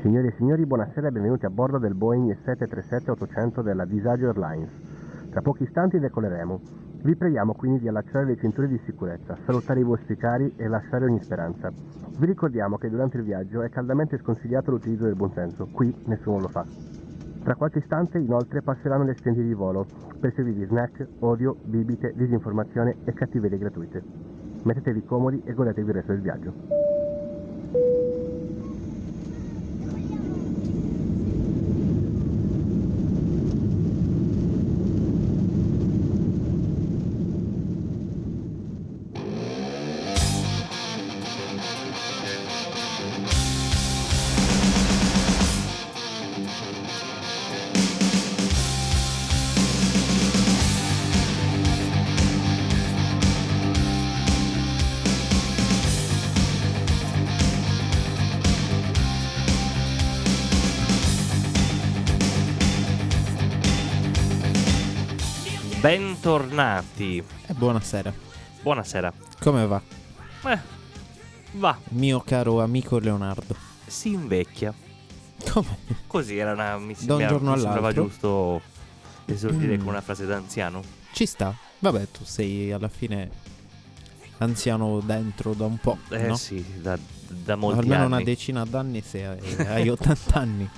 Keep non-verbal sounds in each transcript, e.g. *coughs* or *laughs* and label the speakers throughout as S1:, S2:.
S1: Signore e signori, buonasera e benvenuti a bordo del Boeing 737-800 della Disagio Airlines. Tra pochi istanti decoleremo. Vi preghiamo quindi di allacciare le cinture di sicurezza, salutare i vostri cari e lasciare ogni speranza. Vi ricordiamo che durante il viaggio è caldamente sconsigliato l'utilizzo del buonsenso, qui nessuno lo fa. Tra qualche istante inoltre passeranno le stenti di volo per servire di snack, odio, bibite, disinformazione e cattiverie gratuite. Mettetevi comodi e godetevi il resto del viaggio.
S2: Bentornati.
S3: Eh, buonasera,
S2: Buonasera.
S3: come va?
S2: Eh, va,
S3: Mio caro amico Leonardo.
S2: si invecchia.
S3: Come?
S2: Così era una mi
S3: Da un
S2: sembrava-
S3: giorno
S2: mi sembrava
S3: all'altro.
S2: giusto esordire
S3: Mm.
S2: con una frase d'anziano.
S3: Ci sta. Vabbè, tu sei alla fine anziano dentro da un po'.
S2: Eh
S3: no?
S2: sì, da, da molti
S3: Almeno
S2: anni.
S3: una decina d'anni
S2: *laughs*
S3: se hai, hai 80 anni.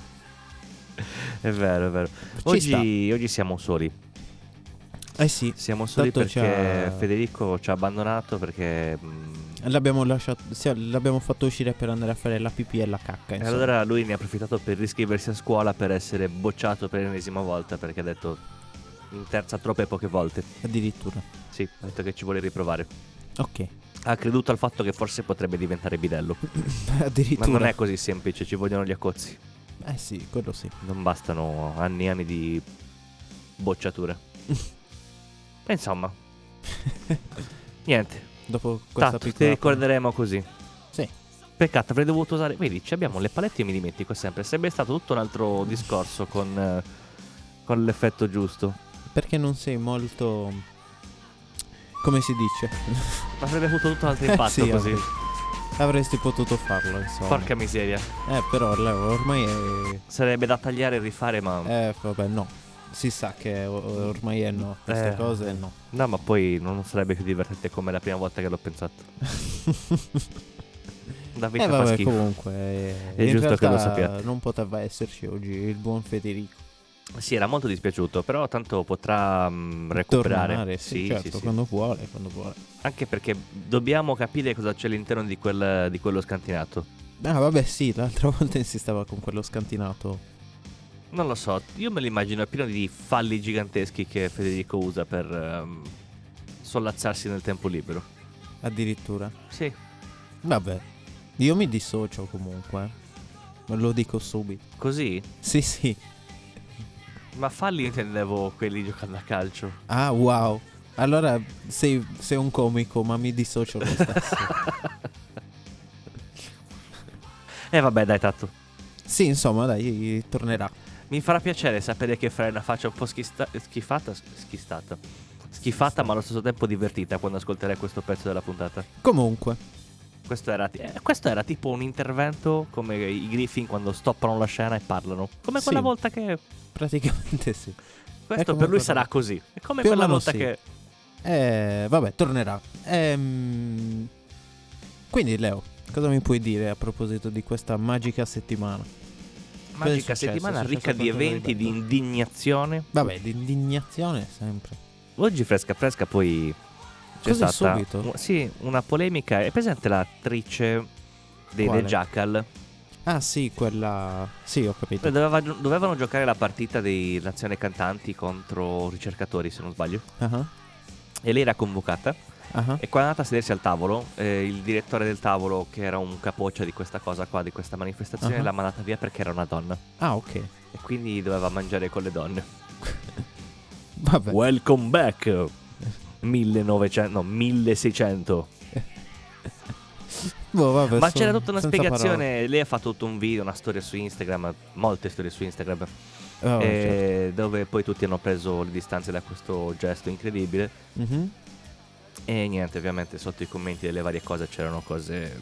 S2: è vero, è vero.
S3: Ci sta.
S2: Oggi, oggi siamo soli.
S3: Eh sì,
S2: Siamo soli
S3: Tanto Eh, ci
S2: perché
S3: ha-
S2: Federico ci ha abbandonato perché... mm, mh,
S3: l'abbiamo, lasciato, sì, l'abbiamo fatto uscire per andare a fare la pipì e la cacca.
S2: E
S3: Insomma.
S2: allora lui ne ha approfittato per riscriversi a scuola per essere bocciato per l'ennesima volta perché ha detto in terza troppe poche volte.
S3: Addirittura.
S2: Sì, ha detto che ci vuole riprovare.
S3: Ok. *laughs*
S2: Ha creduto al fatto che forse potrebbe diventare bidello. Ma
S3: Addirittura.
S2: non è così semplice, ci vogliono gli accozzi.
S3: Eh sì, quello sì.
S2: Non bastano anni e anni di
S3: *laughs*
S2: bocciature. E insomma. Niente.
S3: Dopo questa
S2: Tanto ti
S3: piccola...
S2: ricorderemo così.
S3: Sì.
S2: Peccato, avrei dovuto usare. Vedi, ci abbiamo le palette e mi dimentico sempre. Sarebbe stato tutto un altro discorso con, eh, con l'effetto giusto.
S3: Perché non sei molto... Come si dice?
S2: Ma avrebbe avuto tutto
S3: *laughs*
S2: un altro
S3: Eh,
S2: impatto
S3: sì,
S2: così.
S3: avresti- Avresti potuto farlo, insomma.
S2: Porca miseria.
S3: Eh, però Leo, ormai è...
S2: Sarebbe da tagliare e rifare, ma.
S3: Eh, vabbè, no. Si sa che o- ormai è no. Queste
S2: Eh.
S3: cose no.
S2: No, ma poi non sarebbe più divertente come la prima volta che l'ho pensato. La vita
S3: *laughs* eh,
S2: fa
S3: vabbè,
S2: schifo.
S3: comunque... eh,
S2: È
S3: in
S2: giusto che lo
S3: realtà
S2: sappiate.
S3: non poteva esserci oggi il buon Federico.
S2: Sì, era molto dispiaciuto, però tanto potrà mm, recuperare.
S3: Tornare, sì, certo, quando vuole, quando vuole.
S2: Anche perché dobbiamo capire cosa c'è all'interno di, quel- di quello scantinato.
S3: Ah, vabbè, sì, l'altra *laughs* volta insistava con quello scantinato.
S2: Non lo so, io me lo immagino pieno di falli giganteschi che Federico usa per ehm, sollazzarsi nel tempo libero.
S3: Addirittura.
S2: Sì,
S3: Vabbè. Io mi dissocio comunque. eh. Lo dico subito.
S2: così?
S3: Sì, sì.
S2: Ma falli intendevo quelli giocando a calcio.
S3: Ah, wow. Allora sei, sei un comico, ma mi dissocio lo
S2: *laughs*
S3: stesso.
S2: *laughs* E Eh, vabbè, dai, Tatto.
S3: sì, insomma, dai, tornerà.
S2: Mi farà piacere sapere che farai una faccia un po' schista- schifata. Schistata. Schifata, ma allo stesso tempo divertita quando ascolterai questo pezzo della puntata.
S3: Comunque,
S2: Questo era, ti- eh, questo era tipo un intervento come i Griffin quando stoppano la scena e parlano. Come quella
S3: Sì.
S2: volta che.
S3: praticamente sì. È
S2: Questo
S3: come
S2: per lui
S3: quella-
S2: sarà così. È come
S3: Più o
S2: quella
S3: meno
S2: volta
S3: sì.
S2: che.
S3: Eh, vabbè, tornerà. Ehm, Quindi, Leo, cosa mi puoi dire a proposito di questa magica settimana? Cosa è
S2: Magica
S3: successo?
S2: settimana
S3: È successo
S2: ricca di
S3: qualcosa di
S2: eventi, di
S3: bello?
S2: indignazione.
S3: Vabbè, di indignazione sempre.
S2: Oggi fresca fresca, poi c'è
S3: Così
S2: stata
S3: subito?
S2: u- sì, una polemica. È presente l'attrice dei The
S3: Quale?
S2: Jackal? Eh,
S3: Ah, sì, quella... Sì, ho capito.
S2: Doveva- dovevano giocare la partita di nazione cantanti contro ricercatori, se non sbaglio.
S3: Ah,
S2: E lei era convocata.
S3: ah,
S2: E quando è andata a sedersi al tavolo, eh, il direttore del tavolo, che era un capoccia di questa cosa qua, di questa manifestazione,
S3: Ah.
S2: l'ha mandata via perché era una donna.
S3: ah, ok.
S2: E quindi doveva mangiare con le donne.
S3: Vabbè.
S2: Welcome back! 1900, no, 1600.
S3: *laughs* Boh, vabbè,
S2: Ma
S3: sono
S2: c'era tutta una
S3: senza
S2: spiegazione. Lei ha fatto tutto un video, una storia su Instagram, molte storie su Instagram,
S3: parole. Vabbè,
S2: eh,
S3: certo.
S2: dove poi tutti hanno preso le distanze da questo gesto incredibile.
S3: Mhm.
S2: E niente, ovviamente sotto i commenti delle varie cose c'erano cose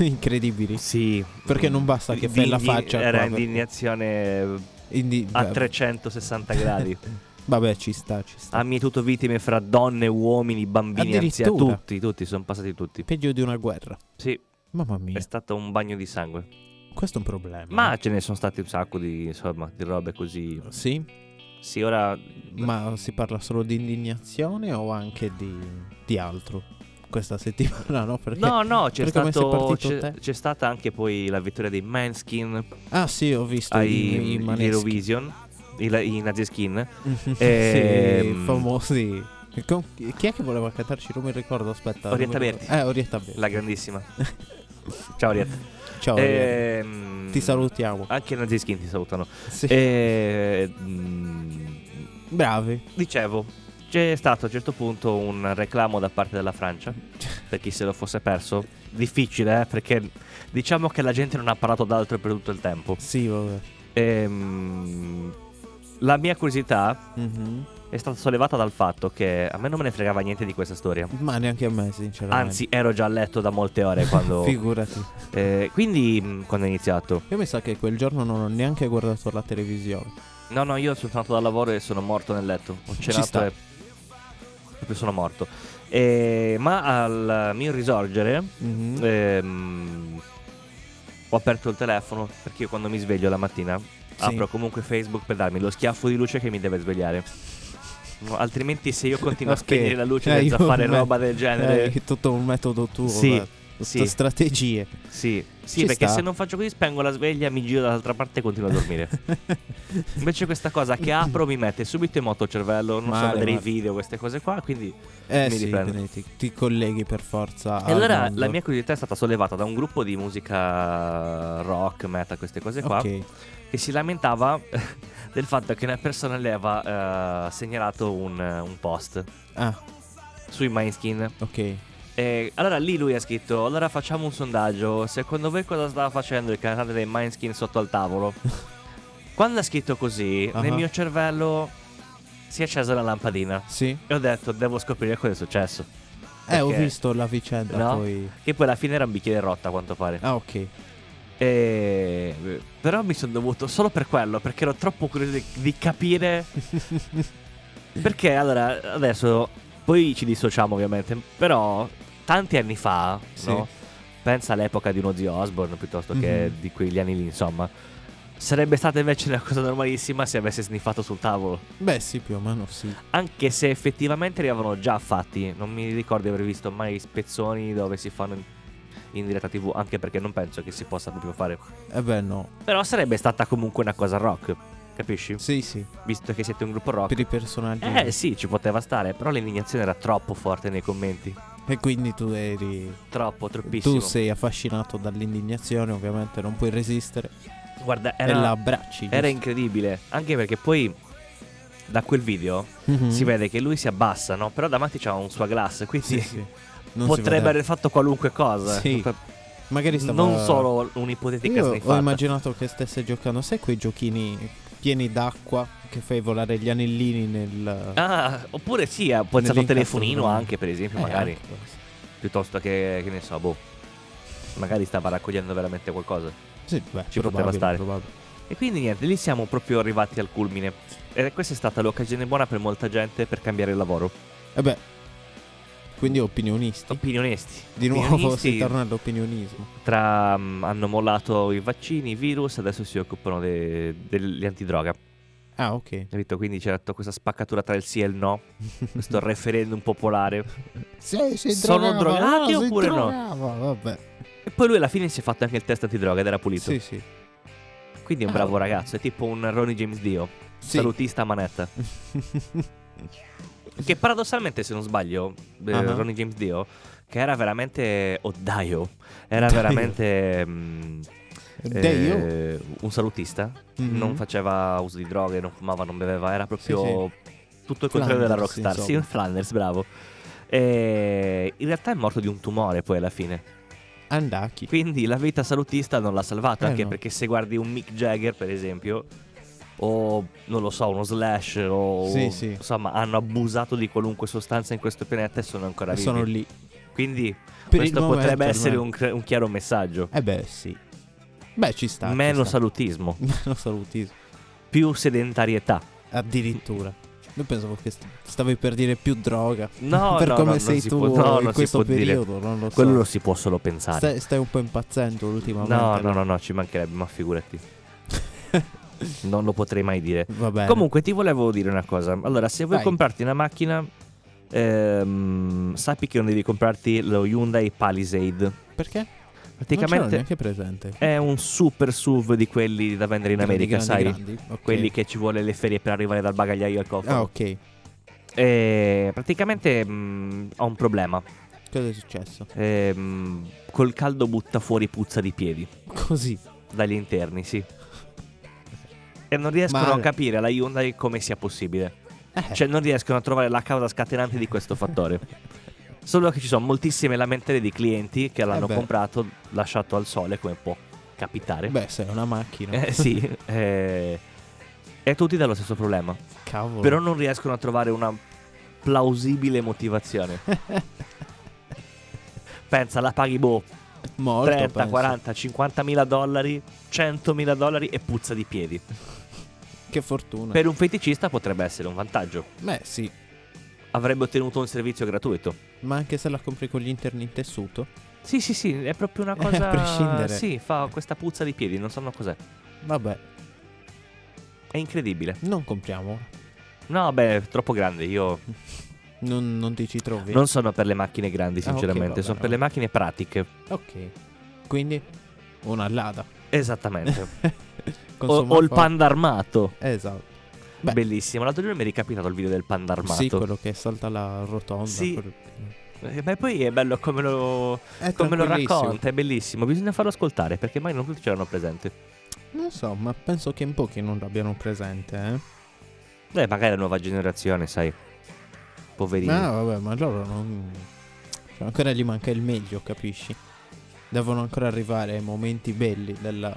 S3: *laughs* incredibili.
S2: Sì.
S3: Perché non basta che
S2: mm, Di-
S3: fai la
S2: di-
S3: faccia
S2: Era
S3: qua,
S2: indignazione
S3: Quindi,
S2: a
S3: beh,
S2: 360
S3: *laughs*
S2: gradi.
S3: Vabbè, ci sta, ci sta.
S2: Ha mietuto vittime fra donne, uomini, bambini, anziani.
S3: Addirittura.
S2: Tutti, tutti, sono passati tutti.
S3: Peggio di una guerra.
S2: Sì,
S3: Mamma
S2: è
S3: mia,
S2: stato un bagno di sangue.
S3: questo è un problema.
S2: Eh. Ma ce ne sono stati un sacco di, insomma, di robe così.
S3: Sì,
S2: Sì, ora...
S3: ma si parla solo di indignazione o anche di, di altro questa settimana, no? Perché...
S2: No, no, c'è,
S3: per come sei
S2: stato,
S3: partito
S2: c'è,
S3: te?
S2: c'è stata anche poi la vittoria dei Manskin
S3: Ah sì, ho visto i, i
S2: ai
S3: Maneskin.
S2: Eurovision, i, la- i Nazi Skin.
S3: *laughs* sì,
S2: Ehm.
S3: famosi. Con- chi è che voleva cantarci? Non mi ricordo, aspetta. non mi
S2: Orietta
S3: ricordo.
S2: Berti.
S3: Eh, Orietta Berti.
S2: La grandissima. Ciao Riet.
S3: *laughs* Ciao, Orietta.
S2: Ehm,
S3: Ti salutiamo.
S2: Anche i Nazi Skin ti salutano.
S3: Sì.
S2: E, mm,
S3: Bravi.
S2: dicevo, c'è stato a un certo punto un reclamo da parte della Francia, per chi se lo fosse perso. Difficile, eh, perché diciamo che la gente non ha parlato d'altro per tutto il tempo.
S3: Sì, vabbè.
S2: Ehm, la mia curiosità
S3: Mhm.
S2: è stata sollevata dal fatto che a me non me ne fregava niente di questa storia.
S3: Ma neanche a me, sinceramente.
S2: Anzi, ero già a letto da molte ore
S3: *laughs*
S2: quando...
S3: Figurati.
S2: eh, quindi, mh, quando è iniziato.
S3: Io mi sa che quel giorno non ho neanche guardato la televisione.
S2: No, no, io sono tornato dal lavoro e sono morto nel letto. Ho
S3: Ci
S2: cenato
S3: sta.
S2: e. Proprio sono morto. E- Ma al mio risorgere. Mm-hmm.
S3: Mhm.
S2: Eh. ehm, Ho aperto il telefono perché io quando mi sveglio la mattina apro comunque Facebook per darmi lo schiaffo di luce che mi deve svegliare. No, altrimenti se io continuo
S3: Ok.
S2: a spegnere la luce
S3: Hai
S2: senza
S3: un
S2: fare
S3: me- eh,
S2: roba del genere...
S3: Hai tutto un metodo tuo.
S2: Sì,
S3: guarda. Tutte
S2: sì.
S3: strategie.
S2: Sì, sì
S3: Ci
S2: perché
S3: sta.
S2: se non faccio così spengo la sveglia, mi giro dall'altra parte e continuo a
S3: *laughs*
S2: dormire. Invece questa cosa che apro mi mette subito in moto il cervello, non
S3: Male,
S2: so vedere
S3: male.
S2: i video, queste cose qua, quindi...
S3: Eh
S2: Mi
S3: sì,
S2: riprendo.
S3: quindi ti, ti colleghi per forza.
S2: e
S3: al
S2: allora
S3: mondo.
S2: la mia curiosità è stata sollevata da un gruppo di musica rock, metal, queste cose qua,
S3: Ok.
S2: che si lamentava *laughs* del fatto che una persona le aveva eh, segnalato un, un post
S3: Ah,
S2: sui Mindskin.
S3: ok.
S2: E allora lì lui ha scritto, allora facciamo un sondaggio, secondo voi cosa stava facendo il cantante dei Mindskin sotto al
S3: *laughs*
S2: tavolo? Quando ha scritto così,
S3: Ah.
S2: nel mio cervello si è accesa la lampadina.
S3: Sì.
S2: E ho detto, devo scoprire cosa è successo.
S3: Eh, ho
S2: Perché-
S3: visto la vicenda
S2: No?
S3: poi.
S2: Che poi alla fine era un bicchiere rotta, a quanto pare. *laughs*
S3: Ah, ok.
S2: E... Però mi sono dovuto solo per quello, perché ero troppo curioso di, di capire. perché allora, adesso, poi ci dissociamo ovviamente, però tanti anni fa,
S3: Sì.
S2: no? pensa all'epoca di uno zio Osborne piuttosto che
S3: Mhm.
S2: di quegli anni lì, insomma. Sarebbe stata invece una cosa normalissima se avesse sniffato sul tavolo.
S3: Beh, sì, più o meno sì.
S2: Anche se effettivamente li avevano già fatti. Non mi ricordo di aver visto mai spezzoni dove si fanno in, in diretta TV, anche perché non penso che si possa proprio fare.
S3: Eh beh, no.
S2: Però sarebbe stata comunque una cosa rock, capisci?
S3: Sì, sì.
S2: Visto che siete un gruppo rock.
S3: Per i personaggi.
S2: Eh sì, ci poteva stare, però l'indignazione era troppo forte nei commenti.
S3: E quindi tu eri.
S2: Troppo, troppissimo.
S3: Tu sei affascinato dall'indignazione, ovviamente non puoi resistere.
S2: Guarda,
S3: E la
S2: era,
S3: abbracci.
S2: era incredibile. Anche perché poi da quel video
S3: Mhm.
S2: si vede che lui si abbassa, no? Però davanti c'ha un suo glass,
S3: Sì,
S2: quindi
S3: sì. Non si
S2: potrebbe
S3: vedeva.
S2: aver fatto qualunque cosa. Cioè,
S3: Sì. Magari stava...
S2: Non solo un'ipotetica
S3: Io ho
S2: snifata.
S3: immaginato che stesse giocando, sai quei giochini pieni d'acqua che fai volare gli anellini nel...
S2: Ah, oppure sì, ha pensato al
S3: Nell'incastro
S2: telefonino
S3: del-
S2: anche, per esempio,
S3: Eh,
S2: magari.
S3: anche questo.
S2: Piuttosto che, che ne so, boh. Magari stava raccogliendo veramente qualcosa.
S3: Sì, beh,
S2: Ci
S3: probabile,
S2: poteva stare.
S3: probabile.
S2: E quindi niente, lì siamo proprio arrivati al culmine. E questa è stata l'occasione buona per molta gente per cambiare lavoro.
S3: E Eh beh, quindi opinionisti.
S2: Opinionisti.
S3: Di nuovo
S2: Opinionisti
S3: si torna all'opinionismo.
S2: tra, mm, hanno mollato i vaccini, i virus, adesso si occupano de- degli antidroga.
S3: Ah, ok.
S2: Capito? Quindi c'era tutta questa spaccatura tra il sì e il
S3: *laughs*
S2: no. Questo referendum popolare.
S3: Sì, sì,
S2: Sono drogati oppure no?
S3: Vabbè.
S2: E poi lui alla fine si è fatto anche il test antidroga ed era pulito.
S3: Sì, sì.
S2: Quindi è un
S3: Ah,
S2: bravo
S3: ok.
S2: ragazzo, è tipo un Ronnie James Dio,
S3: Sì. *laughs*
S2: salutista a manetta. Che paradossalmente, se non sbaglio, eh,
S3: Ah, ah.
S2: Ronnie James Dio, che era veramente oddaio, era
S3: Oddaio.
S2: veramente mm,
S3: Dai, io.
S2: eh, un salutista,
S3: Mhm.
S2: non faceva uso di droghe, non fumava, non beveva, era proprio tutto il contrario della
S3: Flanders,
S2: rockstar. Sì,
S3: insomma.
S2: Flanders, bravo. E in realtà è morto di un tumore poi alla fine.
S3: Andaki.
S2: Quindi la vita salutista non l'ha salvata,
S3: Eh,
S2: anche
S3: no.
S2: perché se guardi un Mick Jagger, per esempio, o non lo so, uno slash, o
S3: Sì, sì.
S2: insomma, hanno abusato di qualunque sostanza in questo pianeta e sono ancora
S3: E
S2: vivi.
S3: sono lì.
S2: Quindi
S3: Per il
S2: questo
S3: momento,
S2: potrebbe essere
S3: almeno.
S2: un, cre- un chiaro messaggio.
S3: Eh beh, sì. Beh, ci sta. ci
S2: Meno
S3: *laughs* sta.
S2: salutismo,
S3: Meno salutismo.
S2: più sedentarietà.
S3: Addirittura. Io pensavo che st- stavi per dire più droga.
S2: No,
S3: *laughs* per
S2: no,
S3: come
S2: no, non
S3: sei
S2: si
S3: tu
S2: può- no,
S3: in
S2: non si
S3: questo
S2: può dire.
S3: periodo, non lo so.
S2: Quello lo si può solo pensare.
S3: stai, stai un po' impazzendo ultimamente.
S2: No, no, no, no, ci mancherebbe, ma
S3: *laughs*
S2: figurati. non lo potrei mai dire.
S3: Va bene.
S2: Comunque, ti volevo dire una cosa. Allora, se vuoi
S3: Vai.
S2: comprarti una macchina, ehm, sappi che non devi comprarti lo Hyundai Palisade.
S3: Perché? Non c'ero
S2: Praticamente
S3: neanche presente.
S2: è un super SUV di quelli da vendere in
S3: Grandi,
S2: Eh, America,
S3: grandi,
S2: sai?
S3: grandi? Ok.
S2: Quelli che ci vuole le ferie per arrivare dal bagagliaio al cofano.
S3: Ah, ok.
S2: E praticamente mh, ho un problema.
S3: Cosa è successo?
S2: Ehm, col caldo butta fuori puzza di piedi.
S3: Così.
S2: Dagli interni, sì. E non riescono
S3: Male.
S2: a capire alla Hyundai come sia possibile.
S3: Eh.
S2: Cioè, non riescono a trovare la causa scatenante di questo fattore.
S3: *laughs*
S2: Solo che ci sono moltissime lamentele di clienti che l'hanno
S3: Eh beh.
S2: comprato lasciato al sole, come può capitare.
S3: Eh. Beh, sei una macchina.
S2: Eh, sì. eh, e tutti dallo stesso problema.
S3: Cavolo.
S2: Però non riescono a trovare una plausibile motivazione.
S3: *laughs*
S2: Pensa, la paghi boh,
S3: Molto,
S2: 30,
S3: penso.
S2: 40, 50 mila dollari, 100 mila dollari e puzza di piedi.
S3: Che fortuna.
S2: Per un feticista potrebbe essere un vantaggio.
S3: Beh, sì.
S2: Avrebbe ottenuto un servizio gratuito.
S3: Ma anche se la compri con gli interni in tessuto?
S2: Sì, sì, sì, è proprio una
S3: Eh,
S2: cosa...
S3: *laughs* a prescindere.
S2: Sì, fa questa puzza di piedi, non sanno cos'è.
S3: Vabbè,
S2: È incredibile.
S3: non compriamo.
S2: No, beh, è troppo grande. Io
S3: Non, non ti ci trovi.
S2: non sono per le macchine grandi,
S3: Ah, ok,
S2: sinceramente.
S3: va
S2: sono
S3: bene,
S2: per
S3: va
S2: le macchine pratiche.
S3: Ok. Quindi una *laughs* lada.
S2: Esattamente.
S3: Con
S2: o, o il
S3: sommaffo-
S2: panda armato.
S3: Esatto. Beh.
S2: Bellissimo. L'altro giorno mi è ricapitato il video del panda armato.
S3: Sì, quello che salta la rotonda.
S2: Sì.
S3: quello-
S2: Eh, Beh, poi è bello come lo,
S3: È
S2: come lo
S3: tranquillissimo.
S2: racconta, è bellissimo. Bisogna farlo ascoltare perché mai non tutti ce l'hanno presente.
S3: Non so, ma penso che in pochi non l'abbiano presente, eh.
S2: Beh, Eh, magari la nuova generazione, sai. Poverini.
S3: Ma vabbè, ma loro non... cioè, ancora gli manca il meglio, capisci? Devono ancora arrivare ai momenti belli della,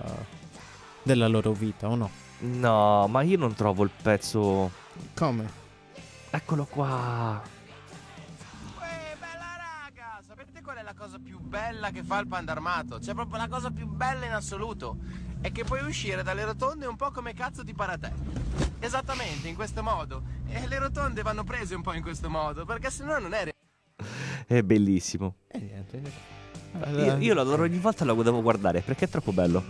S3: della loro vita, o no?
S2: No, ma io non trovo il pezzo.
S3: Come?
S2: Eccolo qua.
S4: Uè, bella raga! Sapete qual è la cosa più bella che fa il panda armato? C'è proprio la cosa più bella in assoluto. È che puoi uscire dalle rotonde un po' come cazzo ti pare a te. Esattamente, in questo modo. E le rotonde vanno prese un po' in questo modo, perché sennò non è
S2: È bellissimo.
S3: E Eh, niente. eh.
S2: Io, io lo adoro ogni volta lo devo guardare perché è troppo bello.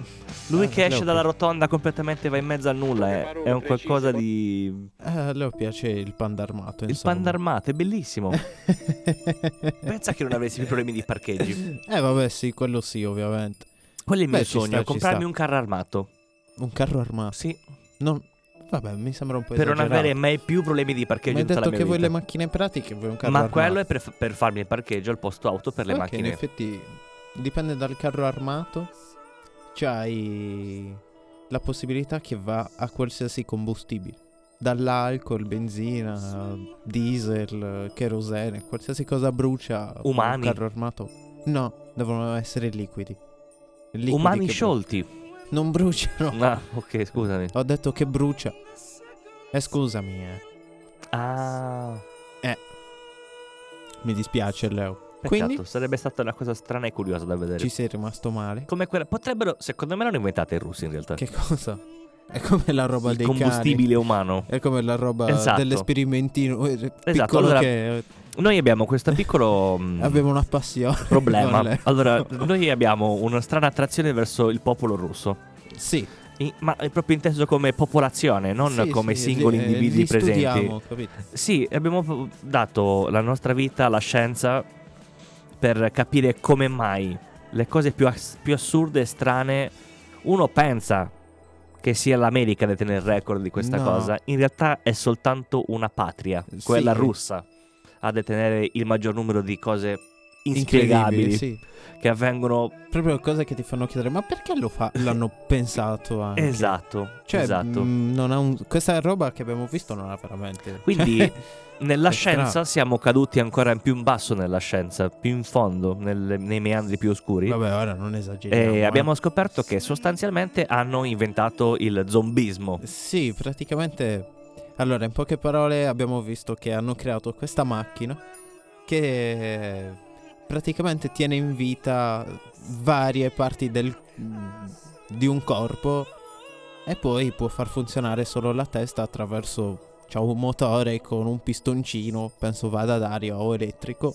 S2: Lui
S3: Ah,
S2: che esce
S3: Leo.
S2: dalla rotonda completamente va in mezzo a nulla. È, è un qualcosa di.
S3: Eh, A Leo piace il panda armato,
S2: Il
S3: insomma.
S2: panda armato, è bellissimo.
S3: armato.
S2: Pensa che non avessi più problemi di parcheggi.
S3: *laughs* eh vabbè, sì, quello sì, ovviamente.
S2: Quello è il mio
S3: Beh, ci
S2: sogno:
S3: sta, ci
S2: comprarmi
S3: sta.
S2: un carro armato.
S3: Un carro armato.
S2: Sì,
S3: Non... Vabbè, mi sembra un po'
S2: per non
S3: esagerato.
S2: avere mai più problemi di parcheggio
S3: Mi hai
S2: in tutta
S3: detto
S2: la
S3: che
S2: mia
S3: vuoi le
S2: vita.
S3: macchine pratiche, vuoi un carro
S2: Ma
S3: armato.
S2: quello è per, per farmi il parcheggio al posto auto per le
S3: Ok,
S2: macchine.
S3: In effetti dipende dal carro armato. C'hai la possibilità che va a qualsiasi combustibile. Dall'alcol, benzina, diesel, kerosene, qualsiasi cosa brucia. un
S2: Umani.
S3: carro armato. No, devono essere liquidi. Liquidi
S2: Umani
S3: che
S2: sciolti.
S3: bru- non
S2: *laughs*
S3: bruciano.
S2: Ah, ok, scusami.
S3: Ho detto che brucia. Eh, scusami, eh.
S2: Ah,
S3: Mi dispiace, Leo.
S2: peccato,
S3: Quindi?
S2: sarebbe stata una cosa strana e curiosa da vedere.
S3: Ci sei rimasto male?
S2: Come quella, potrebbero, secondo me, l'hanno inventata i russi in realtà.
S3: Che cosa? È come la roba
S2: il
S3: dei cani.
S2: combustibile umano.
S3: È come la roba
S2: Esatto.
S3: dell'esperimentino eh,
S2: Esatto,
S3: piccolo
S2: allora-
S3: che eh,
S2: Noi abbiamo questo
S3: *laughs*
S2: piccolo mh,
S3: abbiamo una passione. con
S2: problema.
S3: le- *laughs*
S2: Allora, noi abbiamo una strana attrazione verso il popolo russo.
S3: Sì,
S2: I- ma è proprio inteso come popolazione, non
S3: sì,
S2: come
S3: sì,
S2: singoli
S3: li- eh,
S2: individui
S3: li
S2: presenti.
S3: studiamo, capito?
S2: Sì, abbiamo p- dato la nostra vita alla scienza per capire come mai le cose più, ass- più assurde e strane. Uno pensa che sia l'America a detenere il record di questa
S3: No.
S2: cosa, in realtà è soltanto una patria,
S3: Sì.
S2: quella russa, a detenere il maggior numero di cose inspiegabili
S3: Incredibili, sì.
S2: che avvengono.
S3: Proprio cose che ti fanno chiedere, ma perché lo fa? L'hanno pensato anche.
S2: Esatto,
S3: Cioè,
S2: esatto.
S3: mh, non ha un- questa roba che abbiamo visto non ha veramente.
S2: Quindi *laughs* nella
S3: cioè, È strano.
S2: scienza siamo caduti ancora più in basso nella scienza, più in fondo, nel- nei meandri più oscuri.
S3: Vabbè, ora non esageriamo.
S2: E
S3: eh.
S2: abbiamo scoperto che sostanzialmente hanno inventato il zombismo.
S3: Sì, praticamente. Allora, in poche parole, abbiamo visto che hanno creato questa macchina che praticamente tiene in vita varie parti del- di un corpo e poi può far funzionare solo la testa attraverso c'ha un motore con un pistoncino, penso vada ad aria o elettrico.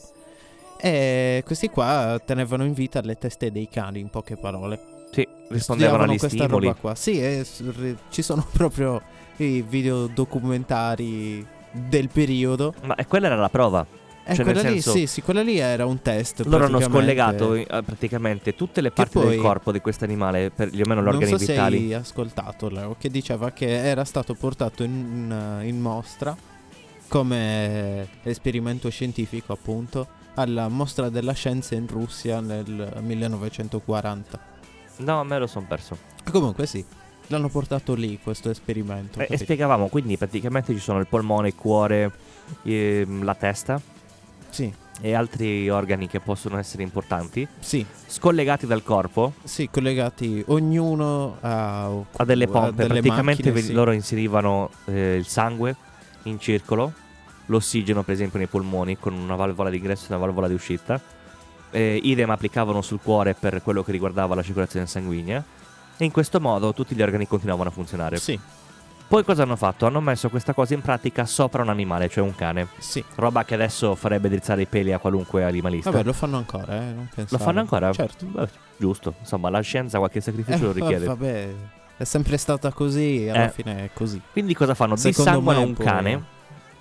S3: E questi qua tenevano in vita le teste dei cani, in poche parole.
S2: Sì, rispondevano
S3: Studiavano
S2: agli
S3: questa
S2: stimoli.
S3: roba qua. Sì, e s- re- ci sono *laughs* proprio i video documentari del periodo.
S2: Ma e quella era la prova.
S3: E
S2: Cioè, nel
S3: quella lì,
S2: senso-
S3: sì, sì, quella lì era un test.
S2: Loro hanno
S3: praticamente.
S2: scollegato eh, praticamente tutte le parti
S3: poi-
S2: del corpo di questo animale, per gli o meno gli
S3: Non
S2: organi
S3: so se
S2: vitali.
S3: hai ascoltato Leo, che diceva che era stato portato in, in mostra come esperimento scientifico, appunto, alla mostra della scienza in Russia nel 1940.
S2: No, me lo son perso.
S3: Comunque sì, l'hanno portato lì questo esperimento.
S2: E, e
S3: capito?
S2: spiegavamo, quindi praticamente ci sono il polmone, il cuore, ehm, la testa
S3: sì,
S2: e altri organi che possono essere importanti,
S3: sì,
S2: scollegati dal corpo,
S3: sì, collegati ognuno a,
S2: a delle pompe.
S3: delle
S2: praticamente
S3: macchine,
S2: ve-
S3: sì.
S2: loro inserivano eh, il sangue in circolo, l'ossigeno per esempio nei polmoni con una valvola di ingresso e una valvola di uscita. Eh, idem applicavano sul cuore per quello che riguardava la circolazione sanguigna. E in questo modo tutti gli organi continuavano a funzionare.
S3: Sì,
S2: Poi cosa hanno fatto? Hanno messo questa cosa in pratica sopra un animale, cioè un cane.
S3: sì.
S2: Roba che adesso farebbe drizzare i peli a qualunque animalista.
S3: Vabbè, lo fanno ancora, eh, non
S2: Lo
S3: pensavo.
S2: fanno ancora?
S3: Certo.
S2: Beh, giusto, insomma, la scienza qualche sacrificio lo
S3: Eh, va-
S2: richiede.
S3: Vabbè, è sempre stata così e alla
S2: Eh.
S3: fine è così.
S2: Quindi cosa fanno?
S3: Secondo
S2: Dissanguano
S3: me
S2: un
S3: poi-
S2: cane,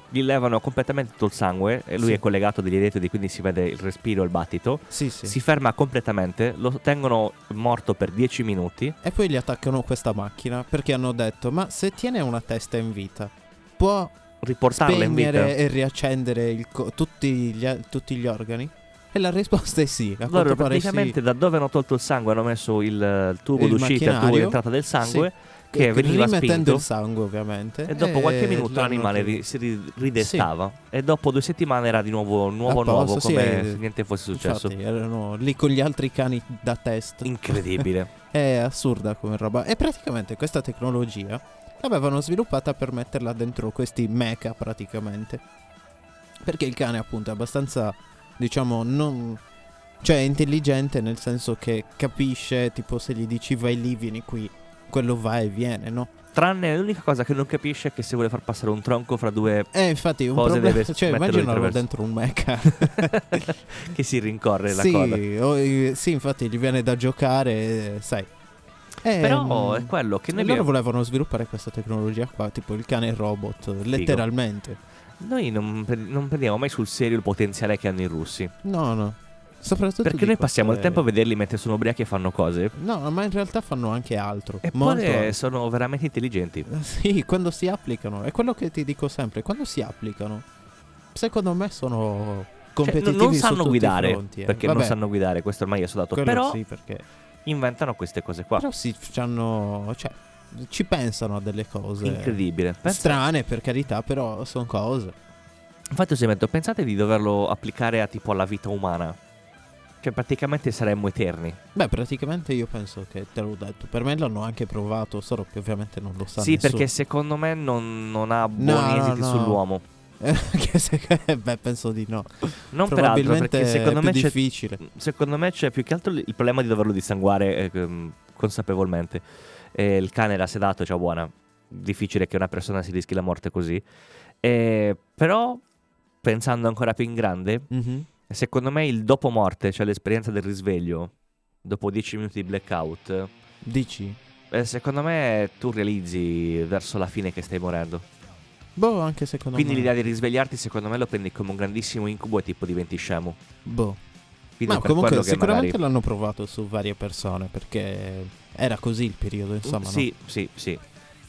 S2: gli levano completamente tutto il sangue e lui
S3: Sì.
S2: è collegato degli elettrodi, quindi si vede il respiro e il battito.
S3: Sì, sì.
S2: Si ferma completamente, lo tengono morto per 10 minuti.
S3: E poi gli attaccano questa macchina perché hanno detto, ma se tiene una testa in vita, può
S2: Riportarla in vita.
S3: spegnere e riaccendere il co- tutti, gli, tutti gli organi? E la risposta è sì. A
S2: Loro
S3: quanto pare sì.
S2: praticamente da dove hanno tolto il sangue hanno messo il eh, tubo
S3: Il
S2: d'uscita, il tubo
S3: macchinario.
S2: di entrata del sangue, che
S3: E-
S2: veniva
S3: Eh, rimettendo
S2: spinto.
S3: il sangue ovviamente.
S2: E dopo qualche minuto
S3: l'hanno
S2: l'animale
S3: tolto.
S2: ri- si ri- ridestava. E dopo due settimane era di nuovo nuovo,
S3: A posto,
S2: nuovo,
S3: sì,
S2: come
S3: eh,
S2: se niente fosse successo.
S3: Infatti, erano lì con gli altri cani da test.
S2: Incredibile.
S3: È assurda come roba. E praticamente questa tecnologia l'avevano sviluppata per metterla dentro questi mecha praticamente. Perché il cane appunto è abbastanza, diciamo, non... Cioè è intelligente nel senso che capisce, tipo se gli dici vai lì, vieni qui, quello va e viene, no?
S2: Tranne l'unica cosa che non capisce è che se vuole far passare un tronco fra due
S3: E infatti un
S2: Cosa
S3: problema...
S2: deve
S3: *laughs* Cioè
S2: metterlo
S3: immaginalo
S2: attraverso?
S3: dentro un mecha.
S2: *laughs* che si rincorre la
S3: Eh. sì,
S2: coda.
S3: o- eh, sì, infatti gli viene da giocare, eh, sai. Ehm,
S2: Però è quello che noi,
S3: loro
S2: abbiamo-
S3: volevano sviluppare questa tecnologia qua, tipo il cane robot, letteralmente.
S2: noi non, pre- non prendiamo mai sul serio il potenziale che hanno i russi.
S3: No, no. Soprattutto
S2: Perché
S3: di
S2: noi passiamo il
S3: queste-
S2: tempo a vederli mentre sono ubriachi e fanno cose.
S3: No, ma in realtà fanno anche altro. molto
S2: Eppure sono veramente intelligenti. Cioè,
S3: altro. *laughs* Sì, quando si applicano, è quello che ti dico sempre, quando si applicano, secondo me sono
S2: Cioè,
S3: competitivi
S2: non- non
S3: su
S2: sanno
S3: tutti i
S2: guidare.
S3: fronti, eh.
S2: Perché non
S3: Vabbè,
S2: sanno guidare, questo ormai è dato.
S3: quello
S2: Però
S3: sì, perché
S2: inventano queste cose qua.
S3: però sì, c'hanno- cioè, ci pensano a delle cose
S2: Incredibile. Pensa-
S3: strane, per carità, però sono cose.
S2: Infatti, ho sempre detto, pensate di doverlo applicare a tipo alla vita umana. Cioè, praticamente saremmo eterni.
S3: Beh, praticamente io penso che te l'ho detto. Per me l'hanno anche provato, solo che ovviamente non lo sa
S2: sì,
S3: nessuno.
S2: perché secondo me non, non ha buoni
S3: no,
S2: esiti
S3: no.
S2: sull'uomo.
S3: *laughs* Che se- Beh, penso di no.
S2: Non per altro,
S3: Probabilmente
S2: perché secondo
S3: è
S2: me,
S3: più
S2: c'è,
S3: difficile.
S2: secondo me c'è più che altro il problema di doverlo dissanguare eh, ehm, consapevolmente. Eh, il cane era sedato, cioè buona. Difficile che una persona si rischi la morte così. Eh, però, pensando ancora più in grande,
S3: Mhm.
S2: secondo me il dopo morte, cioè l'esperienza del risveglio, dopo 10 minuti di blackout,
S3: Dici?
S2: eh, secondo me tu realizzi verso la fine che stai morendo.
S3: Boh, anche secondo
S2: Quindi
S3: me.
S2: l'idea di risvegliarti, secondo me, lo prendi come un grandissimo incubo e tipo diventi scemo.
S3: Boh.
S2: Quindi
S3: Ma
S2: per
S3: comunque
S2: quello che
S3: sicuramente
S2: magari-
S3: l'hanno provato su varie persone, perché era così il periodo, insomma. no?
S2: Sì, eh. sì, sì.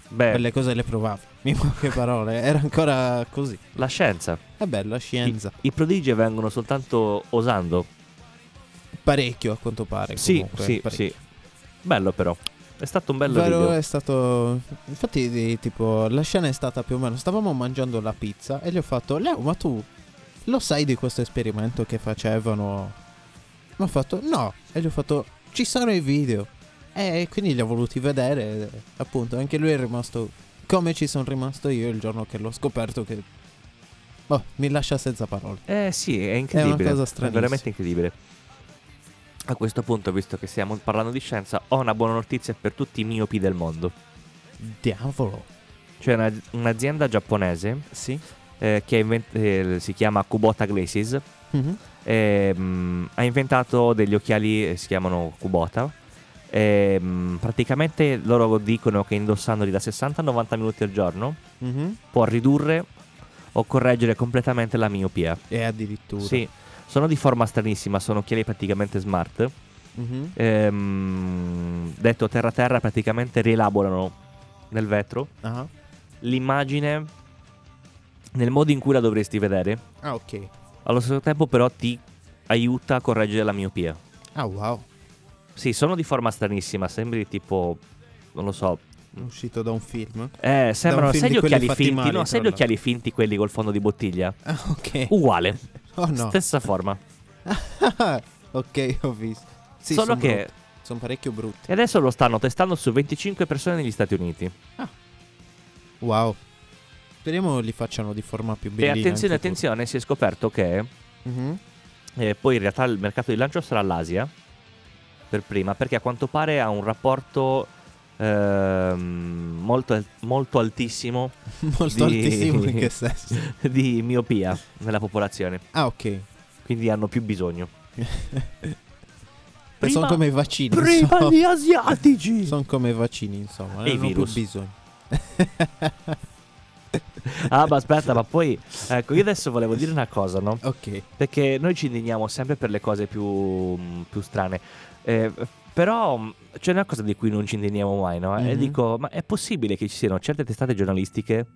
S2: Beh,
S3: Quelle cose le provavi, in poche parole. Era ancora così.
S2: la scienza.
S3: È bella scienza.
S2: I prodigi vengono soltanto osando.
S3: Parecchio, a quanto pare.
S2: sì,
S3: Eh, comunque,
S2: sì,
S3: parecchio.
S2: sì. Bello però. È stato un bello
S3: Vero, eh,
S2: video.
S3: è stato. Infatti, di- tipo, la scena è stata più o meno. Stavamo mangiando la pizza e gli ho fatto: Leo, ma tu lo sai di questo esperimento che facevano? Mi ha fatto: No. E gli ho fatto: Ci sono i video. E quindi li ho voluti vedere. e, Appunto, anche lui è rimasto come ci sono rimasto io il giorno che l'ho scoperto che Boh, mi lascia senza parole.
S2: Eh sì, è incredibile.
S3: cosa stranissima.
S2: veramente incredibile. A questo punto, visto che stiamo parlando di scienza, ho una buona notizia per tutti i miopi del mondo.
S3: Diavolo.
S2: C'è una- un'azienda giapponese
S3: Sì.
S2: eh, che ha invent- eh, si chiama Kubota Glaces.
S3: Mhm.
S2: ehm, ha inventato degli occhiali, eh, si chiamano Kubota. Ehm, praticamente loro dicono che indossandoli da 60 a 90 minuti al giorno
S3: Mhm.
S2: può ridurre o correggere completamente la miopia.
S3: E addirittura.
S2: Sì, sono di forma stranissima, sono occhiali praticamente smart.
S3: Mhm.
S2: Ehm, detto terra terra, praticamente rielaborano nel vetro
S3: Ah.
S2: l'immagine nel modo in cui la dovresti vedere.
S3: Ah, ok.
S2: Allo stesso tempo, però, ti aiuta a correggere la miopia.
S3: Ah, wow.
S2: Sì, sono di forma stranissima, sembri tipo. Non lo so.
S3: Uscito da un film.
S2: Eh, sembrano.
S3: film
S2: Sai
S3: di
S2: gli
S3: quelli
S2: occhiali
S3: fatti
S2: finti?
S3: male,
S2: no,
S3: tra
S2: sai gli
S3: l'altro.
S2: occhiali finti quelli col fondo di bottiglia?
S3: Ah, ok.
S2: Uguale.
S3: oh no.
S2: Stessa forma.
S3: *laughs* ok, ho visto. Sì,
S2: Solo
S3: son
S2: che.
S3: brutte. Sono parecchio brutte.
S2: E adesso lo stanno testando su 25 persone negli Stati Uniti.
S3: Wow. Speriamo li facciano di forma più bella.
S2: e attenzione, attenzione, si è scoperto che
S3: Mhm.
S2: eh, poi in realtà il mercato di lancio sarà l'Asia per prima, perché a quanto pare ha un rapporto ehm, molto, al- molto
S3: *laughs*
S2: altissimo
S3: *laughs* Molto
S2: Di-
S3: altissimo in
S2: *laughs*
S3: che senso.
S2: di miopia nella popolazione,
S3: Ah, ok.
S2: quindi hanno più
S3: *laughs*
S2: bisogno.
S3: E
S2: Prima-
S3: sono come i vaccini.
S2: *laughs* Prima gli asiatici!
S3: *laughs* Sono come i vaccini, insomma.
S2: E i
S3: non hanno più
S2: virus.
S3: bisogno. *laughs*
S2: ah, ma aspetta, ma poi ecco, io adesso volevo dire una cosa, no?
S3: Ok.
S2: Perché noi ci indigniamo sempre per le cose più, mh, più strane. Eh, però mh, c'è una cosa di cui non ci indigniamo mai, no? E
S3: Mhm.
S2: dico, ma è possibile che ci siano certe testate giornalistiche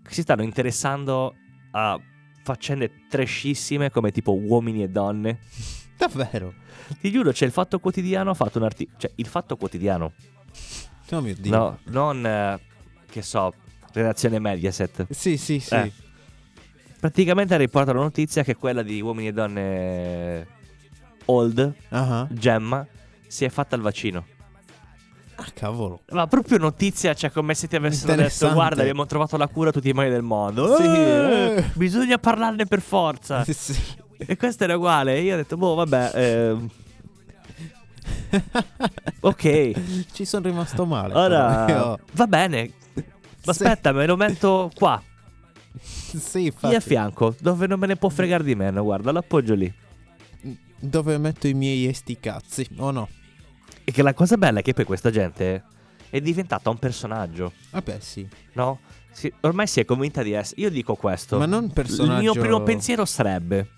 S2: che si stanno interessando a faccende trashissime come tipo uomini e donne?
S3: Davvero?
S2: Ti giuro, c'è il Fatto Quotidiano, ha fatto un articolo... Cioè, il Fatto Quotidiano,
S3: Oh mio Dio.
S2: no? Non, eh, che so, redazione Mediaset.
S3: Sì, sì, sì.
S2: Eh. Praticamente riporta la notizia che quella di uomini e donne eh, old,
S3: Ah, ah.
S2: Gemma, si è fatta il vaccino.
S3: Ah, cavolo.
S2: Ma proprio notizia, cioè come se ti avessero detto
S3: Interessante.
S2: guarda abbiamo trovato la cura a tutti i mali del mondo.
S3: Sì,
S2: Eh,
S3: eh.
S2: Bisogna parlarne per forza.
S3: Sì, *laughs* sì.
S2: e questo era uguale. Io ho detto, boh vabbè, ehm, ok.
S3: Ci sono rimasto male. però.
S2: Ora
S3: Io-
S2: va bene. Ma
S3: Sì.
S2: aspetta, me lo metto qua,
S3: Sì,
S2: lì a
S3: infatti.
S2: fianco, dove non me ne può fregare di meno. Guarda, l'appoggio lì.
S3: Dove metto i miei esti cazzi? O no?
S2: E che la cosa bella è che poi questa gente è diventata un personaggio,
S3: Vabbè, Ah, sì.
S2: no? Si- ormai si è convinta di essere. Io dico questo.
S3: Ma non personaggio.
S2: Il mio primo pensiero sarebbe: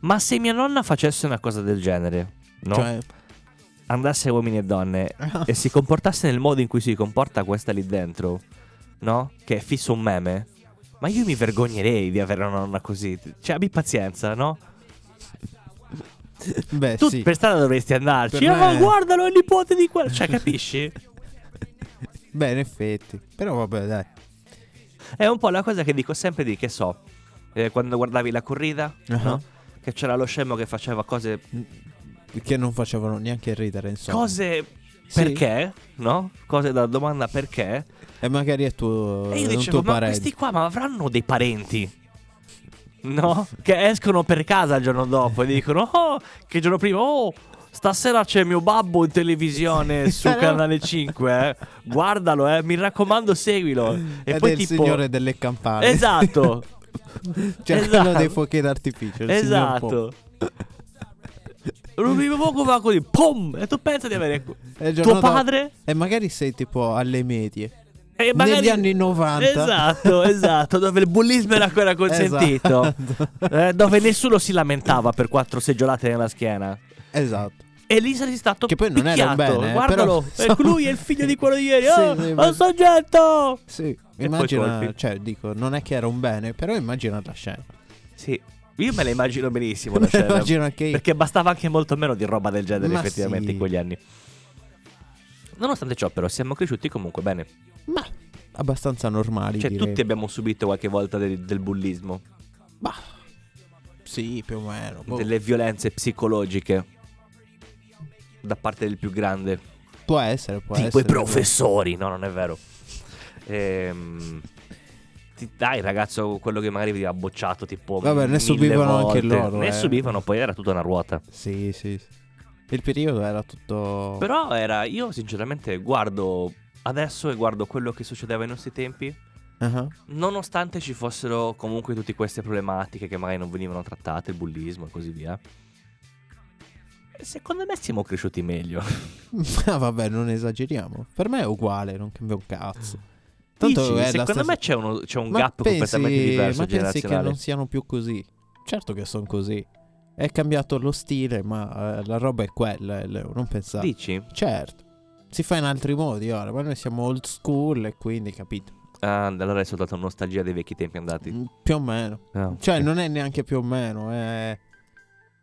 S2: ma se mia nonna facesse una cosa del genere, no?
S3: Cioè,
S2: Andasse uomini e
S3: *laughs*
S2: donne e si comportasse nel modo in cui si comporta questa lì dentro, no? Che è fisso un meme. Ma io mi vergognerei di avere una nonna così. Cioè, abbi pazienza, no?
S3: beh,
S2: Tu
S3: Eh sì.
S2: per strada dovresti andarci.
S3: Per
S2: "Ah,
S3: me-
S2: guardalo, è il nipote di quello. Cioè, capisci?
S3: Beh, in effetti. Però vabbè, dai.
S2: È un po' la cosa che dico sempre di che so, eh, quando guardavi la corrida,
S3: Ah.
S2: no? che c'era lo scemo che faceva cose,
S3: Che non facevano neanche ridere, insomma.
S2: cose
S3: Sì.
S2: perché, no? Cose da domanda perché.
S3: E magari è tuo,
S2: e io
S3: è un
S2: dicevo,
S3: tuo
S2: ma
S3: parente.
S2: questi qua ma avranno dei parenti? No? Che escono per casa il giorno dopo e dicono, oh, che giorno prima, oh, stasera c'è mio babbo in
S3: *laughs*
S2: televisione su
S3: Sarà-
S2: canale 5, eh. guardalo, eh, mi raccomando, seguilo. E
S3: Ed
S2: poi
S3: è il
S2: tipo...
S3: signore delle campane. *laughs*
S2: Esatto.
S3: Cioè quello
S2: Esatto.
S3: dei fuochi d'artificio. il signor Pop.
S2: Esatto. L'ultimo poco va così, pom! E tu pensa di avere
S3: E il giorno
S2: tuo
S3: dopo-
S2: padre?
S3: E magari sei tipo alle medie.
S2: E magari...
S3: Negli anni 90.
S2: Esatto, esatto, dove il bullismo era ancora consentito.
S3: Esatto.
S2: Eh, dove nessuno si lamentava per quattro seggiolate nella schiena.
S3: Esatto.
S2: E lì sei stato
S3: Che poi non era un
S2: picchiato.
S3: bene, eh,
S2: Guardalo, *laughs*
S3: però-
S2: eh, lui è il figlio di quello di ieri.
S3: Sì,
S2: oh,
S3: sì,
S2: oh,
S3: ma-
S2: soggetto!
S3: Sì.
S2: poi
S3: Immagina,
S2: colpi.
S3: cioè dico, non è che era un bene, però immagina la scena.
S2: Sì, io me la immagino benissimo
S3: Me
S2: la
S3: la
S2: scena.
S3: immagino anche io.
S2: Perché bastava anche molto meno di roba del genere
S3: Ma
S2: effettivamente
S3: sì.
S2: in quegli anni. Nonostante ciò però siamo cresciuti comunque bene.
S3: Ma abbastanza normali,
S2: Cioè
S3: direi.
S2: tutti abbiamo subito qualche volta del, del bullismo,
S3: Bah. Sì, più o meno. boh.
S2: delle violenze psicologiche da parte del più grande.
S3: Può essere, boh. può
S2: tipo
S3: essere.
S2: i professori, no non è vero. Ehm, ti dai ragazzo quello che magari veniva bocciato tipo
S3: Vabbè, ne
S2: mille
S3: subivano anche
S2: volte.
S3: loro,
S2: ne
S3: eh. Boh.
S2: subivano poi era tutta una ruota
S3: Sì, sì. sì. Il periodo era tutto...
S2: però era io sinceramente guardo adesso e guardo quello che succedeva ai nostri tempi
S3: Ah,
S2: nonostante ci fossero comunque tutte queste problematiche che magari non venivano trattate il bullismo e così via secondo me siamo cresciuti meglio
S3: Ma *laughs* vabbè, non esageriamo. Per me è uguale, non cambia un cazzo. Tanto
S2: Dici?
S3: è la
S2: secondo
S3: stessa-
S2: me c'è, uno- c'è un
S3: Ma
S2: gap
S3: pensi-
S2: completamente diverso
S3: Ma pensi che
S2: generazionale
S3: non siano più così? Certo che sono così. È cambiato lo stile, ma eh, la roba è quella, Leo, non pensare.
S2: dici
S3: Certo. Si fa in altri modi ora, ma noi siamo old school e quindi, capito?
S2: Ah, allora è soltanto nostalgia dei vecchi tempi andati
S3: Mm, Più o meno.
S2: Ah,
S3: Cioè,
S2: ok.
S3: non è neanche più o meno, è...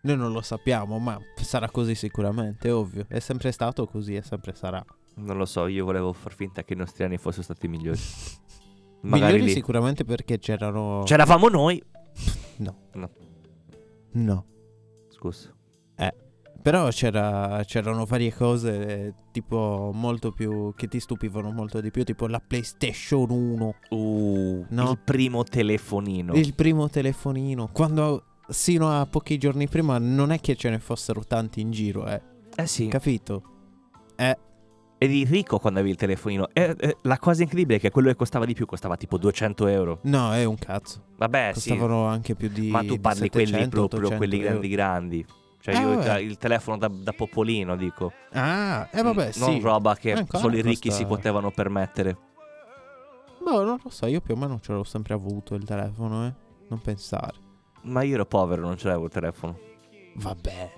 S3: Noi non lo sappiamo, ma sarà così sicuramente, è ovvio. È sempre stato così e sempre sarà.
S2: Non lo so, io volevo far finta che i nostri anni fossero stati migliori. Eh, Magari
S3: Migliori
S2: lì. Cioè,
S3: sicuramente perché c'erano...
S2: C'eravamo noi.
S3: No.
S2: Scusa.
S3: Però c'era- c'erano varie cose eh, tipo molto più che ti stupivano molto di più, tipo la PlayStation 1,
S2: Uh,
S3: No.
S2: il primo telefonino.
S3: il primo telefonino, quando sino a pochi giorni prima non è che ce ne fossero tanti in giro, eh.
S2: Eh sì.
S3: Capito? Eh,
S2: Eri ricco quando avevi il telefonino. E, eh, la cosa incredibile è che quello che costava di più costava tipo 200 euro.
S3: No, è un cazzo.
S2: Vabbè, Eh, sì.
S3: Costavano anche più di
S2: Ma tu parli quelli
S3: 700,
S2: proprio,
S3: 800
S2: quelli
S3: euro.
S2: grandi grandi. Cioè
S3: Eh,
S2: io
S3: vabbè.
S2: da- il telefono da, da popolino dico.
S3: Ah, e vabbè, sì.
S2: Mm,
S3: Eh,
S2: Non roba che
S3: Ancora
S2: solo i ricchi
S3: costa-
S2: si potevano permettere.
S3: Boh, non lo so, io più o meno ce l'ho sempre avuto il telefono, eh. Non pensare.
S2: Ma io ero povero, non ce l'avevo il telefono.
S3: Vabbè.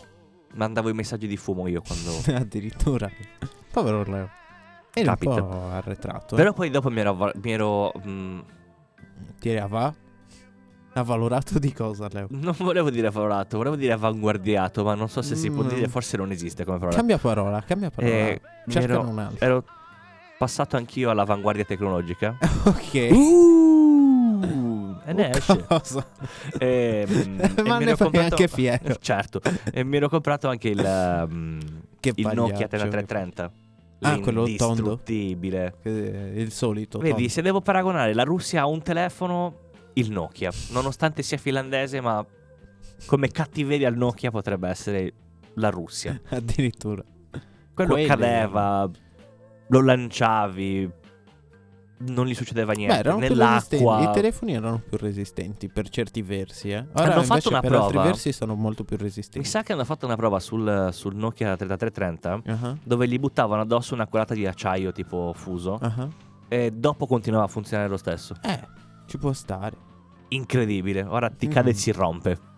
S2: Mandavo i messaggi di fumo io quando...
S3: *laughs* Addirittura. Povero Leo. Era
S2: Capita.
S3: un po' arretrato. eh.
S2: Però poi dopo mi ero. avva- mi ero, mm,
S3: Ti era va? Avvalorato di cosa, Leo?
S2: non volevo dire favorato, volevo dire avanguardiato, ma non so se si può
S3: Mm. Certo,
S2: dire, forse non esiste come parola.
S3: Cambia parola, cambia parola.
S2: Eh, mi
S3: Cercane
S2: ero,
S3: un'altra.
S2: ero passato anch'io all'avanguardia
S3: *laughs*
S2: tecnologica.
S3: ok.
S2: e ne Eh,
S3: *laughs*
S2: esce.
S3: Cosa?
S2: E, mm, e
S3: Uh, oh, Ma
S2: mi
S3: ne
S2: ero
S3: fai
S2: comprato-
S3: anche fiero.
S2: *laughs* Certo, e mi ero comprato anche il, mm,
S3: *laughs* Che
S2: il Nokia
S3: pagliaccio.
S2: 3330.
S3: Ah, quello tondo.
S2: Indistruttibile.
S3: Eh, Il solito.
S2: Vedi,
S3: tondo.
S2: se devo paragonare la Russia a un telefono, il Nokia. Nonostante sia finlandese, ma come cattiveria al Nokia potrebbe essere la Russia.
S3: Addirittura.
S2: Quello
S3: Quelli- eh.
S2: cadeva, lo lanciavi, non gli succedeva
S3: Beh,
S2: niente.
S3: erano più resistenti. I
S2: Nell'acqua.
S3: telefoni erano più resistenti per certi versi, eh. Ora
S2: Hanno
S3: invece
S2: fatto una
S3: per altri
S2: prova.
S3: versi sono molto più
S2: Mi
S3: resistenti.
S2: sa che hanno fatto una prova sul, sul Nokia 3330
S3: Ah,
S2: dove gli buttavano addosso una colata di acciaio tipo fuso
S3: ah.
S2: e dopo continuava a funzionare lo stesso.
S3: Eh, ci può stare.
S2: Incredibile, ora ti
S3: Mm.
S2: cade e si rompe.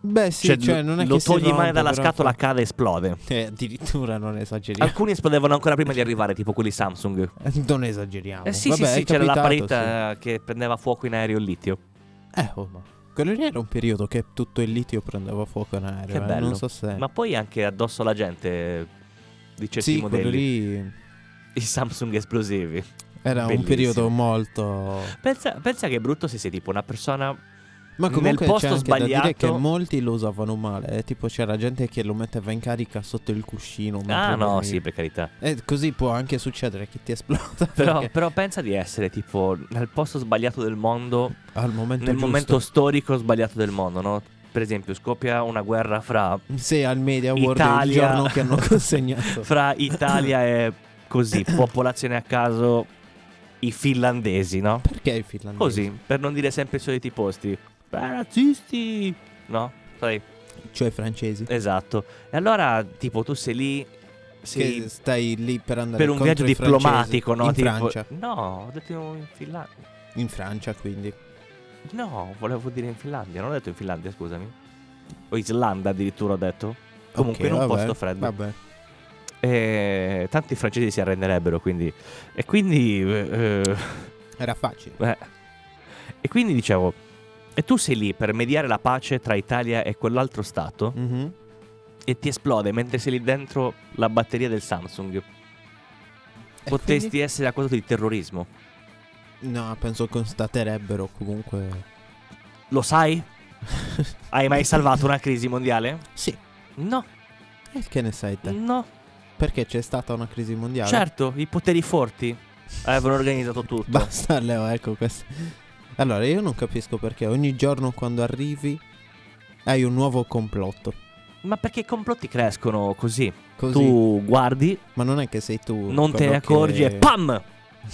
S3: Beh, sì,
S2: Mm-hmm. Cioè,
S3: cioè, non è
S2: lo
S3: che si
S2: togli
S3: rompe,
S2: mai dalla
S3: però
S2: scatola,
S3: fa-
S2: cade e esplode. *laughs*
S3: Eh, addirittura non esageriamo.
S2: Alcuni esplodevano ancora prima di arrivare, tipo quelli Samsung.
S3: *laughs* Non esageriamo.
S2: Eh sì,
S3: Vabbè,
S2: sì,
S3: è
S2: sì, c'era la
S3: capitato,
S2: parete eh, che prendeva fuoco in aereo il litio.
S3: sì. Eh, oh, ma quello lì era un periodo che tutto il litio prendeva fuoco in aereo.
S2: Che
S3: eh,
S2: bello.
S3: Non so se.
S2: Ma poi anche addosso alla gente eh, di certi
S3: sì, quello
S2: modelli,
S3: lì
S2: i Samsung esplosivi.
S3: era un
S2: Bellissimo.
S3: periodo molto.
S2: Pensa, pensa che è brutto se sei tipo una persona...
S3: Ma
S2: Nel
S3: comunque
S2: posto
S3: c'è anche da dire
S2: sbagliato-
S3: che molti lo usavano male. eh, tipo, c'era gente che lo metteva in carica sotto il cuscino. mentre
S2: Ah no,
S3: dormiva.
S2: sì, per *laughs* carità.
S3: Eh, così può anche succedere che ti esploda.
S2: *laughs* Però,
S3: perché
S2: però pensa di essere tipo nel posto sbagliato del mondo,
S3: al momento.
S2: nel
S3: giusto-
S2: momento storico sbagliato del mondo, no? Per esempio scoppia una guerra fra,
S3: Sì, al Media World il
S2: Italia-
S3: giorno
S2: *laughs*
S3: che hanno consegnato.
S2: fra Italia e
S3: *coughs*
S2: così, popolazione a caso, i finlandesi, no?
S3: Perché i finlandesi?
S2: Così, per non dire sempre i soliti posti. Beh, razzisti! No? Sai,
S3: Cioè i francesi.
S2: esatto. E allora, tipo, tu sei lì. Sei
S3: che stai lì per andare
S2: per un
S3: contro
S2: viaggio
S3: i francesi.
S2: diplomatico, no?
S3: in
S2: Tipo-
S3: Francia
S2: No, ho detto in Finlandia.
S3: in Francia quindi
S2: No, volevo dire in Finlandia. Non ho detto in Finlandia, scusami. O Islanda addirittura ho detto. Comunque
S3: Ok,
S2: in un
S3: vabbè,
S2: posto freddo.
S3: vabbè
S2: E tanti francesi si arrenderebbero, quindi. E quindi. eh, eh,
S3: era facile
S2: Eh. E quindi dicevo, e tu sei lì per mediare la pace tra Italia e quell'altro stato
S3: Mhm.
S2: e ti esplode mentre sei lì dentro la batteria del Samsung.
S3: E
S2: Potresti essere accusato di terrorismo.
S3: quindi- no penso constaterebbero comunque
S2: Lo
S3: *laughs*
S2: sai? Hai mai salvato una crisi mondiale?
S3: sì
S2: No,
S3: e che ne sai te
S2: no.
S3: perché c'è stata una crisi mondiale
S2: Eh,
S3: *laughs*
S2: Certo, i poteri forti avevano organizzato tutto.
S3: basta Leo ecco questo Allora, io non capisco perché ogni giorno quando arrivi hai un nuovo complotto.
S2: Ma perché i complotti crescono così?
S3: Così.
S2: Tu guardi,
S3: Ma non è che sei tu.
S2: non te ne
S3: quello
S2: accorgi
S3: che-
S2: e PAM!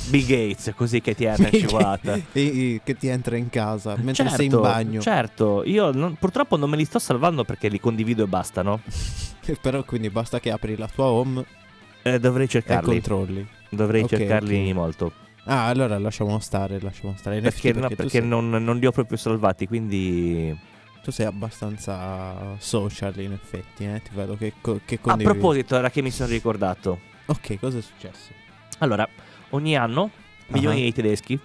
S2: Bill Gates, così che ti entra in
S3: *laughs* Bill
S2: cicolata.
S3: e- e- che ti entra in casa mentre sei in
S2: Certo,
S3: bagno.
S2: Certo, io non- purtroppo non me li sto salvando perché li condivido e basta, no?
S3: *laughs* Però quindi basta che apri la tua home
S2: Eh, dovrei
S3: e
S2: cercarli.
S3: controlli.
S2: Dovrei
S3: Ok,
S2: cercarli
S3: ok.
S2: molto.
S3: Ah, allora lasciamo stare, lasciamo stare. In
S2: Perché,
S3: effetti,
S2: no,
S3: tu
S2: perché
S3: sei-
S2: non, non li ho proprio salvati, quindi...
S3: Tu sei abbastanza social in effetti, eh? Ti vedo che, co- che
S2: A
S3: condividi.
S2: proposito, era che mi sono ricordato.
S3: Ok, cosa è successo?
S2: Allora, ogni anno milioni
S3: Ah.
S2: di tedeschi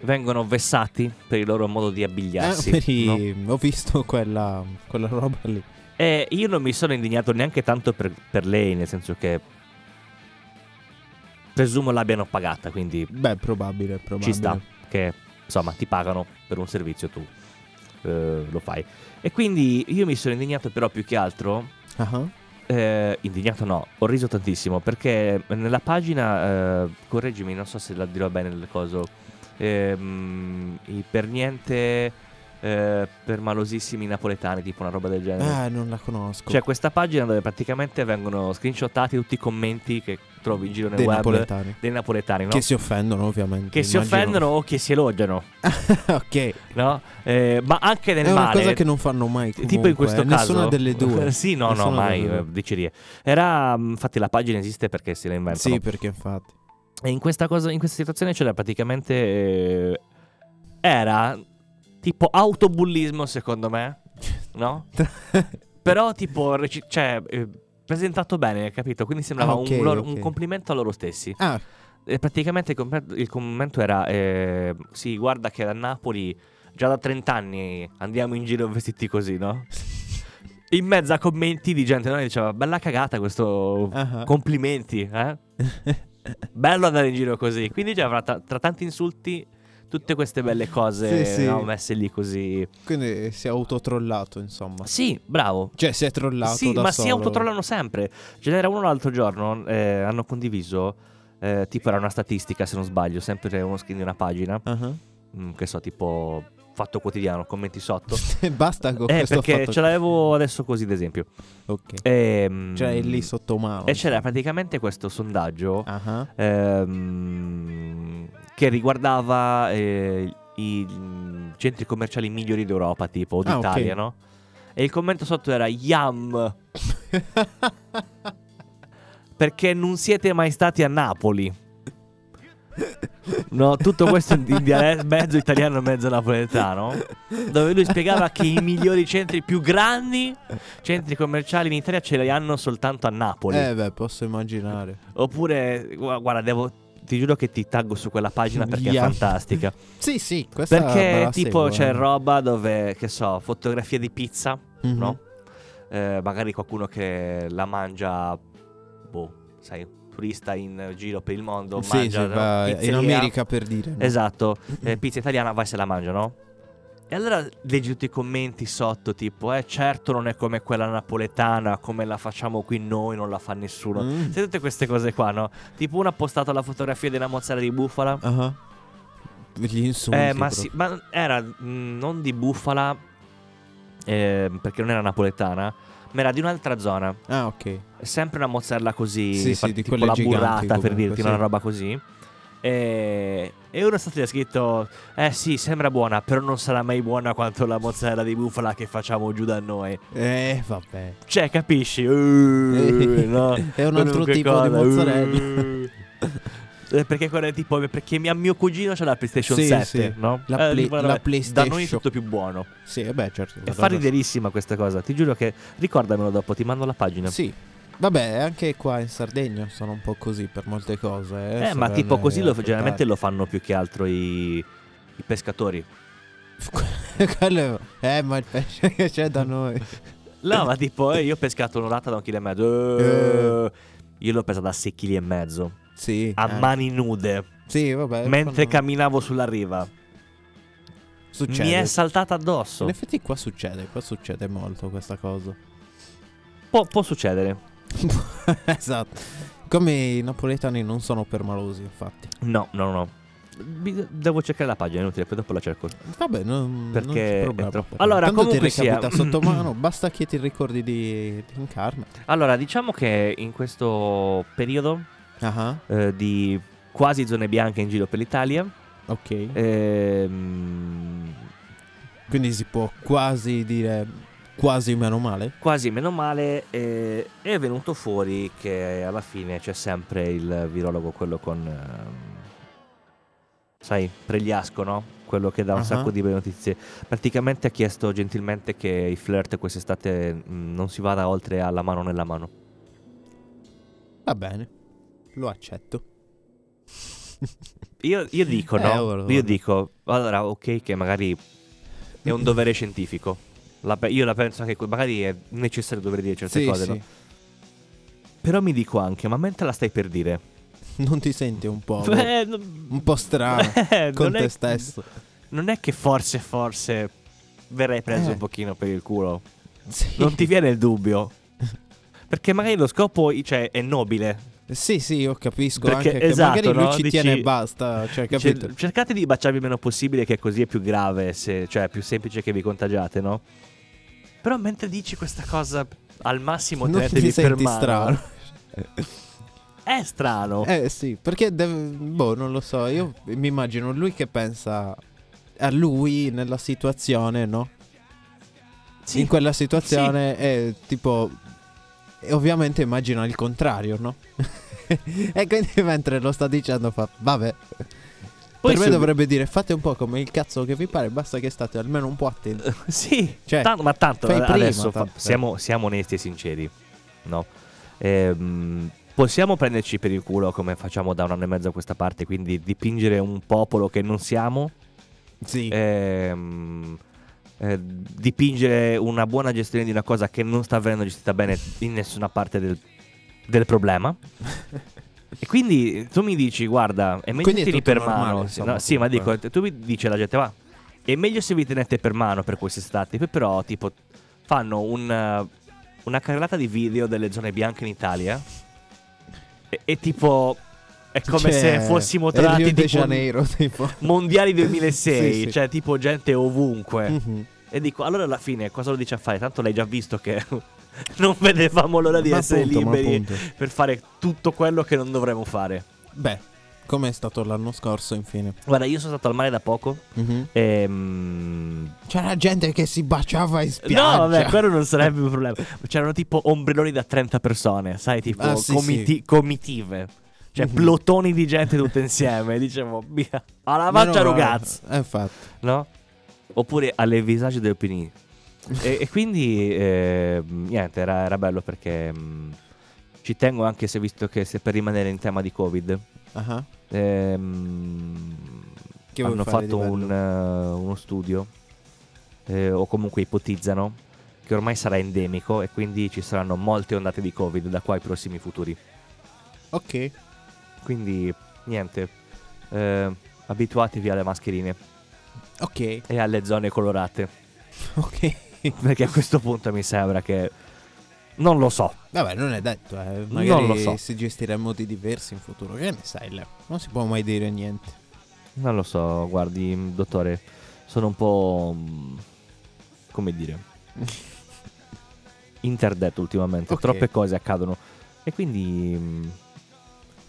S2: vengono vessati per il loro modo di abbigliarsi.
S3: *laughs* Eh, per i-
S2: no?
S3: Ho visto quella, quella roba lì.
S2: E io non mi sono indignato neanche tanto per, per lei, nel senso che presumo l'abbiano pagata, quindi
S3: Beh, probabile, probabile.
S2: ci sta che insomma ti pagano per un servizio tu eh, lo fai. E quindi io mi sono indignato però più che altro
S3: Ah, ah.
S2: Eh, indignato no, ho riso tantissimo perché nella pagina, eh, correggimi, non so se la dirò bene il coso, ehm, i per niente eh, per malosissimi napoletani, tipo una roba del genere.
S3: Ah, non la conosco.
S2: C'è questa pagina dove praticamente vengono screenshottati tutti i commenti che trovi in giro nel
S3: dei
S2: web
S3: napoletani.
S2: dei napoletani, no?
S3: Che si offendono, ovviamente.
S2: Che si
S3: immagino.
S2: offendono o che si elogiano,
S3: *laughs* ok.
S2: no? Eh, ma anche nel
S3: È una
S2: male.
S3: cosa che non fanno mai. Comunque. eh,
S2: Tipo in questo
S3: Nessuna
S2: caso
S3: Nessuna
S2: *laughs*
S3: delle due.
S2: sì, no, no,
S3: Nessuna
S2: mai
S3: delle due.
S2: eh, dicerie. Era mh, infatti la pagina esiste perché se la inventano.
S3: Sì, perché infatti.
S2: E in questa, cosa, in questa situazione c'era praticamente. eh, era tipo autobullismo, secondo me.
S3: *laughs*
S2: No? Però, tipo, reci- cioè, eh, presentato bene, capito? Quindi sembrava
S3: Ah,
S2: un
S3: ok,
S2: loro-
S3: ok.
S2: un, complimento a loro stessi.
S3: ah,
S2: E praticamente il, com- il commento era: eh, Sì, guarda che da Napoli già da 30 anni andiamo in giro vestiti così, no? In mezzo a commenti di gente, no? che Diceva, bella cagata questo
S3: ah, ah.
S2: complimenti, eh? Bello andare in giro così. Quindi già fra, ta- tra tanti insulti tutte queste belle cose
S3: Sì, sì.
S2: no, messe lì così.
S3: *laughs* Quindi si è autotrollato, insomma.
S2: Sì, bravo.
S3: Cioè, si è trollato
S2: Sì,
S3: da
S2: ma
S3: solo.
S2: si autotrollano sempre. Ce n'era uno l'altro giorno, eh, hanno condiviso, eh, tipo era una statistica se non sbaglio, sempre uno screen di una pagina,
S3: Ah,
S2: mm, che so, tipo fatto quotidiano, commenti sotto.
S3: ah. *laughs* Basta con
S2: eh,
S3: questo
S2: perché
S3: fatto.
S2: ce l'avevo adesso così, ad esempio.
S3: Ok.
S2: Ehm,
S3: Cioè, è lì sotto mano.
S2: E c'era praticamente questo sondaggio
S3: Ah, ah.
S2: ehm, che riguardava eh, i mm, centri commerciali migliori d'Europa, tipo, o
S3: Ah, ok.
S2: d'Italia, no? E il commento sotto era Yam, perché non siete mai stati a Napoli. No, tutto questo in
S3: *laughs*
S2: dialetto mezzo italiano e mezzo napoletano, dove lui spiegava che i migliori centri, i più grandi centri commerciali in Italia ce li hanno soltanto a Napoli.
S3: Eh, beh, posso immaginare.
S2: Oppure, gu- guarda, devo, ti giuro che ti taggo su quella pagina perché
S3: Yam.
S2: è fantastica.
S3: Sì, sì. *laughs* Questa me
S2: Perché
S3: la
S2: tipo
S3: seguo,
S2: c'è
S3: eh.
S2: roba dove, che so, fotografie di pizza,
S3: Mhm.
S2: no? Eh, magari qualcuno che la mangia, boh, sai, turista in giro per il mondo,
S3: Sì,
S2: mangia
S3: sì,
S2: no?
S3: va in
S2: Pizzeria.
S3: America Mhm. per dire. no?
S2: Esatto, eh, pizza italiana, vai se la mangia, no? E allora leggi tutti i commenti sotto, tipo, eh certo non è come quella napoletana, come la facciamo qui noi, non la fa nessuno.
S3: Mm.
S2: Sai tutte queste cose qua, no? Tipo uno ha postato la fotografia della mozzarella di bufala.
S3: Ah, ah. Gli insulti.
S2: eh, ma,
S3: proprio.
S2: sì, ma era mh, non di bufala, eh, perché non era napoletana, ma era di un'altra zona.
S3: Ah, ok.
S2: Sempre una mozzarella così,
S3: Sì, sì,
S2: fatta
S3: di
S2: tipo
S3: quelle
S2: la
S3: giganti,
S2: burrata per
S3: comunque,
S2: dirti,
S3: sì.
S2: una roba così. E, e uno stato lì ha scritto, eh sì, sembra buona, però non sarà mai buona quanto la mozzarella di bufala che facciamo giù da noi.
S3: Eh, vabbè.
S2: Cioè, capisci?
S3: *laughs*
S2: Uh, no?
S3: È un altro
S2: Qualunque
S3: tipo di
S2: cosa,
S3: mozzarella.
S2: uh. *laughs* Eh, perché quello è tipo perché mi- a mio cugino c'è la PlayStation
S3: Sì,
S2: 7,
S3: sì.
S2: no?
S3: La
S2: Eh,
S3: play-
S2: tipo,
S3: la
S2: vabbè, Da noi è
S3: PlayStation.
S2: tutto più buono.
S3: Sì, eh beh, certo.
S2: E
S3: la
S2: fa
S3: cosa-
S2: riderissima questa cosa. Ti giuro che ricordamelo dopo, ti mando la pagina.
S3: Sì. Vabbè, anche qua in Sardegna sono un po' così per molte cose. Eh,
S2: eh, ma
S3: saranno
S2: tipo così lo,
S3: affrontare.
S2: generalmente lo fanno più che altro i, i pescatori.
S3: *laughs* Quello è... Eh, ma il pesce che c'è da noi.
S2: No, ma tipo, eh, io ho pescato un'orata da un chilo e mezzo. Eh, Io l'ho presa da 6 kg e mezzo.
S3: Sì.
S2: A
S3: eh.
S2: mani nude.
S3: Sì, vabbè.
S2: mentre
S3: fanno-
S2: camminavo sulla riva. Mi
S3: Succede.
S2: è saltata addosso.
S3: In effetti qua succede, qua succede molto questa cosa. *laughs*
S2: Può, può succedere.
S3: esatto. Come i napoletani non sono permalosi, infatti.
S2: No, no, no. bi- devo cercare la pagina, è inutile, poi dopo la cerco.
S3: Vabbè, non,
S2: Perché
S3: non c'è
S2: è
S3: problema.
S2: troppo.
S3: però.
S2: Allora,
S3: Tanto
S2: comunque
S3: ti
S2: sia-
S3: recapita sotto mano, basta che ti ricordi di, di incarna.
S2: Allora, diciamo che in questo periodo
S3: Ah,
S2: eh, di quasi zone bianche in giro per l'Italia,
S3: ok.
S2: Mm. ehm,
S3: Quindi si può quasi dire quasi meno male.
S2: quasi meno male, eh, è venuto fuori che alla fine c'è sempre il virologo, quello con... ehm, sai, Pregliasco, no? Quello che dà un
S3: Ah.
S2: sacco di belle notizie. Praticamente ha chiesto gentilmente che i flirt quest'estate mh, non si vada oltre alla mano nella mano.
S3: Va bene,
S2: *laughs*
S3: lo accetto.
S2: Io, io dico,
S3: Eh,
S2: no?
S3: ora, ora.
S2: Io dico, allora, ok, che magari è un dovere scientifico. La pe- io la penso anche, que- magari è necessario dover dire certe
S3: Sì,
S2: cose,
S3: sì.
S2: no? Però mi dico anche, ma mentre la stai per dire...
S3: Non ti senti un po',
S2: *laughs* Beh, non-
S3: un po' strano
S2: eh, *laughs* non
S3: con te
S2: è- *laughs*
S3: stesso?
S2: Non è che forse, forse verrei preso
S3: Eh.
S2: un pochino per il culo.
S3: Sì.
S2: Non
S3: *laughs*
S2: ti viene il dubbio. Perché magari lo scopo cioè, è nobile.
S3: Sì, sì, io capisco
S2: Perché,
S3: anche che
S2: esatto,
S3: magari lui
S2: no?
S3: ci
S2: Dici-
S3: tiene e basta, cioè,
S2: Cioè,
S3: capito?
S2: cercate di baciarvi il meno possibile, che così è più grave, se- cioè è più semplice che vi contagiate, no? Però mentre dici questa cosa, al massimo
S3: non
S2: tenetevi
S3: ti
S2: per
S3: senti
S2: mano.
S3: strano.
S2: *laughs* È strano.
S3: Eh sì, perché deve- boh, non lo so, io mi immagino lui che pensa a lui nella situazione, no?
S2: Sì.
S3: In quella situazione è tipo e ovviamente immagina il contrario, no? *laughs* e quindi mentre lo sta dicendo fa vabbè.
S2: Poi
S3: per me
S2: se-
S3: dovrebbe dire fate un po' come il cazzo che vi pare, basta che state almeno un po' attenti.
S2: Sì,
S3: Cioè,
S2: tanto- ma tanto
S3: fai
S2: ad-
S3: prima,
S2: adesso fa-
S3: tanto.
S2: siamo, siamo onesti e sinceri, no? Ehm, possiamo prenderci per il culo come facciamo da un anno e mezzo a questa parte, quindi dipingere un popolo che non siamo,
S3: Sì.
S2: ehm, eh, dipingere una buona gestione di una cosa che non sta venendo gestita bene in nessuna parte del, del
S3: *laughs*
S2: problema. E quindi tu mi dici, guarda, è meglio
S3: Quindi
S2: che
S3: è
S2: tieni
S3: tutto
S2: per
S3: normale,
S2: mano.
S3: insomma,
S2: No, sì, ma dico,
S3: comunque.
S2: tu mi dici alla gente, va, è meglio se vi tenete per mano per quest'estate. Poi però, tipo, fanno un, eh, una carrellata di video delle zone bianche in Italia. E, e tipo, è *laughs* come
S3: Cioè,
S2: se fossimo
S3: è il Rio
S2: tratti
S3: de
S2: tipo
S3: Janeiro, *laughs* tipo. *laughs*
S2: mondiali 2006,
S3: Sì, sì.
S2: cioè tipo gente ovunque.
S3: Mhm.
S2: E dico, allora alla fine cosa lo dice a fare? Tanto l'hai già visto che *laughs* non vedevamo l'ora di
S3: Ma
S2: essere
S3: appunto, ma
S2: liberi
S3: appunto.
S2: per fare tutto quello che non dovremmo fare.
S3: Beh, com'è stato l'anno scorso, infine?
S2: Guarda, io sono stato al mare da poco.
S3: Mhm.
S2: Ehm...
S3: C'era gente che si baciava in
S2: No,
S3: spiaggia.
S2: vabbè, quello non sarebbe un problema. C'erano tipo ombrelloni da 30 persone, sai, tipo
S3: Ah, sì,
S2: comiti- comitive. Cioè,
S3: Mhm.
S2: plotoni di gente tutte
S3: *laughs*
S2: insieme. Dicevo, via, alla faccia
S3: Meno male.
S2: ragazzi,
S3: Eh, infatti.
S2: no? Oppure alle visage del Pini. e, e quindi, eh, niente, era, era bello perché mm, ci tengo anche se, visto che se per rimanere in tema di Covid,
S3: Ah,
S2: Ehm,
S3: Che vuoi
S2: hanno
S3: fare di
S2: fatto un, eh, uno studio, eh, o comunque ipotizzano, che ormai sarà endemico e quindi ci saranno molte ondate di Covid da qua ai prossimi futuri.
S3: Ok.
S2: Quindi, niente, eh, abituatevi alle mascherine *laughs*
S3: Ok.
S2: e alle zone colorate, *laughs*
S3: Ok.
S2: perché a questo punto mi sembra che... Non lo so,
S3: Vabbè, non è detto, eh.
S2: Non
S3: Magari
S2: lo so.
S3: si gestirà in modi diversi in futuro. Che ne sai, Leo? Non si può mai dire niente.
S2: non lo so, guardi, mm, dottore, sono un po'... mm, come
S3: *laughs*
S2: dire... interdetto ultimamente,
S3: Ok.
S2: troppe cose accadono e quindi... mm,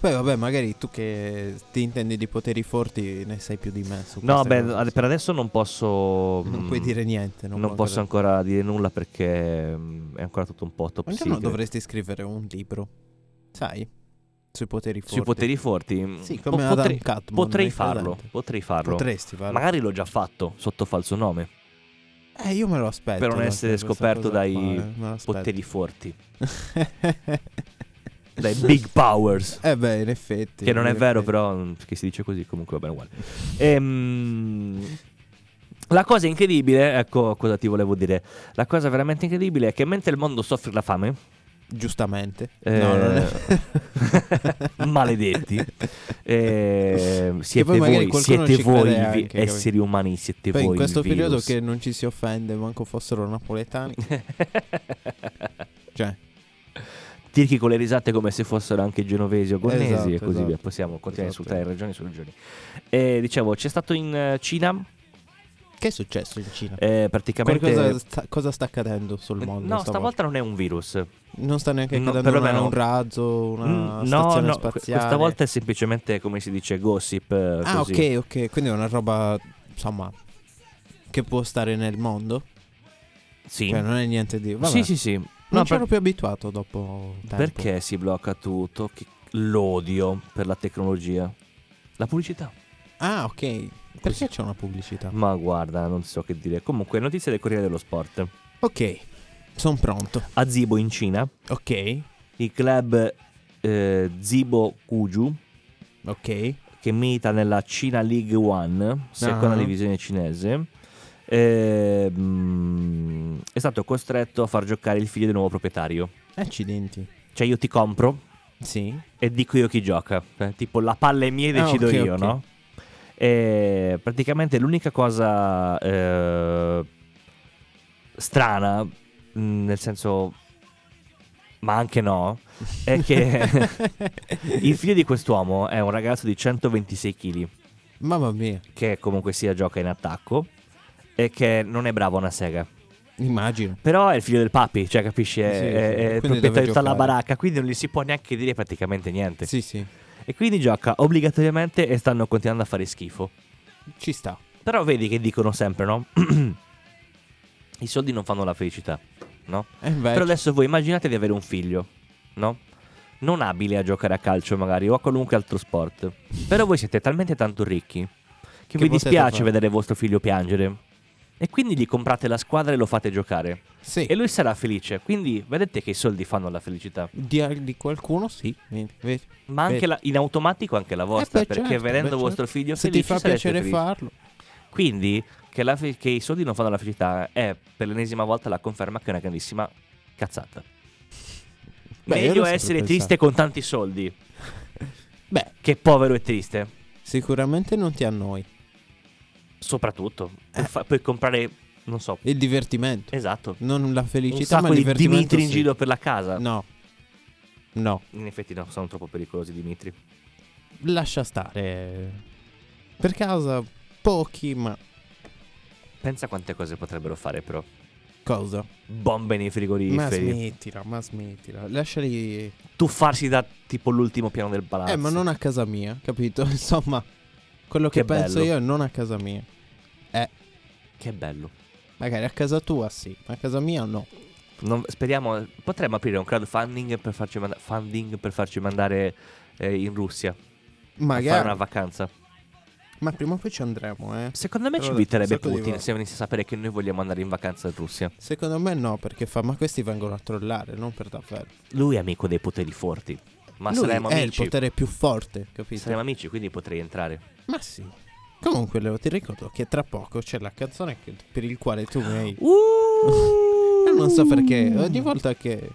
S3: Poi, vabbè, magari tu che ti intendi di poteri forti ne sai più di me. su
S2: No,
S3: queste
S2: beh,
S3: cose.
S2: ad- per adesso non posso...
S3: Non
S2: mm,
S3: puoi dire niente. Non,
S2: non
S3: puoi
S2: posso ancora dire nulla perché mm, è ancora tutto un po' top
S3: Un giorno
S2: secret.
S3: dovresti scrivere un libro, sai? Sui poteri forti.
S2: Sui poteri forti? mm,
S3: Sì,
S2: po-
S3: come Adam
S2: potrei,
S3: Catmull,
S2: potrei
S3: hai
S2: farlo,
S3: presente?
S2: potrei farlo.
S3: Potresti farlo.
S2: Magari l'ho già fatto sotto falso nome,
S3: Eh, io me lo aspetto.
S2: per non essere
S3: questa
S2: scoperto
S3: cosa
S2: dai
S3: qua, eh, me lo aspetto. *laughs*
S2: poteri forti, dai big powers.
S3: eh beh, in effetti.
S2: Che non è
S3: in
S2: vero, eh,
S3: effetti. Eh,
S2: però, mm, che si dice così, comunque va bene uguale. Ehm, la cosa incredibile, ecco cosa ti volevo dire. La cosa veramente incredibile è che mentre il mondo soffre la fame,
S3: Giustamente.
S2: Eh,
S3: No, non è...
S2: *laughs* maledetti,
S3: *laughs*
S2: eh, siete
S3: poi magari
S2: voi,
S3: qualcuno
S2: siete
S3: ci crede
S2: voi
S3: anche,
S2: vi-
S3: capito?
S2: esseri umani, siete
S3: Poi
S2: voi.
S3: in questo
S2: il
S3: periodo
S2: virus.
S3: che non ci si offende, manco fossero napoletani.
S2: *laughs*
S3: cioè,
S2: tirchi con le risate come se fossero anche genovesi o gonnesi
S3: Esatto,
S2: e così
S3: esatto.
S2: via. Possiamo continuare
S3: Esatto.
S2: a insultare regioni su regioni. E dicevo, c'è stato in eh, Cina
S3: Che è successo in Cina?
S2: eh,
S3: Per
S2: praticamente...
S3: cosa sta, cosa sta accadendo sul mondo?
S2: Eh, no,
S3: stavolta?
S2: stavolta non è un virus.
S3: Non sta neanche
S2: No,
S3: accadendo una-
S2: perlomeno-
S3: un razzo, una
S2: Mm, no,
S3: stazione
S2: no, que-
S3: spaziale.
S2: questa volta è semplicemente come si dice gossip. eh,
S3: Ah,
S2: così.
S3: ok, ok. Quindi è una roba, insomma, che può stare nel mondo.
S2: Sì.
S3: Cioè, non è niente di. Vabbè.
S2: sì, sì, sì.
S3: Non
S2: No,
S3: c'ero
S2: per-
S3: più abituato dopo. un tempo.
S2: Perché si blocca tutto? Che- L'odio per la tecnologia. La pubblicità.
S3: Ah, ok. Perché c'è una pubblicità?
S2: Ma guarda, non so che dire. Comunque, notizie del Corriere dello Sport.
S3: Ok, sono pronto.
S2: A Zibo in Cina,
S3: Ok,
S2: il club eh, Zibo Kuju,
S3: ok.
S2: che milita nella China League One, seconda
S3: Ah.
S2: divisione cinese, eh, mm, è stato costretto a far giocare il figlio del nuovo proprietario.
S3: Accidenti.
S2: Cioè, io ti compro,
S3: Sì.
S2: e dico io chi gioca. Eh, tipo la palla è mia e
S3: Ah,
S2: decido
S3: ok,
S2: io,
S3: ok.
S2: no? E praticamente l'unica cosa eh, strana, mh, nel senso, ma anche no, è
S3: *laughs*
S2: che il figlio di quest'uomo è un ragazzo di 126 kg
S3: Mamma mia,
S2: che comunque sia gioca in attacco e che non è bravo a una sega.
S3: immagino.
S2: Però è il figlio del papi, cioè capisci, è,
S3: Sì, sì,
S2: è- è il
S3: quindi deve
S2: proprietario di tutta la
S3: giocare.
S2: baracca, quindi non gli si può neanche dire praticamente niente.
S3: Sì, sì,
S2: E quindi gioca obbligatoriamente e stanno continuando a fare schifo.
S3: ci sta.
S2: Però vedi che dicono sempre, no? *clears throat* I soldi non fanno la felicità, no?
S3: E invece,
S2: Però adesso voi immaginate di avere un figlio, no? Non abile a giocare a calcio magari o a qualunque altro sport. Però voi siete talmente tanto ricchi che,
S3: Che
S2: vi
S3: potete
S2: dispiace
S3: fare?
S2: vedere vostro figlio piangere. E quindi gli comprate la squadra e lo fate giocare.
S3: sì.
S2: E lui sarà felice. Quindi vedete che i soldi fanno la felicità.
S3: Di, di qualcuno sì. Vedi, vedi.
S2: Ma anche
S3: Vedi.
S2: la- in automatico anche la vostra.
S3: Eh, beh,
S2: perché
S3: certo,
S2: vedendo
S3: beh,
S2: vostro
S3: certo.
S2: figlio
S3: Se
S2: felice
S3: ti fa
S2: sarete
S3: piacere
S2: felici.
S3: farlo.
S2: Quindi che, la fe- che i soldi non fanno la felicità è per l'ennesima volta la conferma che è una grandissima cazzata.
S3: Beh, io lo
S2: Meglio
S3: saprei
S2: essere
S3: pensare.
S2: triste con tanti soldi
S3: Beh,
S2: che povero e triste.
S3: sicuramente non ti annoi.
S2: Soprattutto
S3: Eh.
S2: puoi, fa- puoi comprare, non so,
S3: Il divertimento.
S2: esatto,
S3: Non la
S2: un
S3: felicità, ma
S2: sacco
S3: il
S2: di
S3: divertimento.
S2: Dimitri in
S3: sì.
S2: giro per la casa.
S3: No. No,
S2: In effetti no, sono troppo pericolosi Dimitri.
S3: lascia stare. Per casa pochi, ma
S2: Pensa quante cose potrebbero fare però.
S3: cosa?
S2: Bombe nei
S3: Ma
S2: frigoriferi,
S3: smettila, ma smettila. Lasciali
S2: tuffarsi da tipo l'ultimo piano del palazzo.
S3: Eh, ma non a casa mia, capito? *laughs* Insomma, quello che,
S2: Che
S3: penso
S2: bello.
S3: io è non a casa mia.
S2: Che bello.
S3: Magari a casa tua sì, ma a casa mia no.
S2: Non- speriamo, potremmo aprire un crowdfunding per farci, manda- funding per farci mandare eh, in Russia a fare
S3: Magari.
S2: una vacanza.
S3: Ma prima o poi ci andremo, eh.
S2: Secondo me
S3: Però
S2: ci
S3: dai,
S2: inviterebbe
S3: un sacco di
S2: Putin
S3: va-
S2: se venisse a sapere che noi vogliamo andare in vacanza in Russia.
S3: Secondo me no, perché fa, ma questi vengono a trollare, non per davvero.
S2: Lui è amico dei poteri forti, ma
S3: Lui
S2: saremo
S3: è il
S2: amici.
S3: potere più forte, capito?
S2: Saremo amici, quindi potrei entrare.
S3: Ma sì. Comunque, Leo, ti ricordo che tra poco c'è la canzone che- per il quale tu mi hai
S2: Uh!
S3: *laughs* Io Eh, non so perché,
S2: Mm.
S3: ogni volta che...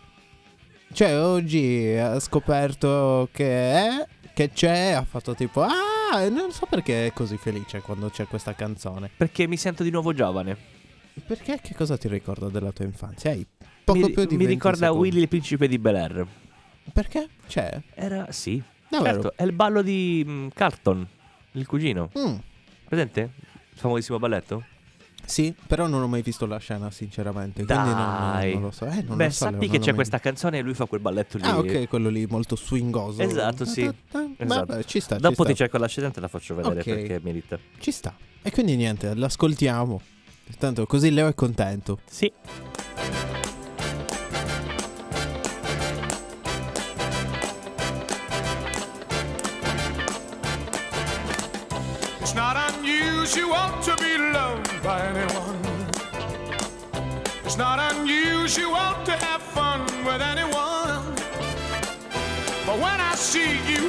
S3: Cioè, oggi ha scoperto che è, che c'è, ha fatto tipo... Ah, e non so perché è così felice quando c'è questa canzone.
S2: Perché mi sento di nuovo giovane.
S3: Perché che cosa ti ricorda della tua infanzia? Hai poco
S2: mi
S3: più di
S2: mi
S3: 20
S2: ricorda
S3: secondi.
S2: Willy il principe di Bel Air.
S3: Perché? C'è?
S2: Era sì,
S3: Davvero?
S2: certo, è il ballo di mm, Carlton, il cugino.
S3: Mm,
S2: Presente? Il famosissimo balletto?
S3: Sì, però non ho mai visto la scena, sinceramente. Quindi non- non,
S2: Dai.
S3: non lo so. Eh, non
S2: Beh,
S3: lo so, Leo,
S2: sappi
S3: non
S2: che c'è
S3: l'ho mai-
S2: questa canzone e lui fa quel balletto lì.
S3: Ah, ok, quello lì molto swingoso.
S2: Esatto, sì.
S3: Vabbè,
S2: Esatto.
S3: ci sta. ci
S2: Dopo
S3: sta.
S2: ti cerco l'accidente e la faccio vedere
S3: Ok.
S2: perché merita.
S3: Ci sta. E quindi niente, l'ascoltiamo. Tanto così Leo è contento.
S2: Sì.
S5: It's not unusual to be loved by anyone. It's not unusual to have fun with anyone. But when I see you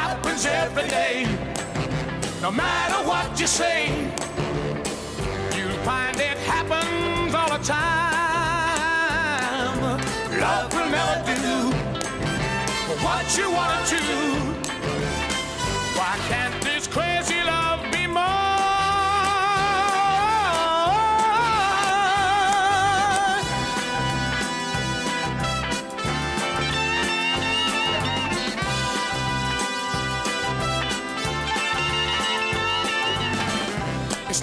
S5: happens every day. No matter what you say, you'll find it happens all the time. Love will never do what you want to. Why can't this crazy love be mine? It's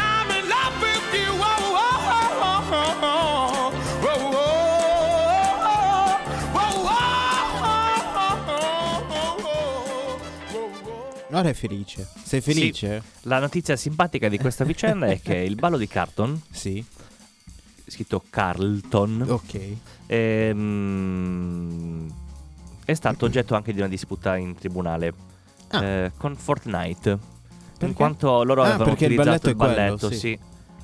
S5: I'm in love with you. Oh, oh, oh, oh, oh. Whoa, whoa, whoa, whoa, whoa, whoa, whoa.
S3: Ora è felice. Sei felice?
S2: La notizia simpatica di questa vicenda è che il ballo di Carlton,
S3: Sì.
S2: scritto Carlton,
S3: Ok.
S2: ehm, è stato oggetto anche di una disputa in tribunale
S3: Ah.
S2: eh, con Fortnite.
S3: Perché?
S2: In quanto loro
S3: Ah,
S2: avevano
S3: perché il
S2: utilizzato il
S3: balletto è quello,
S2: balletto,
S3: sì.
S2: sì.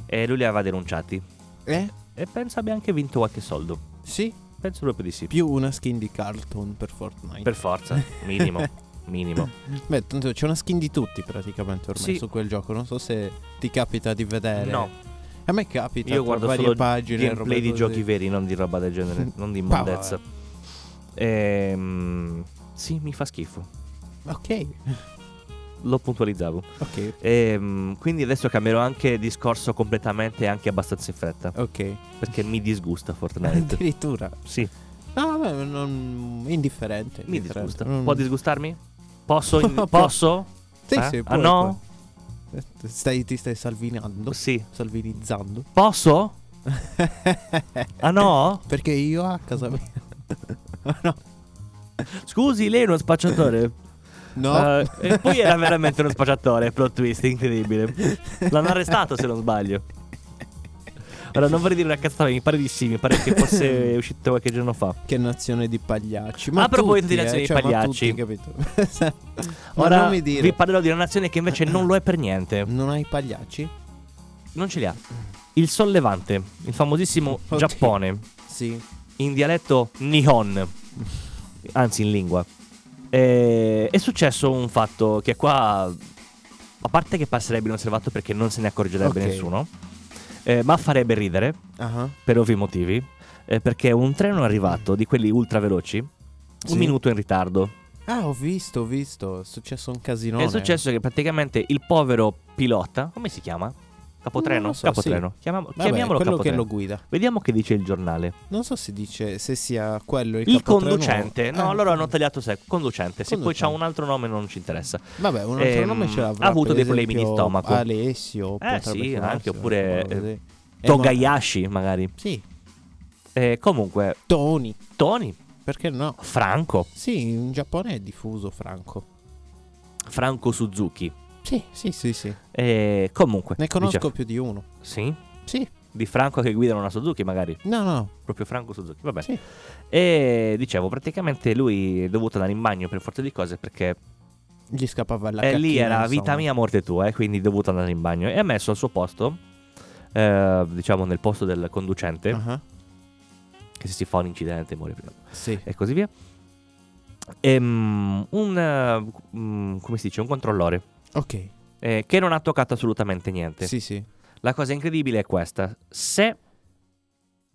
S2: E lui li aveva denunciati.
S3: Eh?
S2: E penso abbia anche vinto qualche soldo.
S3: Sì.
S2: Penso proprio di sì.
S3: Più una skin di Carlton per Fortnite.
S2: Per forza, minimo. *laughs* minimo.
S3: Beh, tanto c'è una skin di tutti praticamente ormai
S2: Sì.
S3: su quel gioco. Non so se ti capita di vedere.
S2: No,
S3: A me capita.
S2: io
S3: tra
S2: guardo
S3: varie
S2: solo
S3: Cioè, pagine, robe
S2: gameplay di
S3: così.
S2: giochi veri, non di roba del
S3: *laughs*
S2: genere, non di
S3: Pa,
S2: immondezza. Ehm, sì, mi fa schifo.
S3: Ok.
S2: Lo puntualizzavo.
S3: Ok.
S2: Ehm, quindi adesso cambierò anche discorso completamente e anche abbastanza in fretta.
S3: Ok.
S2: Perché mi disgusta Fortnite.
S3: *laughs* Addirittura.
S2: sì,
S3: No, vabbè, non... indifferente.
S2: mi
S3: indifferente.
S2: disgusta.
S3: Non-
S2: Può disgustarmi? Posso? in-
S3: Mm. *laughs* Può.
S2: posso?
S3: Sì,
S2: Eh?
S3: sì,
S2: Ah
S3: puoi,
S2: no?
S3: puoi. Eh, Stai- ti stai salvinando.
S2: Sì.
S3: Salvinizzando.
S2: Posso? Ah no?
S3: *laughs* Perché io a
S2: *laughs*
S3: casa mia.
S2: Scusi, lei è uno spacciatore.
S3: *laughs* No.
S2: Eh, e poi era veramente uno spacciatore, plot twist incredibile. L'hanno arrestato se non sbaglio. Ora non vorrei dire una cazzata, mi pare di sì, mi pare che
S3: *laughs*
S2: fosse uscito qualche giorno fa.
S3: *laughs* Che nazione di pagliacci. Ma
S2: A proposito di
S3: tutti, eh,
S2: nazione di
S3: cioè, ma
S2: pagliacci.
S3: tutti,
S2: *laughs*
S3: capito? *laughs* Ma
S2: Ora
S3: non mi dire. Mm.
S2: vi parlerò di una nazione che invece non lo è per niente.
S3: non hai pagliacci?
S2: Non ce li ha. Il sollevante, il famosissimo
S3: Oddio.
S2: Giappone,
S3: Sì.
S2: in dialetto Nihon, anzi in lingua. Eh, è successo un fatto che qua, a parte che passerebbe inosservato perché non se ne accorgerebbe
S3: Ok.
S2: nessuno, eh, ma farebbe ridere
S3: Ah.
S2: per ovvi motivi, eh, perché un treno è arrivato di quelli ultra veloci, un
S3: Sì.
S2: minuto in ritardo.
S3: Ah, ho visto, ho visto. È successo un casino.
S2: È successo che praticamente il povero pilota, come si chiama? Capotreno?
S3: Non lo so,
S2: capotreno. Chiamiamo-
S3: Vabbè,
S2: chiamiamolo
S3: quello
S2: capotreno.
S3: che lo guida.
S2: Vediamo che dice il giornale.
S3: Non so se dice se sia quello il,
S2: Il
S3: capotreno o-
S2: conducente. No,
S3: Ah,
S2: loro hanno tagliato secco. Conducente. Se poi
S3: Conducente. Eh,
S2: c'ha un altro nome non ci interessa.
S3: Vabbè, un altro
S2: Ehm,
S3: nome ce
S2: ha
S3: l'avrà.
S2: avuto
S3: per
S2: dei problemi di
S3: esempio,
S2: stomaco.
S3: Alessio.
S2: Eh,
S3: potrebbe
S2: sì,
S3: chiamarsi,
S2: anche,
S3: una
S2: oppure, eh,
S3: roba così. Emo-
S2: Togayashi, magari.
S3: Sì,
S2: Eh, comunque,
S3: Tony.
S2: Tony,
S3: Perché no?
S2: Franco,
S3: Sì, in Giappone è diffuso Franco.
S2: Franco Suzuki.
S3: Sì, sì, sì, sì.
S2: Eh, comunque,
S3: Ne conosco
S2: dice-
S3: più di uno.
S2: sì,
S3: Sì,
S2: di Franco che guidano una Suzuki, magari.
S3: no, no.
S2: Proprio Franco Suzuki, vabbè.
S3: Sì.
S2: E dicevo, praticamente lui è dovuto andare in bagno per forza di cose perché
S3: Gli scappava la
S2: eh,
S3: cacchina.
S2: lì era
S3: insomma.
S2: vita mia, morte tua, eh, quindi è dovuto andare in bagno. E ha messo al suo posto, eh, diciamo nel posto del conducente,
S3: Ah,
S2: che se si fa un incidente muore prima,
S3: Sì.
S2: e così via. Ehm, un, eh, mm, come si dice, un controllore
S3: Ok.
S2: eh, che non ha toccato assolutamente niente.
S3: Sì, sì.
S2: La cosa incredibile è questa: se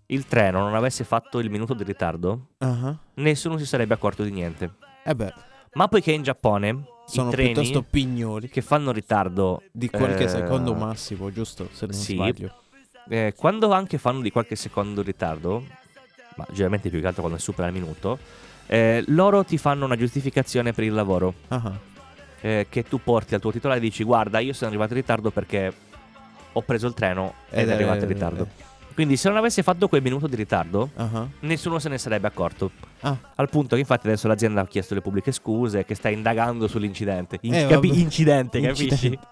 S2: il treno non avesse fatto il minuto di ritardo,
S3: Ah,
S2: nessuno si sarebbe accorto di niente.
S3: Eh beh,
S2: Ma poiché in Giappone
S3: sono
S2: i treni
S3: piuttosto pignoli.
S2: che fanno ritardo
S3: Di qualche
S2: eh,
S3: secondo massimo, giusto? Se non
S2: sì.
S3: sbaglio.
S2: eh, quando anche fanno di qualche secondo ritardo, ma generalmente più che altro quando supera il minuto, eh, loro ti fanno una giustificazione per il lavoro
S3: Ah,
S2: eh, che tu porti al tuo titolare e dici guarda io sono arrivato in ritardo perché ho preso il treno ed,
S3: Eh,
S2: è arrivato in ritardo. Quindi se non avessi fatto quel minuto di ritardo,
S3: Ah,
S2: nessuno se ne sarebbe accorto.
S3: ah.
S2: Al punto che infatti adesso l'azienda ha chiesto le pubbliche scuse, che sta indagando sull'incidente. In-
S3: Eh,
S2: capi-
S3: vabbè.
S2: incidente, capisci?
S3: Incidente.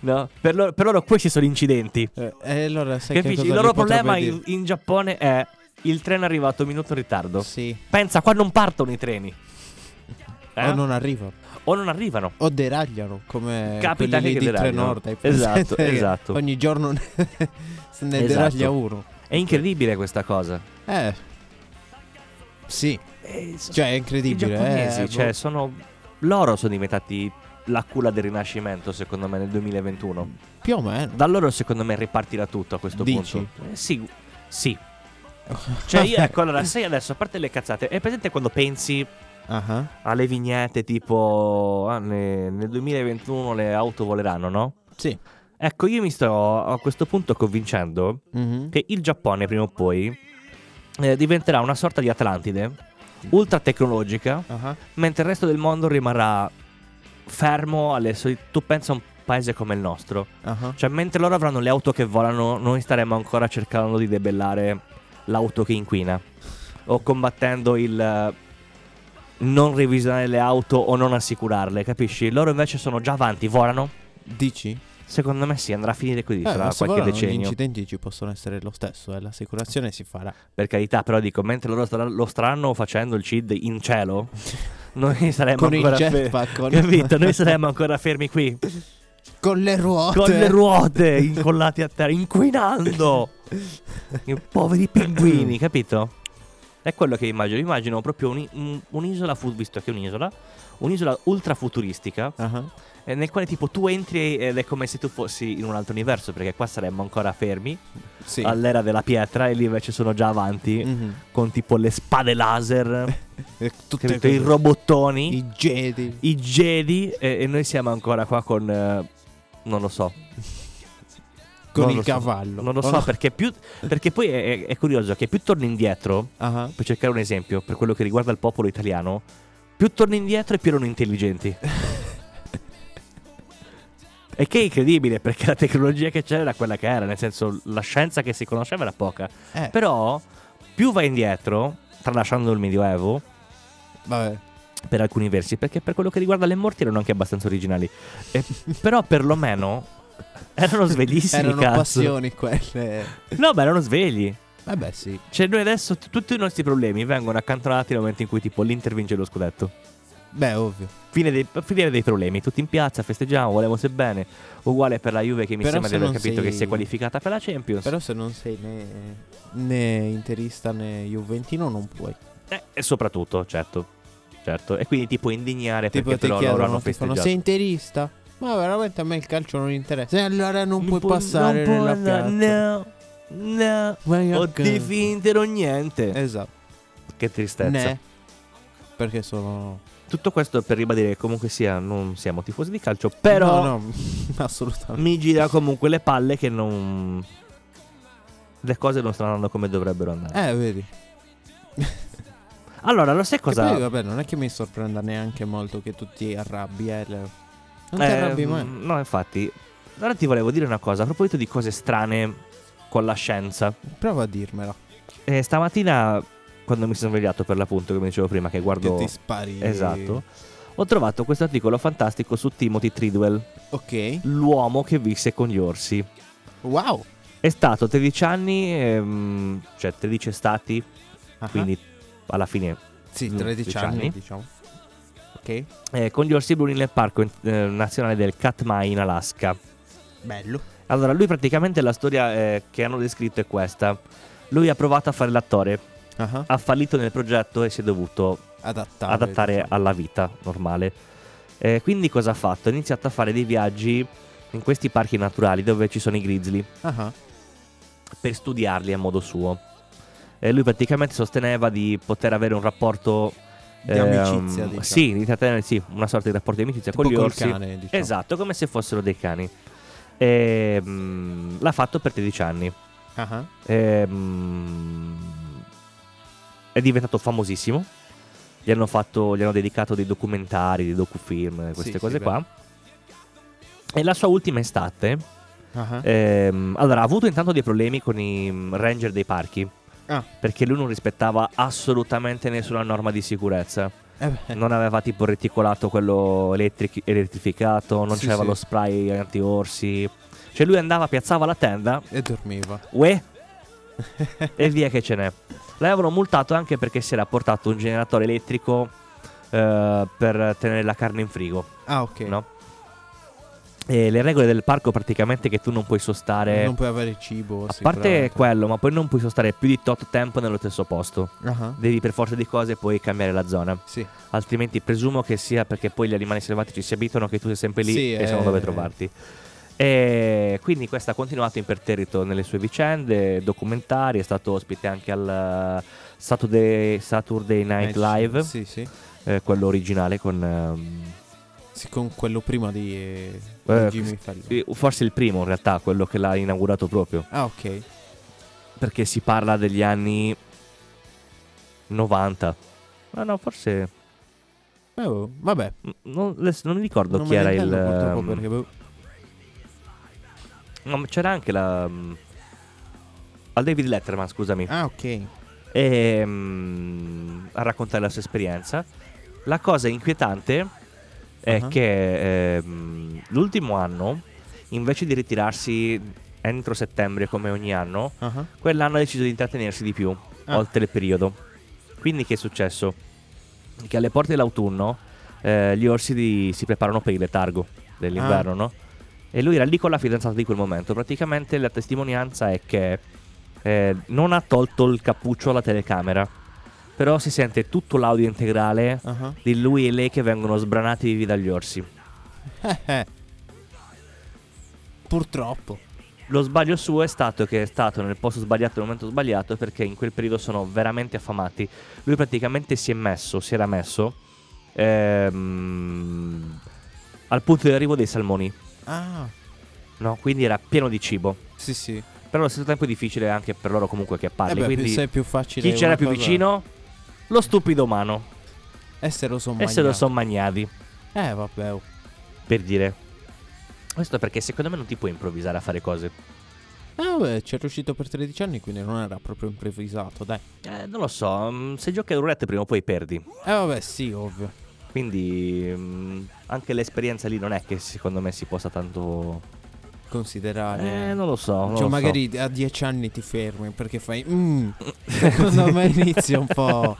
S2: No? Per, loro, per loro questi sono incidenti.
S3: Eh, E allora sai che
S2: capisci?
S3: cosa
S2: Il loro
S3: gli potrebbe
S2: problema
S3: dire?
S2: in, in Giappone è Il treno è arrivato un minuto in ritardo.
S3: Sì.
S2: Pensa, qua non partono i treni. Eh?
S3: O Ah, non arrivano.
S2: O non arrivano.
S3: O deragliano come
S2: Capita
S3: quelli
S2: che
S3: lì di
S2: deragliano.
S3: Trenord. hai
S2: Esatto,
S3: *laughs* presente che
S2: esatto.
S3: Ogni giorno ne, *laughs* se ne
S2: Esatto.
S3: deraglia uno.
S2: È incredibile questa cosa.
S3: Eh. Sì,
S2: Eh, so-
S3: cioè è
S2: I
S3: incredibile.
S2: giapponesi,
S3: eh,
S2: cioè, sono. Loro sono diventati la culla del rinascimento, secondo me, nel 2021.
S3: boh, più o meno.
S2: Da loro, secondo me, ripartirà tutto a questo
S3: Dici?
S2: punto. Eh, sì, sì. Cioè,
S3: *laughs*
S2: io, ecco, allora, se adesso, a parte le cazzate, è presente quando pensi
S3: Ah ah,
S2: alle vignette tipo ah, ne- nel 2021 le auto voleranno, no?
S3: Sì.
S2: Ecco, io mi sto a questo punto convincendo
S3: Mhm.
S2: che il Giappone prima o poi eh, diventerà una sorta di Atlantide ultra tecnologica,
S3: Ah ah.
S2: mentre il resto del mondo rimarrà fermo alle solite. Tu pensa a un paese come il nostro,
S3: Ah ah.
S2: cioè mentre loro avranno le auto che volano, noi staremo ancora cercando di debellare l'auto che inquina o combattendo il eh, non revisionare le auto o non assicurarle, capisci? Loro invece sono già avanti, volano.
S3: Dici?
S2: Secondo me sì, andrà a finire così
S3: Eh, ma
S2: tra
S3: se
S2: qualche
S3: volano, Gli
S2: decennio.
S3: incidenti ci possono essere lo stesso, eh, l'assicurazione si farà.
S2: Per carità, però dico, mentre loro stra- lo staranno facendo il CID in
S3: *laughs*
S2: cielo, noi saremmo
S3: Con il
S2: ancora
S3: jetpack,
S2: *laughs*
S3: con-
S2: Capito? Noi saremmo ancora fermi
S3: *laughs*
S2: qui
S3: Con le ruote.
S2: con le ruote incollate a terra,
S3: *laughs*
S2: inquinando. I Poveri
S3: *clears throat*
S2: pinguini, capito? È quello che immagino. Immagino proprio uni- un- un'isola, fu- visto che è un'isola, un'isola ultra futuristica,
S3: Ah ah.
S2: eh, nel quale tipo tu entri ed è come se tu fossi in un altro universo, perché qua saremmo ancora fermi
S3: Sì.
S2: all'era della pietra e lì invece sono già avanti
S3: Mhm.
S2: con tipo le spade
S3: *laughs*
S2: laser,
S3: E tutte
S2: capito?
S3: quelle-
S2: i Eh, robottoni, i,
S3: I Jedi.
S2: Jedi e, e noi siamo ancora qua con... eh, non lo so,
S3: Con
S2: Non
S3: il
S2: lo so.
S3: cavallo.
S2: Non lo
S3: Oh,
S2: so,
S3: no.
S2: perché, più, perché poi è, è curioso che più torni indietro,
S3: Ah ah.
S2: per cercare un esempio, per quello che riguarda il popolo italiano, più torni indietro e più erano
S3: *laughs*
S2: intelligenti. E che è incredibile, perché la tecnologia che c'era era quella che era, nel senso la scienza che si conosceva era poca.
S3: Eh,
S2: Però più vai indietro, tralasciando il Medioevo,
S3: vabbè.
S2: per alcuni versi, perché per quello che riguarda le morti erano anche abbastanza originali.
S3: *laughs*
S2: E- però perlomeno erano sveglissimi,
S3: Erano
S2: cazzo.
S3: passioni quelle.
S2: No, ma erano svegli.
S3: Vabbè, sì.
S2: Cioè, noi adesso t- tutti i nostri problemi vengono accantonati nel momento in cui, tipo, l'Inter vince lo scudetto.
S3: Beh, ovvio.
S2: Fine dei, fine dei problemi, tutti in piazza, festeggiamo, volevo se bene. Uguale per la Juve che mi
S3: Però
S2: sembra
S3: se
S2: di aver
S3: non
S2: capito
S3: sei-
S2: che si è qualificata per la Champions.
S3: Però se non sei né, né interista né juventino non puoi.
S2: Eh, e soprattutto, certo. Certo, e quindi ti puoi indignare
S3: Tipo
S2: perché
S3: ti
S2: però loro hanno
S3: chiedono, ti fanno,
S2: festeggiato.
S3: sei interista? Ma veramente a me il calcio non interessa. E allora non,
S2: Non
S3: puoi
S2: pu- non
S3: passare
S2: può
S3: nella
S2: andare-
S3: piazza.
S2: No,
S3: Vai
S2: no.
S3: a
S2: O
S3: casa.
S2: tifi Inter o niente.
S3: Esatto.
S2: Eh, che tristezza.
S3: Ne. Perché sono...
S2: Tutto questo per ribadire che comunque sia, non siamo tifosi di calcio, però...
S3: No, no, *laughs* assolutamente.
S2: mi gira comunque le palle che non. Le cose non stanno andando come dovrebbero andare.
S3: Eh, vedi.
S2: Allora, lo sai
S3: Che poi,
S2: cosa?
S3: vabbè, non è che mi sorprenda neanche molto che tu ti arrabbi, eh, Leo. Non ti
S2: Eh,
S3: arrabbi mai.
S2: No, infatti. Allora ti volevo dire una cosa a proposito di cose strane con la scienza.
S3: Prova a dirmela.
S2: Eh, stamattina, quando mi sono svegliato per l'appunto, come dicevo prima, che guardo.
S3: Che ti spari.
S2: Esatto. Ho trovato questo articolo fantastico su Timothy Tridwell,
S3: Ok.
S2: l'uomo che visse con gli orsi.
S3: Wow.
S2: È stato 13 anni, ehm, cioè 13 stati,
S3: Ah,
S2: quindi alla fine
S3: sì,
S2: 12
S3: 13 anni,
S2: anni.
S3: diciamo. Ok.
S2: eh, con gli orsi bruni nel parco eh, nazionale del Katmai in Alaska.
S3: Bello.
S2: Allora, lui praticamente la storia eh, che hanno descritto è questa. Lui ha provato a fare l'attore,
S3: Ah, ah.
S2: ha fallito nel progetto e si è dovuto
S3: Adattare.
S2: adattare
S3: diciamo.
S2: alla vita normale. Eh, quindi cosa ha fatto? Ha iniziato a fare dei viaggi in questi parchi naturali dove ci sono i grizzly
S3: Ah, ah.
S2: per studiarli a modo suo. E lui praticamente sosteneva di poter avere un rapporto
S3: Di
S2: ehm,
S3: amicizia, diciamo.
S2: Sì, di trattenere- sì, una sorta di rapporto di amicizia
S3: Tipo
S2: con gli
S3: col
S2: orsi.
S3: cane, diciamo.
S2: Esatto, come se fossero dei cani. Ehm, l'ha fatto per 13 anni.
S3: Ah, ah.
S2: Ehm, è diventato famosissimo. Gli hanno, fatto- gli hanno dedicato dei documentari, dei docufilm, queste
S3: Sì,
S2: cose
S3: sì,
S2: qua. E la sua ultima estate.
S3: Ah, ah.
S2: ehm, allora, ha avuto intanto dei problemi con i mm, ranger dei parchi.
S3: Ah.
S2: Perché lui non rispettava assolutamente nessuna norma di sicurezza.
S3: Eh beh.
S2: Non aveva tipo il reticolato quello elettric- elettrificato, non
S3: Sì,
S2: c'era
S3: sì.
S2: lo spray anti-orsi. Cioè lui andava, piazzava la tenda,
S3: E dormiva. *laughs*
S2: uè, e via che ce n'è. L'avevano multato anche perché si era portato un generatore elettrico eh, per tenere la carne in frigo,
S3: Ah, ok.
S2: no? E le regole del parco praticamente che tu non puoi sostare...
S3: Non puoi avere cibo.
S2: a parte quello, ma poi non puoi sostare più di tot tempo nello stesso posto.
S3: Ah,
S2: Devi per forza di cose poi cambiare la zona.
S3: Sì.
S2: Altrimenti presumo che sia perché poi gli animali selvatici si abituano che tu sei sempre lì
S3: Sì,
S2: e sanno dove
S3: eh.
S2: trovarti. E quindi questa ha continuato imperterrito nelle sue vicende, documentari, è stato ospite anche al eh, Saturday, Saturday Night Live,
S3: Eh, Sì, sì.
S2: eh, quello originale con... ehm,
S3: Sì, con quello prima di, eh, di
S2: Eh,
S3: Jimmy Fallon.
S2: eh, forse il primo in realtà, quello che l'ha inaugurato proprio,
S3: Ah, ok.
S2: perché si parla degli anni 90. Ma no, forse...
S3: Beh, oh, vabbè.
S2: mm, Non, adesso non mi ricordo
S3: non
S2: chi
S3: me
S2: era
S3: ne
S2: il...
S3: intendo purtroppo
S2: ehm,
S3: perché boh,
S2: No, ma c'era anche la. mh, Al David Letterman, scusami.
S3: Ah, ok.
S2: E, mh, a raccontare la sua esperienza. La cosa inquietante è
S3: Ah.
S2: che ehm, l'ultimo anno, invece di ritirarsi entro settembre come ogni anno,
S3: Ah,
S2: quell'anno ha deciso di intrattenersi di più,
S3: Ah.
S2: oltre il periodo. Quindi che è successo? Che alle porte dell'autunno eh, gli orsi di- si preparano per il letargo dell'inverno, no? E lui era lì con la fidanzata di quel momento. Praticamente la testimonianza è che eh, non ha tolto il cappuccio alla telecamera, però si sente tutto l'audio integrale
S3: ah.
S2: di lui e lei che vengono sbranati vivi dagli orsi.
S3: Eh, eh.
S2: Uh-huh.
S3: *laughs* Purtroppo.
S2: Lo sbaglio suo è stato che è stato nel posto sbagliato al momento sbagliato perché in quel periodo sono veramente affamati. Lui praticamente si è messo, si era messo ehm, al punto di arrivo dei salmoni,
S3: Ah,
S2: no? quindi era pieno di cibo.
S3: sì, sì.
S2: Però allo stesso tempo è difficile anche per loro comunque che
S3: Eh
S2: parli.
S3: beh,
S2: quindi
S3: se è più facile.
S2: chi c'era
S3: una
S2: più
S3: cosa-
S2: vicino? Lo stupido umano.
S3: Essere lo
S2: E se lo sono magnati,
S3: Eh, vabbè. oh.
S2: per dire. Questo perché secondo me non ti puoi improvvisare a fare cose.
S3: Ah, beh, c'è riuscito per 13 anni, quindi non era proprio improvvisato, dai.
S2: Eh, non lo so, mm, se giochi a roulette prima o poi perdi.
S3: Eh, vabbè, sì, ovvio.
S2: Quindi mh, anche l'esperienza lì non è che secondo me si possa tanto...
S3: Considerare.
S2: Eh, non lo so. non lo
S3: Ah, Cioè,
S2: so. *laughs*
S3: magari a 10 anni ti fermi perché fai. "Mm", *laughs* secondo me inizia
S2: *laughs*
S3: un po'.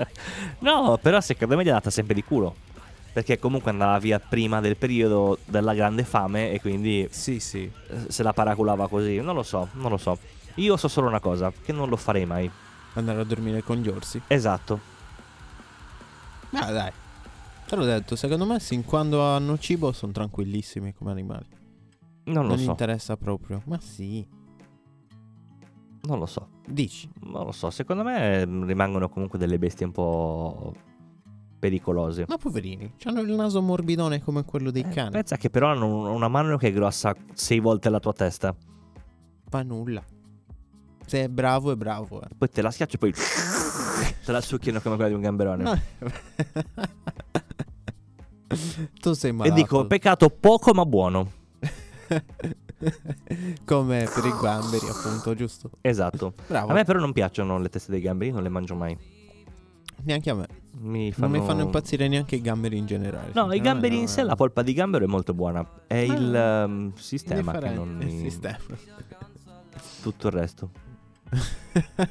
S2: No, però secondo me gli è data sempre di culo. Perché comunque andava via prima del periodo della grande fame e quindi
S3: Sì, sì.
S2: eh, se la paraculava così. Non lo so, non lo so. Io so solo una cosa, che non lo farei mai.
S3: Andare a dormire con gli orsi.
S2: Esatto.
S3: Ma Ah, dai. Te l'ho detto, secondo me, sin quando hanno cibo, sono tranquillissimi come animali.
S2: Non lo
S3: gli
S2: so.
S3: interessa proprio. Ma sì.
S2: Non lo so.
S3: Dici.
S2: Non lo so. Secondo me mm, rimangono comunque delle bestie un po' pericolose.
S3: Ma poverini, hanno il naso morbidone come quello dei
S2: Eh,
S3: cani.
S2: Pensa che però hanno un- una mano che è grossa sei volte la tua testa.
S3: Fa nulla. Se è bravo, è bravo. eh.
S2: Poi te la schiacci e poi te la succhiano come quella di un gamberone.
S3: No. *laughs* tu sei
S2: e
S3: malato.
S2: dico, peccato poco ma buono.
S3: Come per i gamberi, appunto, giusto?
S2: Esatto.
S3: Bravo.
S2: A me però non piacciono le teste dei gamberi, non le mangio mai.
S3: Neanche a me.
S2: Mi fanno...
S3: Non mi fanno impazzire neanche i gamberi in generale.
S2: No, i
S3: sinceramente,
S2: gamberi
S3: no,
S2: in sé,
S3: no.
S2: la polpa di gambero è molto buona. È il ehm, sistema che
S3: Indifferente, *laughs*
S2: non
S3: il
S2: mi...
S3: sistema.
S2: tutto il resto.
S3: Ma
S2: Questa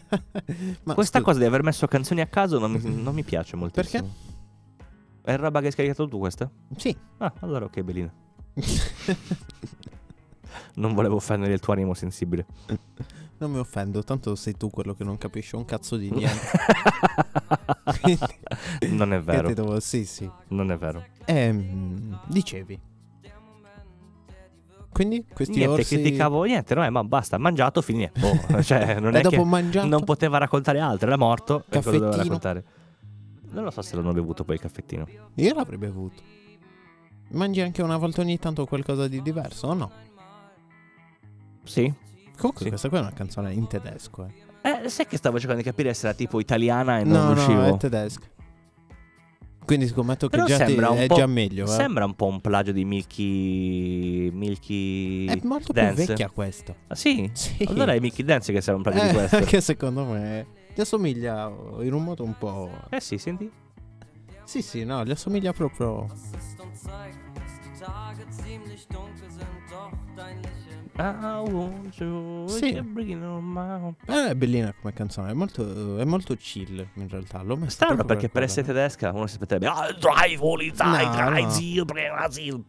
S3: Ah, scusa,
S2: cosa di aver messo canzoni a caso
S3: *laughs*
S2: non mi, non mi piace moltissimo. Perché? È roba che hai scaricato tu questa?
S3: Sì. *laughs*
S2: Ah, allora ok, Belina. Non volevo offendere il tuo animo sensibile.
S3: non mi offendo, tanto sei tu quello che non capisce un
S2: *laughs*
S3: cazzo di niente. Quindi-
S2: non è
S3: Che ti
S2: vero,
S3: devo- Sì, sì.
S2: non è vero.
S3: Ehm, dicevi. Quindi questi
S2: niente,
S3: orsi...
S2: criticavo niente, no, eh, ma basta, ha mangiato,
S3: *laughs*
S2: finì. Boh, cioè, non
S3: E
S2: è
S3: dopo
S2: che
S3: mangiato?
S2: non poteva raccontare altro, era morto. e cosa doveva
S3: Caffettino.
S2: raccontare? Non lo so se l'hanno bevuto poi il caffettino.
S3: Io l'avrei bevuto. Mangi anche una volta ogni tanto qualcosa di diverso, o no?
S2: Sì.
S3: Comunque
S2: Sì.
S3: questa qua è una canzone in tedesco, eh.
S2: Eh, sai che stavo cercando di capire se era tipo italiana e Eh, non
S3: no,
S2: riuscivo.
S3: no, è tedesca. Quindi scommetto che
S2: Però
S3: già ti-
S2: sembra un
S3: è
S2: po'...
S3: già meglio, eh.
S2: Sembra un po' un plagio di Milky... Milky...
S3: È molto
S2: Dance.
S3: più vecchia questa.
S2: Ah, sì?
S3: Sì.
S2: Allora è Milky Dance che sarà un plagio
S3: Eh,
S2: di questo.
S3: *laughs* Che secondo me gli assomiglia oh, in un modo un po'...
S2: Eh sì, senti.
S3: Sì, sì, no, gli assomiglia proprio...
S6: Es ist und zeigt, dass die Tage ziemlich dunkel sind, doch dein Lächeln
S2: I want you,
S3: Sì.
S2: you're breaking on my own.
S3: Eh, è bellina come canzone, è molto, è molto chill in realtà. L'ho messa
S2: Strano
S3: proprio
S2: perché per
S3: quella. *laughs*
S2: essere tedesca uno si aspetterebbe Ah, drive, holy
S3: No,
S2: drive,
S3: no.
S2: zio, Brasil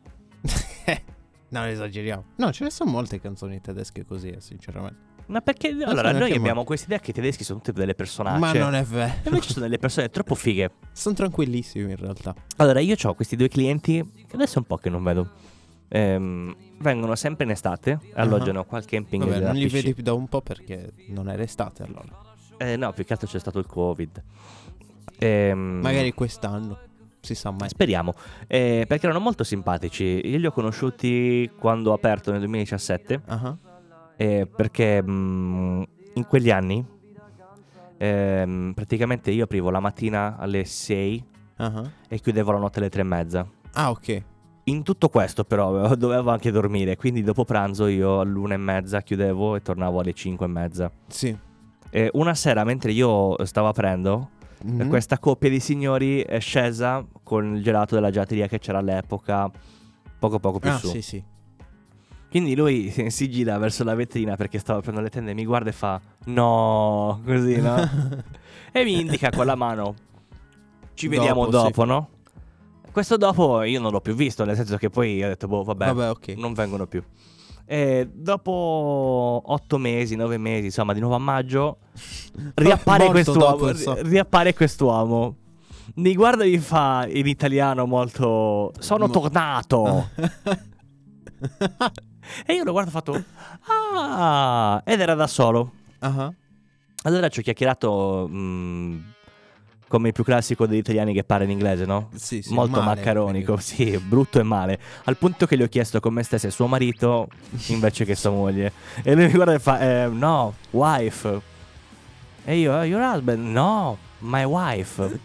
S3: Eh, No, esageriamo. No, ce ne sono molte canzoni tedesche così, eh, sinceramente.
S2: Ma perché allora
S3: neanche
S2: noi
S3: mo-
S2: abbiamo questa idea che i tedeschi sono tutte delle personacce
S3: Ma non
S2: *laughs*
S3: è
S2: E
S3: vero.
S2: invece sono delle persone troppo fighe
S3: sono tranquillissimi in realtà.
S2: Allora, io ho questi due clienti che adesso è un po' che non vedo. Ehm, vengono sempre in estate, alloggiano qua al camping.
S3: Vabbè,
S2: della
S3: non li
S2: piscina.
S3: vedi da un po' perché non era estate allora.
S2: Eh, no, più che altro c'è stato il Covid. Ehm,
S3: Magari quest'anno, si sa mai.
S2: Speriamo, eh, perché erano molto simpatici. Io li ho conosciuti quando ho aperto nel 2017,
S3: Ah,
S2: eh, perché mm, in quegli anni ehm, praticamente io aprivo la mattina alle 6
S3: ah.
S2: e chiudevo la notte alle 3 e mezza.
S3: Ah, ok.
S2: In tutto questo però *laughs* dovevo anche dormire, quindi dopo pranzo io all'una e mezza chiudevo e tornavo alle cinque e mezza.
S3: Sì.
S2: E una sera mentre io stavo aprendo,
S3: Mhm.
S2: questa coppia di signori è scesa con il gelato della gelateria che c'era all'epoca, poco poco più
S3: Ah,
S2: su.
S3: sì, sì.
S2: Quindi lui *laughs* si si gira verso la vetrina perché stava aprendo le tende, mi guarda e fa no, così
S3: *laughs*
S2: no? e mi indica con la mano, ci
S3: Dopo,
S2: vediamo
S3: sì.
S2: dopo, no? Questo dopo io non l'ho più visto, nel senso che poi ho detto boh
S3: Vabbè, ok.
S2: non vengono più. E dopo otto mesi, nove mesi, insomma, di nuovo a maggio, riappare
S3: Morto dopo,
S2: quest'uomo.
S3: insomma.
S2: ri- riappare quest'uomo. Mi guarda e mi fa in italiano molto. Sono
S3: Mo- Eh.
S2: tornato. e io lo guardo e ho fatto. Ah! Ed era da solo.
S3: *laughs* Ah,
S2: Allora ci ho chiacchierato. mm, come il più classico degli italiani che parla in inglese, no?
S3: sì, sì,
S2: molto
S3: male,
S2: maccaronico, sì, brutto e male. Al punto che gli ho chiesto con me stessa è suo marito invece che sua moglie. E lui mi guarda e fa, "Eh, no, wife. E io, "Eh, your husband? No, my wife.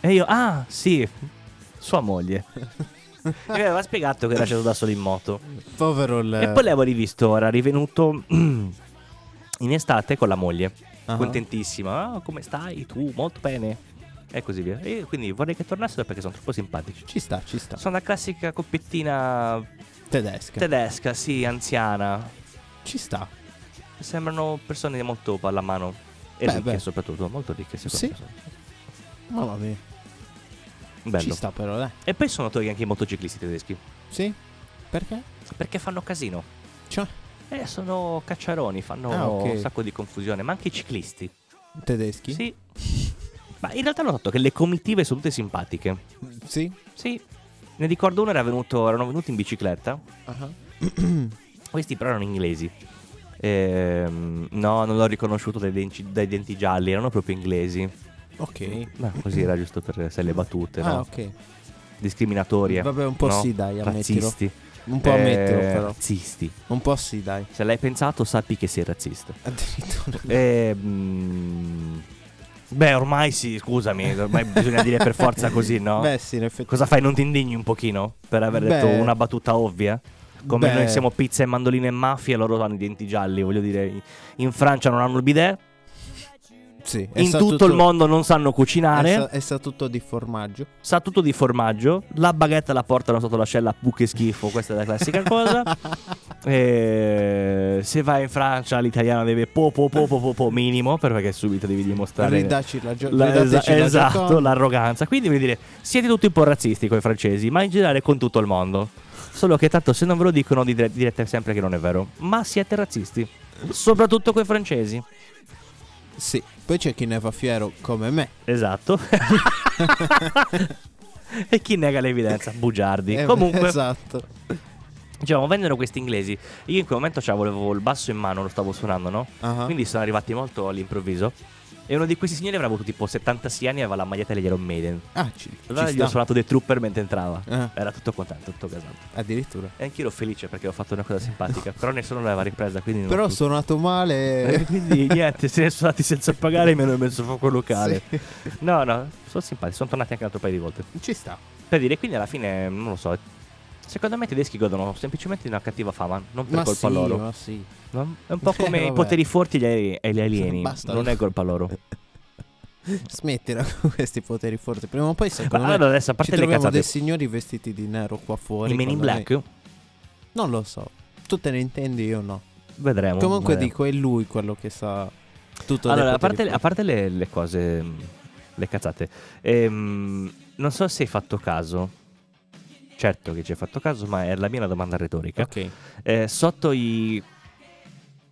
S2: E io, ah, sì, sua
S3: *laughs*
S2: moglie. E mi aveva spiegato che era sceso da solo in moto.
S3: quindi. Povero il...
S2: E poi l'avevo rivisto, era rivenuto *clears throat* in estate con la moglie,
S3: Ah.
S2: contentissima. "Ah, come stai tu? Molto bene. E così via. E quindi vorrei che tornassero perché sono troppo simpatici.
S3: Ci sta, ci sta.
S2: Sono la classica coppettina
S3: Tedesca.
S2: tedesca, sì, anziana.
S3: Ci sta.
S2: Sembrano persone molto alla mano. E
S3: Beh,
S2: ricche
S3: beh.
S2: soprattutto, molto ricche
S3: Sì.
S2: secondo me.
S3: Mamma mia. Ci
S2: Bello.
S3: sta però, dai.
S2: E poi sono noti anche i motociclisti tedeschi.
S3: Sì? Perché?
S2: Perché fanno casino.
S3: Cioè,
S2: Eh, sono cacciaroni, fanno
S3: Ah, ok.
S2: un sacco di confusione, ma anche i ciclisti.
S3: tedeschi?
S2: Sì. Ma in realtà l'ho notato che le comitive sono tutte simpatiche.
S3: Sì.
S2: Sì. Ne ricordo uno era venuto, erano venuti in bicicletta.
S3: Ah. *clears throat*
S2: Questi però erano inglesi. Ehm, no, non l'ho riconosciuto dai denci- dai denti, gialli, erano proprio inglesi.
S3: Ok.
S2: Ma così era giusto per sai, le battute,
S3: Ah,
S2: no?
S3: ok.
S2: Discriminatorie.
S3: Vabbè, un po'
S2: no?
S3: sì, dai, ammettilo.
S2: Razzisti.
S3: Un po' ammetto,
S2: Eh,
S3: però.
S2: Razzisti.
S3: Un po' sì, dai. *laughs*
S2: Se l'hai pensato, sappi che sei razzista.
S3: Addirittura.
S2: Ehm, beh, ormai sì, scusami, ormai bisogna dire per forza così, no?
S3: *laughs* Beh, sì, in effetti.
S2: Cosa fai? Non ti indigni un pochino per aver
S3: Beh.
S2: detto una battuta ovvia? Come
S3: Beh.
S2: noi siamo pizza e mandolino e mafia, loro hanno i denti gialli, voglio dire, in Francia non hanno il bidet,
S3: Sì,
S2: in
S3: sa
S2: tutto, il mondo non sanno cucinare,
S3: È, sa- è sa tutto di formaggio.
S2: sa tutto di formaggio, la baguette la portano sotto l'ascella, puh che schifo, questa è la
S3: *laughs*
S2: classica cosa. E se vai in Francia l'italiano deve po po po po po, po minimo, perché subito devi dimostrare...
S3: Ridaci la gio-
S2: La-
S3: ridateci
S2: esa-
S3: la
S2: esatto,
S3: Gioconda.
S2: l'arroganza. Quindi voglio dire, siete tutti un po' razzisti con i francesi, ma in generale con tutto il mondo. Solo che tanto se non ve lo dicono dire- direte sempre che non è vero. Ma siete razzisti. Soprattutto con i francesi.
S3: Sì. Poi c'è chi ne va fiero come me.
S2: Esatto. *laughs* e chi nega l'evidenza? Bugiardi.
S3: Eh,
S2: Comunque,
S3: *laughs* Esatto.
S2: diciamo, vennero questi inglesi. Io in quel momento avevo il basso in mano, lo stavo suonando, no?
S3: Ah.
S2: Quindi sono arrivati molto all'improvviso. E uno di questi signori avrà avuto tipo 76 anni e aveva la maglietta degli Iron Maiden.
S3: Ah, ci, ci
S2: Allora gli
S3: sta.
S2: ho suonato dei trooper mentre entrava.
S3: Ah.
S2: Era tutto contento, tutto casato.
S3: Addirittura.
S2: Eh. E anch'io ero felice perché ho fatto una cosa simpatica. però nessuno l'aveva ripresa, quindi non
S3: Però ho suonato
S2: Eh,
S3: male.
S2: quindi niente, se ne sono andati senza pagare e mi hanno messo fuoco il locale.
S3: Sì.
S2: No, no, sono simpatici, sono tornati anche un altro paio di volte.
S3: *laughs* Ci sta.
S2: Per dire, quindi alla fine, non lo so, secondo me i tedeschi godono semplicemente di una cattiva fama, non per
S3: Ma
S2: colpa
S3: sì,
S2: loro.
S3: ma sì.
S2: No? È un po' come
S3: *laughs* Eh,
S2: i
S3: vabbè.
S2: poteri forti e gli ali- e gli alieni,
S3: Basta. Eh,
S2: non è colpa loro.
S3: Smettila *laughs* con questi poteri forti. Prima o poi, secondo
S2: Ma
S3: me,
S2: allora adesso, a
S3: ci
S2: parte le
S3: troviamo
S2: cazzate,
S3: dei signori vestiti di nero qua fuori.
S2: i Men in
S3: quando noi-
S2: Black...
S3: Non lo so. Tu te ne intendi, io no.
S2: Vedremo.
S3: Comunque
S2: vedremo.
S3: dico, è lui quello che sa tutto dei
S2: Allora, a
S3: poteri
S2: parte, a
S3: forti.
S2: parte le, le cose, mh, le cazzate, ehm, non so se hai fatto caso, certo che ci hai fatto caso, ma è la mia una domanda retorica.
S3: Ok.
S2: Eh, sotto i-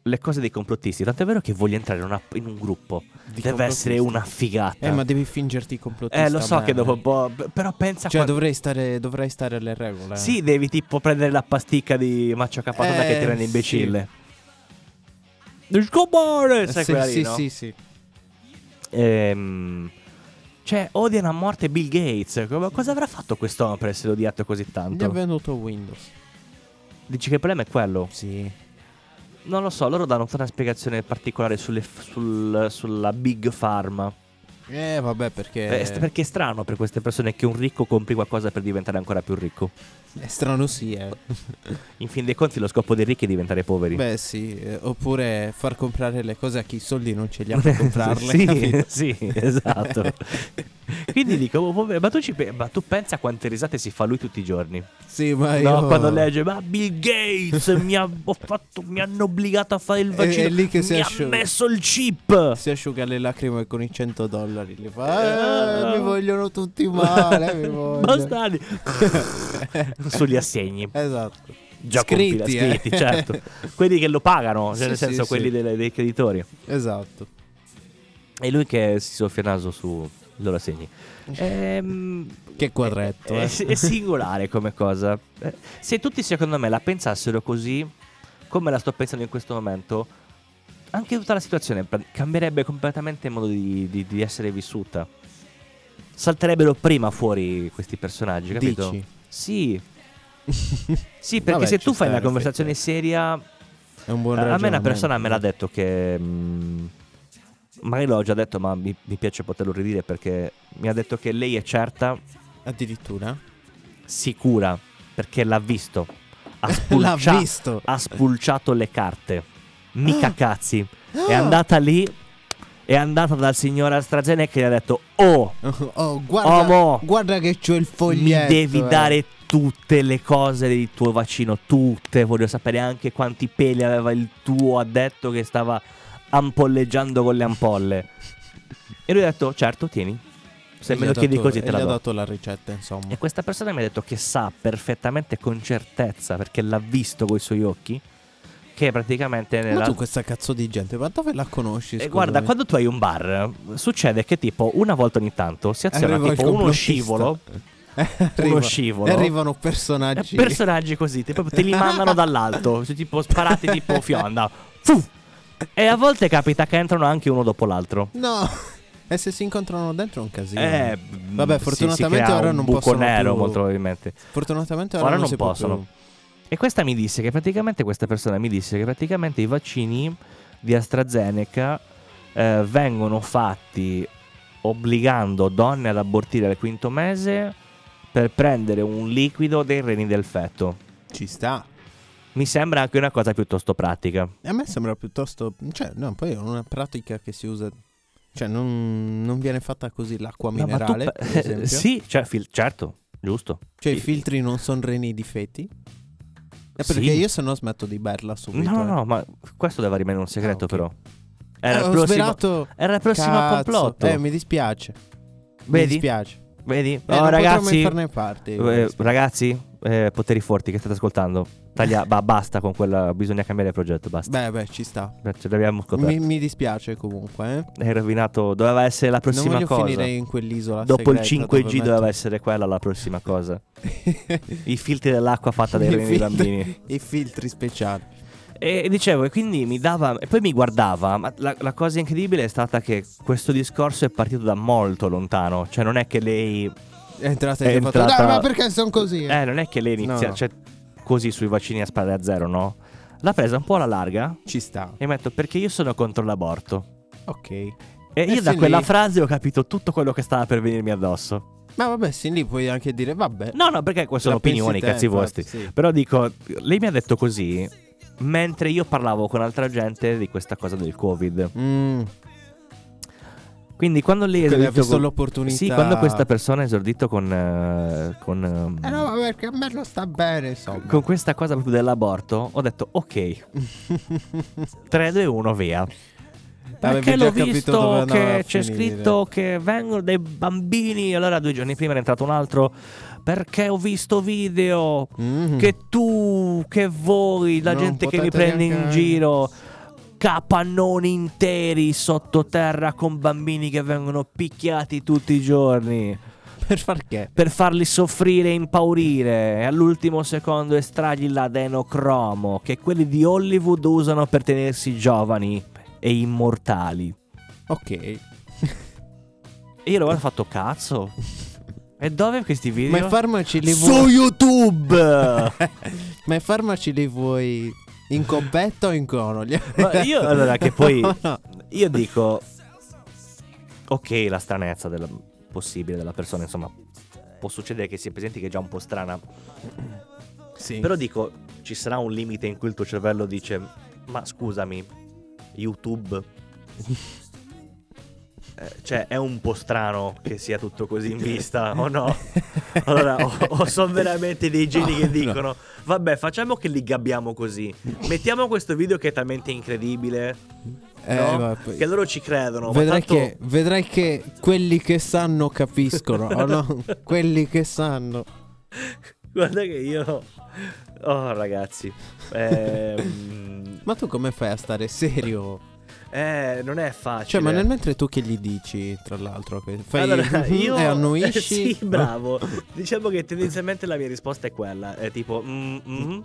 S2: le cose dei complottisti, tant'è vero che voglio entrare in, una- in un gruppo, deve essere una figata.
S3: Eh, ma devi fingerti complottista.
S2: Eh, lo so
S3: ma-
S2: che dopo un po', b- però pensa
S3: Cioè,
S2: qua-
S3: dovrei stare, dovrei stare alle regole.
S2: Sì, devi tipo prendere la pasticca di Maccio Capatona che
S3: Eh,
S2: ti rende
S3: sì. Eh,
S2: imbecille. Scompare! Sai
S3: sì,
S2: quella lì,
S3: sì,
S2: no?
S3: sì, sì.
S2: Ehm, cioè, odiano a morte Bill Gates. Co- Cosa avrà fatto quest'uomo per essere odiato così
S3: Gli è
S2: tanto?
S3: venuto Windows.
S2: Dici che il problema è quello?
S3: Sì.
S2: Non lo so, loro danno tutta una spiegazione particolare sulle f- sul- sulla Big Pharma.
S3: Eh, vabbè, perché.
S2: Eh, st- perché è strano per queste persone che un ricco compri qualcosa per diventare ancora più ricco.
S3: È strano, sì, eh.
S2: In fin dei conti, lo scopo dei ricchi è diventare poveri. *laughs*
S3: Beh, sì. eh, Oppure far comprare le cose a chi i soldi non ce li ha *laughs* per comprarle.
S2: sì,
S3: capito?
S2: sì, esatto. Quindi dico, oh, vabbè, ma tu, ci pe- ma tu pensa quante risate si fa lui tutti i giorni?
S3: *laughs* Sì, ma
S2: No,
S3: Eh, io.
S2: quando legge, ma Bill Gates mi, ha- ho fatto- mi hanno obbligato a fare il
S3: È-
S2: vaccino.
S3: è lì che
S2: mi
S3: si
S2: ha
S3: asciuga.
S2: messo il chip.
S3: Si asciuga le lacrime con i 100 dollari. Li
S2: Eh,
S3: fa. "Eh, mi vogliono tutti male.
S2: *laughs*
S3: *laughs* mi vogliono.
S2: Bastardi. Sugli assegni.
S3: Esatto.
S2: Già
S3: Scritti,
S2: compila-
S3: eh.
S2: scritti, certo. Quelli che lo pagano, cioè
S3: Sì,
S2: nel
S3: sì,
S2: senso
S3: sì.
S2: quelli delle- dei creditori.
S3: *laughs* Esatto.
S2: E lui che si soffia il naso su loro assegni. Ehm,
S3: Che quadretto,
S2: È,
S3: eh.
S2: è singolare come cosa. Eh, Se tutti, secondo me, la pensassero così, come la sto pensando in questo momento, anche tutta la situazione pra- cambierebbe completamente il modo di, di- di essere vissuta. Salterebbero prima fuori questi personaggi, capito?
S3: Dici? *laughs*
S2: Sì. sì, perché
S3: Vabbè,
S2: se
S3: ci
S2: tu
S3: sta,
S2: fai una
S3: in
S2: conversazione seria,
S3: È un buon
S2: a me una
S3: ragionamento.
S2: persona me l'ha detto che... mm, magari l'ho già detto, ma mi, mi piace poterlo ridire perché mi ha detto che lei è certa
S3: Addirittura? *laughs*
S2: sicura perché l'ha visto. Ha,
S3: *laughs* L'ha
S2: spulcia-
S3: visto.
S2: ha spulciato le carte. Mica cazzi. È
S3: Ah.
S2: andata lì. È andata dal signor AstraZeneca e gli ha detto: Oh,
S3: Oh, guarda,
S2: Omo,
S3: guarda che c'ho il
S2: mi
S3: foglietto.
S2: devi
S3: eh.
S2: dare tutte le cose del tuo vaccino. Tutte. Voglio sapere anche quanti peli aveva il tuo addetto che stava ampolleggiando con le ampolle. E lui ha detto: Certo, tieni. Se
S3: E
S2: me
S3: gli
S2: lo
S3: ha
S2: chiedi
S3: dato-
S2: così,
S3: e
S2: te la
S3: gli ha
S2: do.
S3: dato la ricetta, insomma.
S2: E questa persona mi ha detto che sa perfettamente con certezza, perché l'ha visto coi suoi occhi, che praticamente
S3: Ma
S2: nella...
S3: tu eh? questa cazzo di gente, ma dove la conosci?
S2: E
S3: scusami?
S2: Eh, guarda,
S3: *laughs*
S2: quando tu hai un bar, succede che tipo una volta ogni tanto si aziona
S3: Arriva il
S2: tipo uno
S3: complottista.
S2: scivolo,
S3: *laughs* Arriva-
S2: uno scivolo.
S3: Arrivano
S2: eh,
S3: personaggi.
S2: personaggi così, te,
S3: *laughs*
S2: proprio te li mandano dall'alto, cioè, tipo sparati tipo fionda. Fu! E a volte capita che entrano anche uno dopo l'altro.
S3: no. *laughs* E se si incontrano dentro è un casino.
S2: Eh, si-
S3: Vabbè,
S2: si
S3: fortunatamente
S2: crea
S3: ora
S2: un
S3: non
S2: buco
S3: possono
S2: nero
S3: più-
S2: molto probabilmente.
S3: Fortunatamente ora,
S2: Ora non
S3: si può
S2: possono.
S3: più.
S2: E questa mi disse che praticamente questa persona mi disse che praticamente i vaccini di AstraZeneca eh, vengono fatti obbligando donne ad abortire al quinto mese per prendere un liquido dei reni del feto.
S3: Ci sta.
S2: Mi sembra anche una cosa piuttosto pratica.
S3: A me sembra piuttosto. Cioè, no, poi è una pratica che si usa. Cioè, non, non viene fatta così l'acqua
S2: No, ma tu
S3: minerale.
S2: pe-
S3: per esempio.
S2: *laughs* sì, cioè, fil- certo, giusto.
S3: Cioè, i filtri non sono reni di feti? Eh, perché
S2: Sì.
S3: io se no smetto di berla subito.
S2: No, no,
S3: eh.
S2: no, ma questo deve rimanere un segreto
S3: Ah, ok.
S2: però.
S3: Eh,
S2: Era il
S3: ho
S2: prossimo,
S3: svelato-
S2: era il prossimo
S3: Cazzo.
S2: complotto.
S3: Eh, mi dispiace. Mi
S2: Vedi?
S3: dispiace.
S2: Vedi?
S3: Eh,
S2: oh,
S3: non
S2: ragazzi,
S3: potremmo farne parte.
S2: Eh, ragazzi, eh, poteri forti che state ascoltando.
S3: *laughs*
S2: Taglia, ba- basta con quella. Bisogna cambiare il progetto. Basta.
S3: Beh, beh, ci sta.
S2: Beh, ce l'abbiamo scoperto.
S3: Mi, mi dispiace comunque. Eh.
S2: Hai rovinato. Doveva essere la
S3: Non
S2: prossima
S3: voglio
S2: cosa.
S3: finire in quell'isola.
S2: Dopo il
S3: segreta
S2: 5G
S3: dove
S2: doveva
S3: *laughs* metto-
S2: essere quella la prossima cosa. I filtri dell'acqua fatta dai
S3: *laughs* I
S2: reni dei
S3: filtri-
S2: bambini.
S3: I filtri speciali.
S2: E dicevo, e quindi mi dava. E poi mi guardava. Ma la, la cosa incredibile è stata che questo discorso è partito da molto lontano. Cioè, non è che lei.
S3: È entrata
S2: È
S3: e ti ha fatto,
S2: entrata-
S3: "Dai, ma perché sono così? eh?"
S2: Eh, non è che lei inizia.
S3: No, no.
S2: Cioè, così sui vaccini a spade a zero, no? L'ha presa un po' alla larga.
S3: Ci sta.
S2: E metto perché io sono contro l'aborto.
S3: Ok.
S2: E
S3: Eh
S2: io
S3: sì,
S2: da
S3: lì.
S2: quella frase ho capito tutto quello che stava per venirmi addosso.
S3: Ma vabbè, sin lì puoi anche dire, vabbè.
S2: No, no, perché queste sono
S3: La pensi
S2: opinioni,
S3: te,
S2: cazzi
S3: infatti,
S2: vostri.
S3: sì.
S2: Però dico, lei mi ha detto così mentre io parlavo con altra gente di questa cosa del Covid.
S3: Mm,
S2: Quindi quando lei ha
S3: Quindi ha
S2: esordito
S3: visto
S2: con-
S3: l'opportunità.
S2: Sì, quando questa persona ha esordito con. eh, con, ehm,
S3: Eh no, ma perché a me lo sta bene, insomma. *laughs*
S2: con questa cosa proprio dell'aborto, ho detto ok. 3, 2, 1, via.
S3: Avevi
S2: Perché
S3: già
S2: l'ho
S3: capito dove
S2: visto
S3: andava a
S2: che c'è
S3: finire.
S2: scritto che vengono dei bambini. Allora, due giorni prima è entrato un altro. Perché ho visto video
S3: Mhm.
S2: che tu, che voi, la
S3: Non
S2: gente che mi
S3: potete
S2: prende in
S3: neanche-
S2: giro, capannoni interi sottoterra con bambini che vengono picchiati tutti i giorni
S3: Per far che?
S2: per farli soffrire e impaurire e all'ultimo secondo estragli l'adenocromo che quelli di Hollywood usano per tenersi giovani e immortali.
S3: Ok.
S2: E io l'ho guardato e ho fatto
S3: *laughs*
S2: cazzo. E dove questi
S3: Eh. Ma
S2: video?
S3: i farmaci li
S2: Su
S3: vuoi.
S2: YouTube!
S3: Ma i farmaci li vuoi in coppetta o in cono? Gli-
S2: *laughs* Ma io allora
S3: *laughs*
S2: che poi
S3: No, no.
S2: io dico ok, la stranezza della, possibile della persona, insomma, può succedere che si presenti che è già un po' strana,
S3: Sì.
S2: Però dico, ci sarà un limite in cui il tuo cervello dice: Ma scusami, YouTube.
S3: *laughs*
S2: Eh, Cioè, è un po' strano che sia tutto così in vista, o
S3: *laughs*
S2: no? Allora, o, o sono veramente dei geni che dicono: Vabbè, facciamo che li gabbiamo così. Mettiamo questo video che è talmente incredibile.
S3: Eh,
S2: no?
S3: ma poi-
S2: Che loro ci credono. ma
S3: vedrai,
S2: tanto-
S3: che, vedrai che quelli che sanno capiscono, o no? Quelli che sanno.
S2: *laughs* Guarda che io. Oh, ragazzi. Ehm,
S3: *laughs* Ma tu come fai a stare serio?
S2: eh, non è facile.
S3: Cioè, ma nel mentre tu che gli dici, tra l'altro, che fai *laughs*
S2: Allora, io
S3: e eh, annuisci?
S2: *laughs*
S3: *laughs*
S2: Sì, bravo. Diciamo che tendenzialmente la mia risposta è quella, è tipo mm, mm.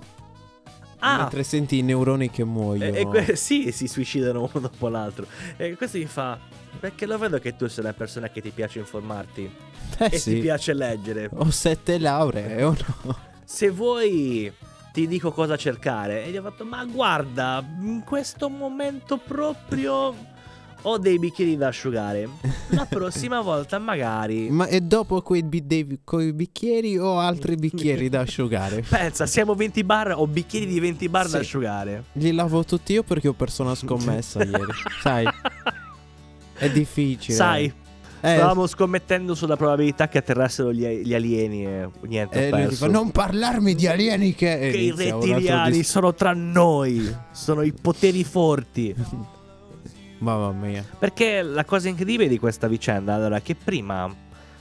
S2: Ah,
S3: Mentre senti i neuroni che muoiono.
S2: e, e que- sì, si suicidano uno dopo l'altro. E questo mi fa perché lo vedo che tu sei una persona che ti piace informarti
S3: Eh
S2: e ti
S3: sì. Oh.
S2: piace leggere.
S3: Ho sette lauree eh, o no?
S2: Se vuoi ti dico cosa cercare e gli ho fatto "Ma guarda, in questo momento proprio
S3: *laughs*
S2: ho dei bicchieri da asciugare. La prossima volta magari
S3: Ma e dopo quei bi- dei- coi bicchieri o altri
S2: *laughs*
S3: bicchieri da asciugare?
S2: Pensa, siamo 20 bar, ho bicchieri di 20 bar da
S3: Sì.
S2: asciugare.
S3: Li lavo tutti io perché ho perso
S2: *laughs*
S3: una scommessa ieri. Sai, è difficile.
S2: Sai,
S3: Eh,
S2: stavamo scommettendo sulla probabilità che atterrassero gli, gli alieni e niente, ho
S3: e Eh, lui
S2: perso.
S3: ti fa, non parlarmi di alieni che... e
S2: Che i
S3: inizia un altro
S2: rettiliani
S3: dis-
S2: sono tra noi, sono i poteri forti.
S3: Mamma mia.
S2: Perché la cosa incredibile di questa vicenda, allora, è che prima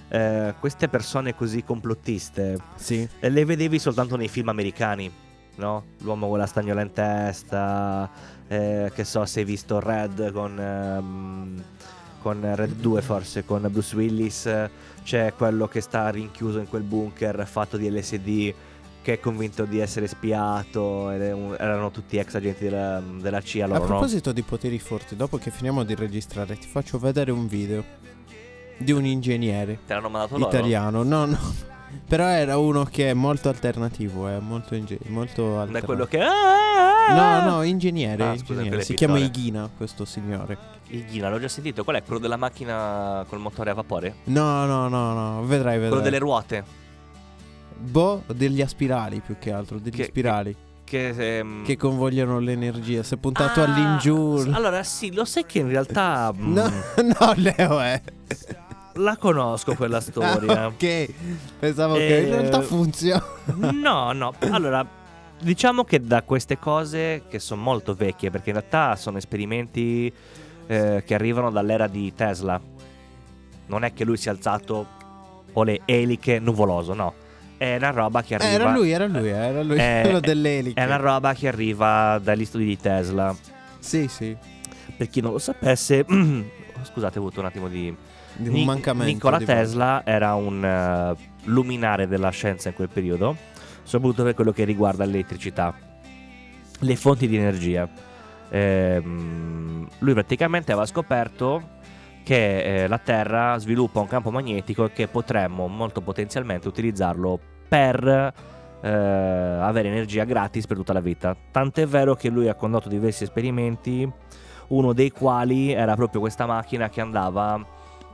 S2: eh, queste persone così complottiste
S3: Sì.
S2: eh, le vedevi soltanto nei film americani, no? L'uomo con la stagnola in testa, eh, che so, se hai visto Red con, ehm, con Red 2 forse, con Bruce Willis, eh, c'è quello che sta rinchiuso in quel bunker fatto di LSD che è convinto di essere spiato, ed è un- erano tutti ex agenti della, della CIA,
S3: A
S2: loro no?
S3: proposito di poteri forti, dopo che finiamo di registrare ti faccio vedere un video di un ingegnere
S2: Te l'hanno mandato loro?
S3: italiano. No, no. Però era uno che è molto alternativo, è molto, inge- molto
S2: Non è
S3: alternativo.
S2: quello che...
S3: No, no, ingegnere.
S2: Ah, scusa,
S3: ingegnere.
S2: quello è
S3: Si
S2: pittore.
S3: chiama Ighina questo signore.
S2: Il Ghina, l'ho già sentito, qual è? Quello della macchina col motore a vapore?
S3: No, no, no, no. Vedrai, vedrai.
S2: Quello delle ruote?
S3: Boh, degli aspirali più che altro. Degli
S2: Che-
S3: spirali
S2: Che, ehm,
S3: che convogliano l'energia. Se puntato
S2: Ah,
S3: all'ingiù.
S2: s- Allora, sì, lo sai che in realtà mh,
S3: No,
S2: Mm.
S3: *laughs* no, Leo, eh.
S2: la conosco
S3: *laughs*
S2: quella
S3: Ah,
S2: storia.
S3: ok. Pensavo che in
S2: Eh,
S3: realtà funziona.
S2: No, no. Allora, diciamo che da queste cose che sono molto vecchie, perché in realtà sono esperimenti eh, che arrivano dall'era di Tesla. Non è che lui si è alzato o le eliche nuvoloso, no. È una roba che
S3: Eh,
S2: arriva.
S3: era lui, era lui, era lui.
S2: Eh,
S3: *laughs* quello delle eliche.
S2: È una roba che arriva dagli studi di Tesla.
S3: Sì, sì.
S2: Per chi non lo sapesse, *clears throat* scusate, ho avuto un attimo di
S3: Di un
S2: Ni-
S3: mancamento.
S2: Nikola
S3: di-
S2: Tesla era un eh, luminare della scienza in quel periodo, soprattutto per quello che riguarda l'elettricità, le fonti di energia. Ehm, lui praticamente aveva scoperto che eh, la Terra sviluppa un campo magnetico e che potremmo molto potenzialmente utilizzarlo per eh, avere energia gratis per tutta la vita. Tant'è vero che lui ha condotto diversi esperimenti, uno dei quali era proprio questa macchina che andava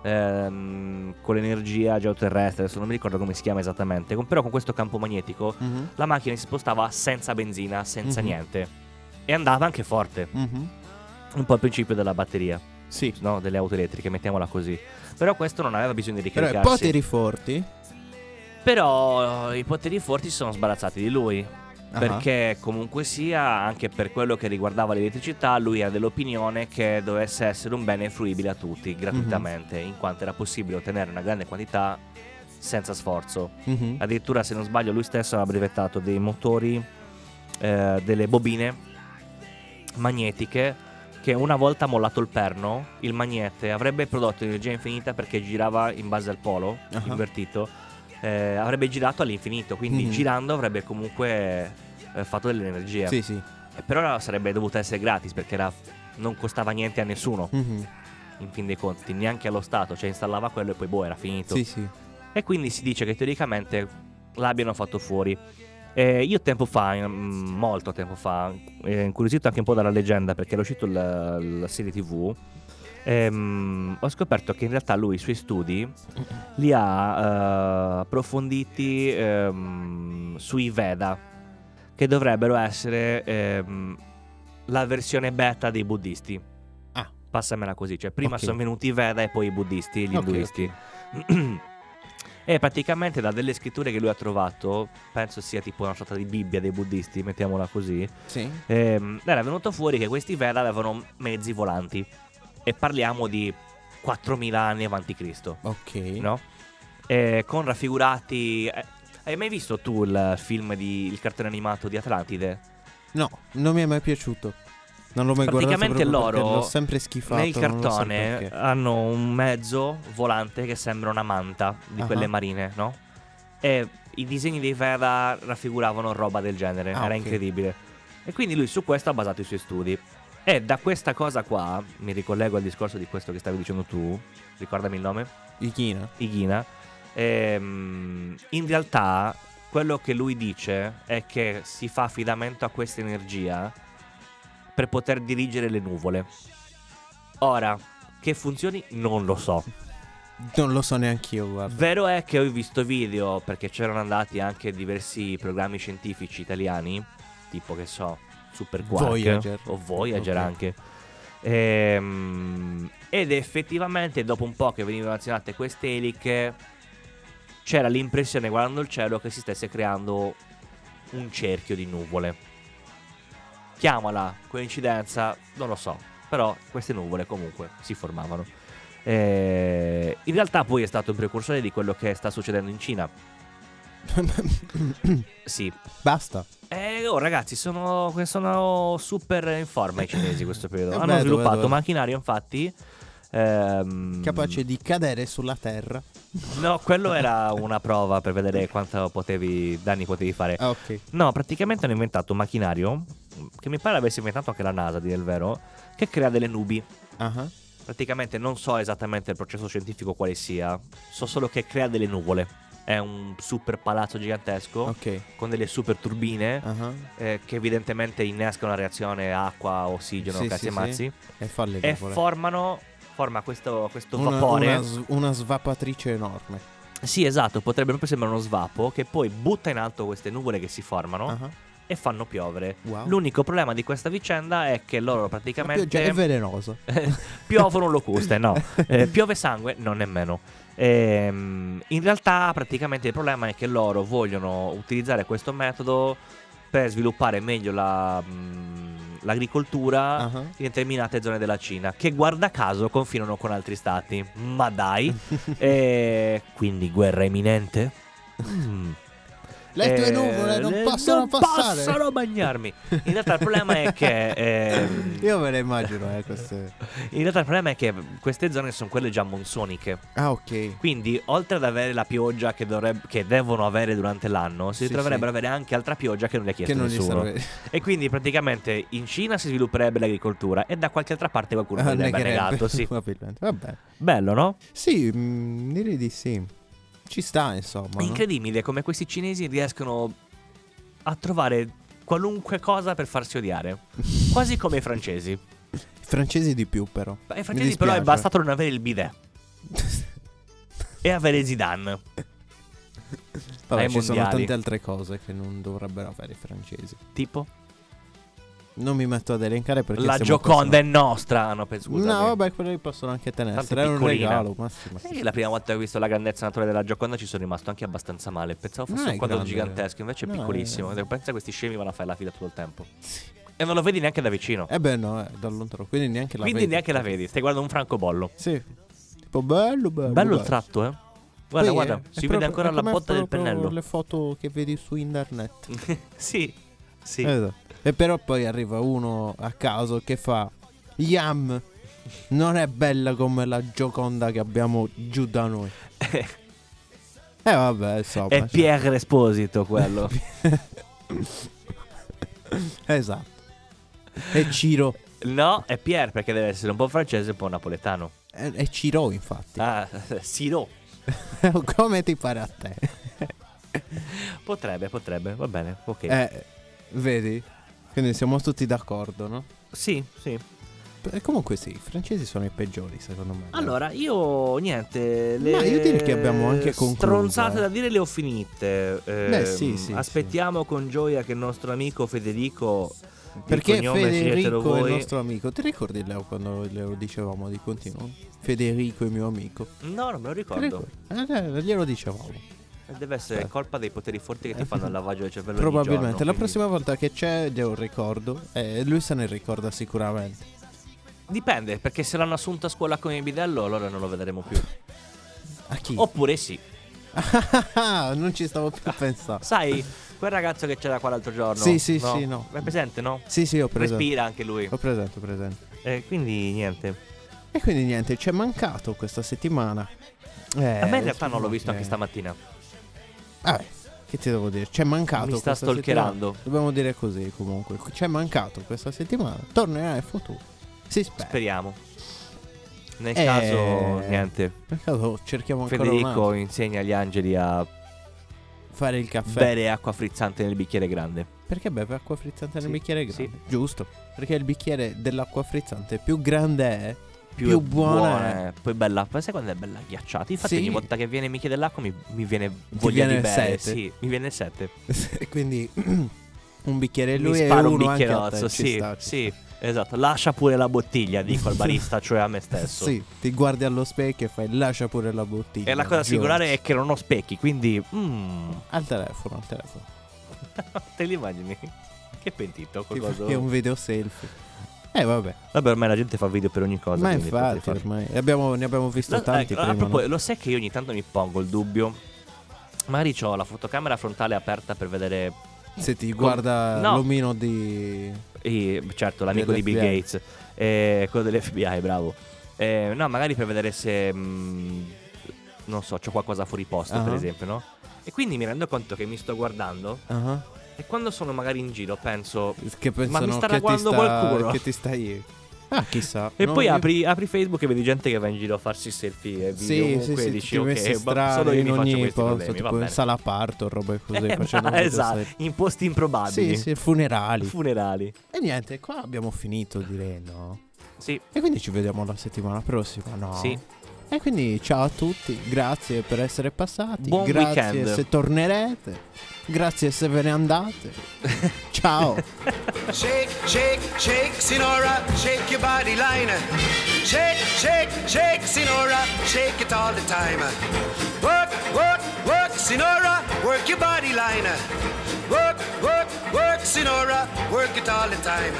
S2: ehm, con l'energia geoterrestre, adesso non mi ricordo come si chiama esattamente, con- però con questo campo magnetico
S3: Mhm,
S2: la macchina si spostava senza benzina, senza
S3: Mhm.
S2: niente e andava anche forte,
S3: mhm.
S2: un po' il principio della batteria.
S3: Sì.
S2: no, delle auto elettriche, mettiamola così. Però questo non aveva bisogno di
S3: Però i
S2: ricaricarsi.
S3: poteri forti.
S2: Però eh, i poteri forti si sono sbarazzati di lui.
S3: Ah.
S2: Perché comunque sia, anche per quello che riguardava l'elettricità, lui era dell'opinione che dovesse essere un bene fruibile a tutti gratuitamente, in quanto era possibile ottenere una grande quantità senza sforzo.
S3: Mhm.
S2: Addirittura, se non sbaglio, lui stesso aveva brevettato dei motori, eh, delle bobine magnetiche che una volta mollato il perno, il magnete avrebbe prodotto energia infinita perché girava in base al polo,
S3: Ah.
S2: invertito, eh, avrebbe girato all'infinito, quindi
S3: Mhm.
S2: girando avrebbe comunque eh, fatto dell'energia.
S3: Sì, sì.
S2: E Però sarebbe dovuta essere gratis perché era- non costava niente a nessuno,
S3: Mhm.
S2: in fin dei conti, neanche allo Stato, cioè installava quello e poi boh, era finito.
S3: Sì, sì.
S2: E quindi si dice che teoricamente l'abbiano fatto fuori. Eh, io tempo fa, in- mm, molto tempo fa, eh, incuriosito anche un po' dalla leggenda perché era uscito la, la serie tv, ehm, ho scoperto che in realtà lui i suoi studi li ha eh, approfonditi ehm, sui Veda, che dovrebbero essere ehm, la versione beta dei buddisti.
S3: Ah.
S2: Passamela così, cioè prima
S3: Ok.
S2: sono venuti i Veda e poi i buddisti, gli
S3: Ok,
S2: induisti. *clears throat* E praticamente da delle scritture che lui ha trovato, penso sia tipo una sorta di Bibbia dei buddisti, mettiamola così,
S3: Sì.
S2: ehm, era venuto fuori che questi Veda avevano mezzi volanti. E parliamo di 4000 anni avanti Cristo,
S3: Ok.
S2: no? Eh, con raffigurati... eh, hai mai visto tu il film, di, il cartone animato di Atlantide?
S3: No, non mi è mai piaciuto. Non l'ho mai guardato.
S2: Praticamente
S3: proprio
S2: loro,
S3: perché L'ho sempre schifato.
S2: Nel
S3: non lo so
S2: cartone
S3: perché.
S2: hanno un mezzo volante che sembra una manta di
S3: Ah.
S2: quelle marine, no? E i disegni dei Vera raffiguravano roba del genere,
S3: Ah,
S2: era
S3: ok.
S2: incredibile. E quindi lui su questo ha basato i suoi studi. E da questa cosa qua, mi ricollego al discorso di questo che stavi dicendo tu, ricordami il nome,
S3: Ichina.
S2: Ighina, ehm, in realtà quello che lui dice è che si fa affidamento a questa energia per poter dirigere le nuvole. Ora, che funzioni non lo so.
S3: Non lo so neanche io, guarda.
S2: Vero è che ho visto video perché c'erano andati anche diversi programmi scientifici italiani, tipo che so, Super Quark
S3: Voyager.
S2: o Voyager
S3: Ok.
S2: anche. Ehm, ed effettivamente dopo un po' che venivano azionate queste eliche c'era l'impressione guardando il cielo che si stesse creando un cerchio di nuvole. Chiamala coincidenza, non lo so, però queste nuvole comunque si formavano. Eh, in realtà poi è stato un precursore di quello che sta succedendo in Cina. Mm. Sì.
S3: *coughs* Basta.
S2: Eh, oh, ragazzi, sono, sono super in forma i cinesi questo periodo.
S3: Eh,
S2: Hanno
S3: vedo,
S2: sviluppato
S3: vedo.
S2: macchinario, infatti. ehm,
S3: Capace di cadere sulla terra.
S2: Eh. No, quello era una prova per vedere quanto potevi, danni potevi fare.
S3: Ah, ok.
S2: No, praticamente hanno inventato un macchinario mm, che mi pare avesse inventato anche la NASA, a dire il vero, che crea delle nubi.
S3: Ah,
S2: Praticamente non so esattamente il processo scientifico quale sia, so solo che crea delle nuvole. È un super palazzo gigantesco
S3: Ok.
S2: con delle super turbine
S3: Ah,
S2: eh, che evidentemente innescano una reazione acqua, ossigeno,
S3: Sì,
S2: cazzi
S3: sì,
S2: e mazzi
S3: E fa le
S2: e
S3: nuvole.
S2: formano forma questo, questo
S3: una,
S2: vapore.
S3: una s- una svapatrice enorme.
S2: Sì, esatto, potrebbe proprio sembrare uno svapo che poi butta in alto queste nuvole Oh. che si formano
S3: Ah,
S2: e fanno piovere.
S3: Wow.
S2: L'unico problema di questa vicenda è che loro
S3: La pioggia è
S2: praticamente *laughs*
S3: velenosa.
S2: Ah. Eh, piovono locuste, no. Eh, piove sangue, non nemmeno. Ehm, in realtà praticamente il problema è che loro vogliono utilizzare questo metodo per sviluppare meglio la, mh, l'agricoltura
S3: Ah, ah.
S2: in determinate zone della Cina, che guarda caso confinano con altri stati. Ma
S3: *laughs*
S2: dai, E quindi guerra imminente? Mm.
S3: Le tue
S2: Eh,
S3: nuvole non
S2: le-
S3: possono
S2: non
S3: passare.
S2: possono bagnarmi. In realtà il problema è
S3: *laughs*
S2: che ehm,
S3: Io me le immagino, eh, queste.
S2: in realtà il problema è che queste zone sono quelle già monsoniche.
S3: Ah, ok.
S2: Quindi, oltre ad avere la pioggia che, dovreb- che devono avere durante l'anno, si
S3: Sì,
S2: dovrebbero
S3: sì.
S2: avere anche altra pioggia che non gli ha chiesto
S3: Che non gli
S2: nessuno.
S3: serve.
S2: E quindi praticamente in Cina si svilupperebbe l'agricoltura e da qualche altra parte
S3: *laughs*
S2: qualcuno
S3: Ah,
S2: l'avrebbe
S3: negherebbe,
S2: negato.
S3: *laughs*
S2: Sì.
S3: probabilmente. Vabbè.
S2: Bello, no?
S3: Sì, mh, direi di sì. Ci sta, insomma.
S2: È
S3: no?
S2: incredibile come questi cinesi riescono a trovare qualunque cosa per farsi
S3: *laughs*
S2: odiare. Quasi come i francesi.
S3: I francesi di più, però.
S2: Ma Ai
S3: Mi
S2: francesi però è
S3: dispiace.
S2: bastato non avere il bidet
S3: *laughs*
S2: e avere Zidane.
S3: Vabbè,
S2: Ai
S3: ci sono
S2: mondiali.
S3: tante altre cose che non dovrebbero avere i francesi.
S2: Tipo?
S3: Non mi metto ad elencare perché
S2: La
S3: siamo
S2: Gioconda è nostra. Ah, no, per-
S3: personali.
S2: scusa.
S3: No, vabbè, quello li possono anche
S2: Tanto
S3: tenersi.
S2: è
S3: Era un
S2: piccolina.
S3: regalo, massimo.
S2: Sai che la prima volta che ho visto la grandezza naturale della Gioconda ci sono rimasto anche abbastanza male. Pensavo fosse
S3: No,
S2: un
S3: è
S2: quadro
S3: grande.
S2: gigantesco, invece è
S3: No, eh. è-
S2: piccolissimo. Pensa che questi scemi vanno a fare la fila tutto il tempo. E non lo vedi neanche da vicino.
S3: Eh beh, no, è da lontano, quindi neanche la
S2: Quindi
S3: vedi.
S2: neanche la vedi. Stai guardando un francobollo.
S3: Sì. Tipo bello, bello.
S2: Bello il
S3: bello.
S2: tratto, eh.
S3: Poi
S2: Guarda,
S3: è-
S2: guarda,
S3: è
S2: si
S3: proprio-
S2: vede ancora
S3: è
S2: la
S3: come
S2: botta del
S3: proprio
S2: pennello.
S3: le foto che vedi su internet.
S2: *laughs* sì, sì. *laughs*
S3: Esatto. E però poi arriva uno a caso che fa Yam. Non è bella come la Gioconda che abbiamo giù da noi. Eh vabbè, insomma.
S2: È
S3: cioè.
S2: Pierre Esposito
S3: *laughs*
S2: quello.
S3: Esatto. E Ciro.
S2: no, è Pierre perché deve essere un po' francese e un po' napoletano.
S3: È, è Ciro, infatti.
S2: Ah, *laughs* sì, no.
S3: *laughs* come ti pare a te? *laughs*
S2: Potrebbe, potrebbe, va bene, ok.
S3: Eh, vedi? Quindi siamo tutti d'accordo, no?
S2: Sì, sì.
S3: E comunque sì, i francesi sono i peggiori, secondo me.
S2: Allora, io niente. Le
S3: Ma io direi che abbiamo anche concluso,
S2: Stronzate
S3: eh.
S2: da dire le ho finite. Eh,
S3: Beh, sì, sì,
S2: Aspettiamo con gioia che il nostro amico Federico. il
S3: Perché
S2: cognome sceglietelo
S3: Federico è
S2: voi.
S3: il nostro amico. Ti ricordi Leo quando glielo dicevamo di continuo? Federico è mio amico. Ti
S2: No, non me lo ricordo.
S3: ricordi? Eh, eh, glielo dicevamo.
S2: Deve essere
S3: Eh.
S2: colpa dei poteri forti che ti fanno il lavaggio del cervello. ogni giorno,
S3: Probabilmente. La
S2: quindi-
S3: prossima volta che c'è glielo ricordo. E lui se ne ricorda sicuramente.
S2: Dipende, perché se l'hanno assunto a scuola come bidello, allora non lo vedremo più.
S3: A chi? *laughs* Ah,
S2: Oppure sì.
S3: non ci
S2: *laughs*
S3: stavo più pensando.
S2: Sai, quel ragazzo che c'era qua l'altro giorno.
S3: Sì, sì, sì, no.
S2: È presente, no?
S3: Sì, sì, ho presente.
S2: Respira anche lui.
S3: Ho presente, ho presente.
S2: Eh, quindi niente.
S3: E quindi niente, ci è mancato questa settimana. Eh,
S2: a me in realtà non l'ho visto anche
S3: stamattina
S2: stamattina.
S3: Vabbè, che ti devo dire? C'è mancato.
S2: Mi sta
S3: questa
S2: stalkerando.
S3: settimana. Dobbiamo dire così comunque. C'è mancato questa settimana. Tornerà in futuro. Si spera.
S2: Speriamo. Nel
S3: Eh,
S2: caso, niente.
S3: Per caso cerchiamo ancora un
S2: Federico
S3: attimo
S2: insegna agli angeli a
S3: di fare il caffè.
S2: bere acqua frizzante nel bicchiere grande.
S3: Perché beve acqua frizzante nel
S2: Sì,
S3: bicchiere
S2: sì.
S3: grande? Giusto. Perché il bicchiere dell'acqua frizzante più grande è.
S2: Più,
S3: Più
S2: è
S3: buona
S2: buona è. Poi bella. Poi sai quando è bella ghiacciata? Infatti,
S3: Sì.
S2: ogni volta che viene e mi chiede l'acqua, mi, mi viene voglia
S3: viene
S2: di
S3: il
S2: bere.
S3: sete.
S2: Sì, mi viene il 7.
S3: *laughs* E quindi. *clears throat* un bicchiere
S2: mi
S3: lui e
S2: sparo
S3: uno
S2: un
S3: anche a
S2: bicchierozzo.
S3: te. Ci
S2: Sì,
S3: sta, ci
S2: sì, esatto. Lascia pure la bottiglia, dico
S3: *laughs*
S2: al barista, cioè a me stesso.
S3: Sì, ti guardi allo specchio e fai lascia pure la bottiglia.
S2: E la cosa
S3: Giorgio.
S2: singolare è che non ho specchi, quindi. mm,
S3: Al telefono, al telefono.
S2: *laughs* te li immagini? Che pentito.
S3: Ti
S2: qualcosa-
S3: fai un video selfie. Eh vabbè.
S2: Vabbè, ormai la gente fa video per ogni cosa.
S3: Ma
S2: quindi potrei
S3: infatti,
S2: farlo.
S3: ormai abbiamo- ne abbiamo visto
S2: Lo-
S3: tanti
S2: eh, a
S3: prima, no?
S2: proposito, lo sai che io ogni tanto mi pongo il dubbio. Magari ho la fotocamera frontale aperta per vedere,
S3: Se ti
S2: Com-
S3: guarda
S2: no.
S3: l'omino di...
S2: i- certo, l'amico di Bill
S3: Dell'FBI.
S2: Gates, eh, quello dell'FBI, bravo. Eh, no, magari per vedere se, mh, non so, c'ho qualcosa fuori posto, per
S3: Ah.
S2: esempio, no? E quindi mi rendo conto che mi sto guardando
S3: Ah,
S2: e quando sono magari in giro penso...
S3: Che pensano
S2: mi sta
S3: che, ti
S2: guardando
S3: sta,
S2: qualcuno.
S3: che ti stai... Ah, chissà.
S2: E
S3: No,
S2: poi
S3: io-
S2: apri, apri Facebook e vedi gente che va in giro a farsi selfie e video
S3: Sì,
S2: ovunque
S3: sì,
S2: e
S3: sì,
S2: dici
S3: tutti messi
S2: ok, ma
S3: strani
S2: solo io mi
S3: in
S2: faccio
S3: ogni
S2: questi
S3: posto,
S2: problemi, va
S3: tipo in
S2: bene.
S3: sala parto, robe
S2: *laughs*
S3: così,
S2: Eh,
S3: facendo
S2: ma-
S3: video
S2: esatto,
S3: selfie.
S2: in posti improbabili.
S3: Sì, sì, funerali.
S2: Funerali.
S3: e niente, qua abbiamo finito direi, no?
S2: Sì,
S3: E quindi ci vediamo la settimana prossima, no?
S2: sì.
S3: E quindi ciao a tutti, grazie per essere passati,
S2: Buon
S3: grazie
S2: weekend.
S3: se tornerete, grazie se ve ne andate. ciao.
S6: Shake, shake, shake, Sinora, shake your body liner. Shake, shake, shake, Sinora, shake it all the time. Work, work, work, Sinora, work your body liner. Work, work, work, Sinora, work it all the time.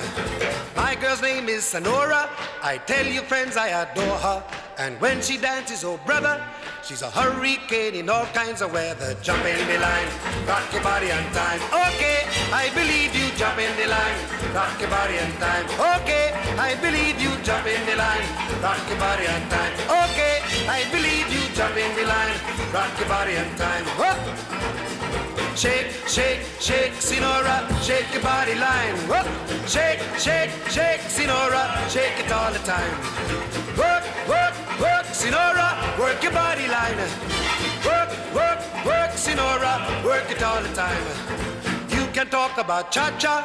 S6: My girl's name is Sonora. I tell you, friends, I adore her. And when she dances, oh brother, she's a hurricane in all kinds of weather. Jump in the line, rock your body on time. Okay, I believe you. Jump in the line, rock your body on time. Okay, I believe you. Jump in the line, rock your body on time. Okay, I believe you. Jump in the line, rock your body on time. Whoop! Shake, shake, shake, Sinora, shake your body line. Work, shake, shake, shake, Sinora, shake it all the time. Work, work, work, Sinora, work your body line. Work, work, work, Sinora, work it all the time. You can talk about cha cha,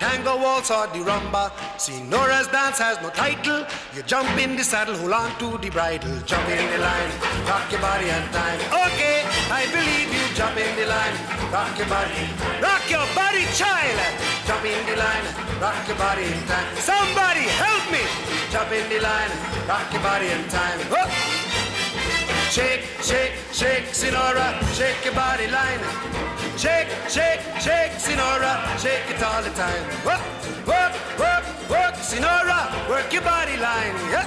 S6: tango waltz or the rumba. Senora's dance has no title. You jump in the saddle, hold on to the bridle. Jump in the line, rock your body and time. Okay, I believe you. Jump in the line, rock your body, rock your body, child. Jump in the line, rock your body in time. Somebody help me. Jump in the line, rock your body Oh. in time. Up. Shake, shake, shake, Sinora, shake your body line. Shake, shake, shake, Sinora, shake it all the time. Work, work, work, work, Sinora, work your body line. Yeah.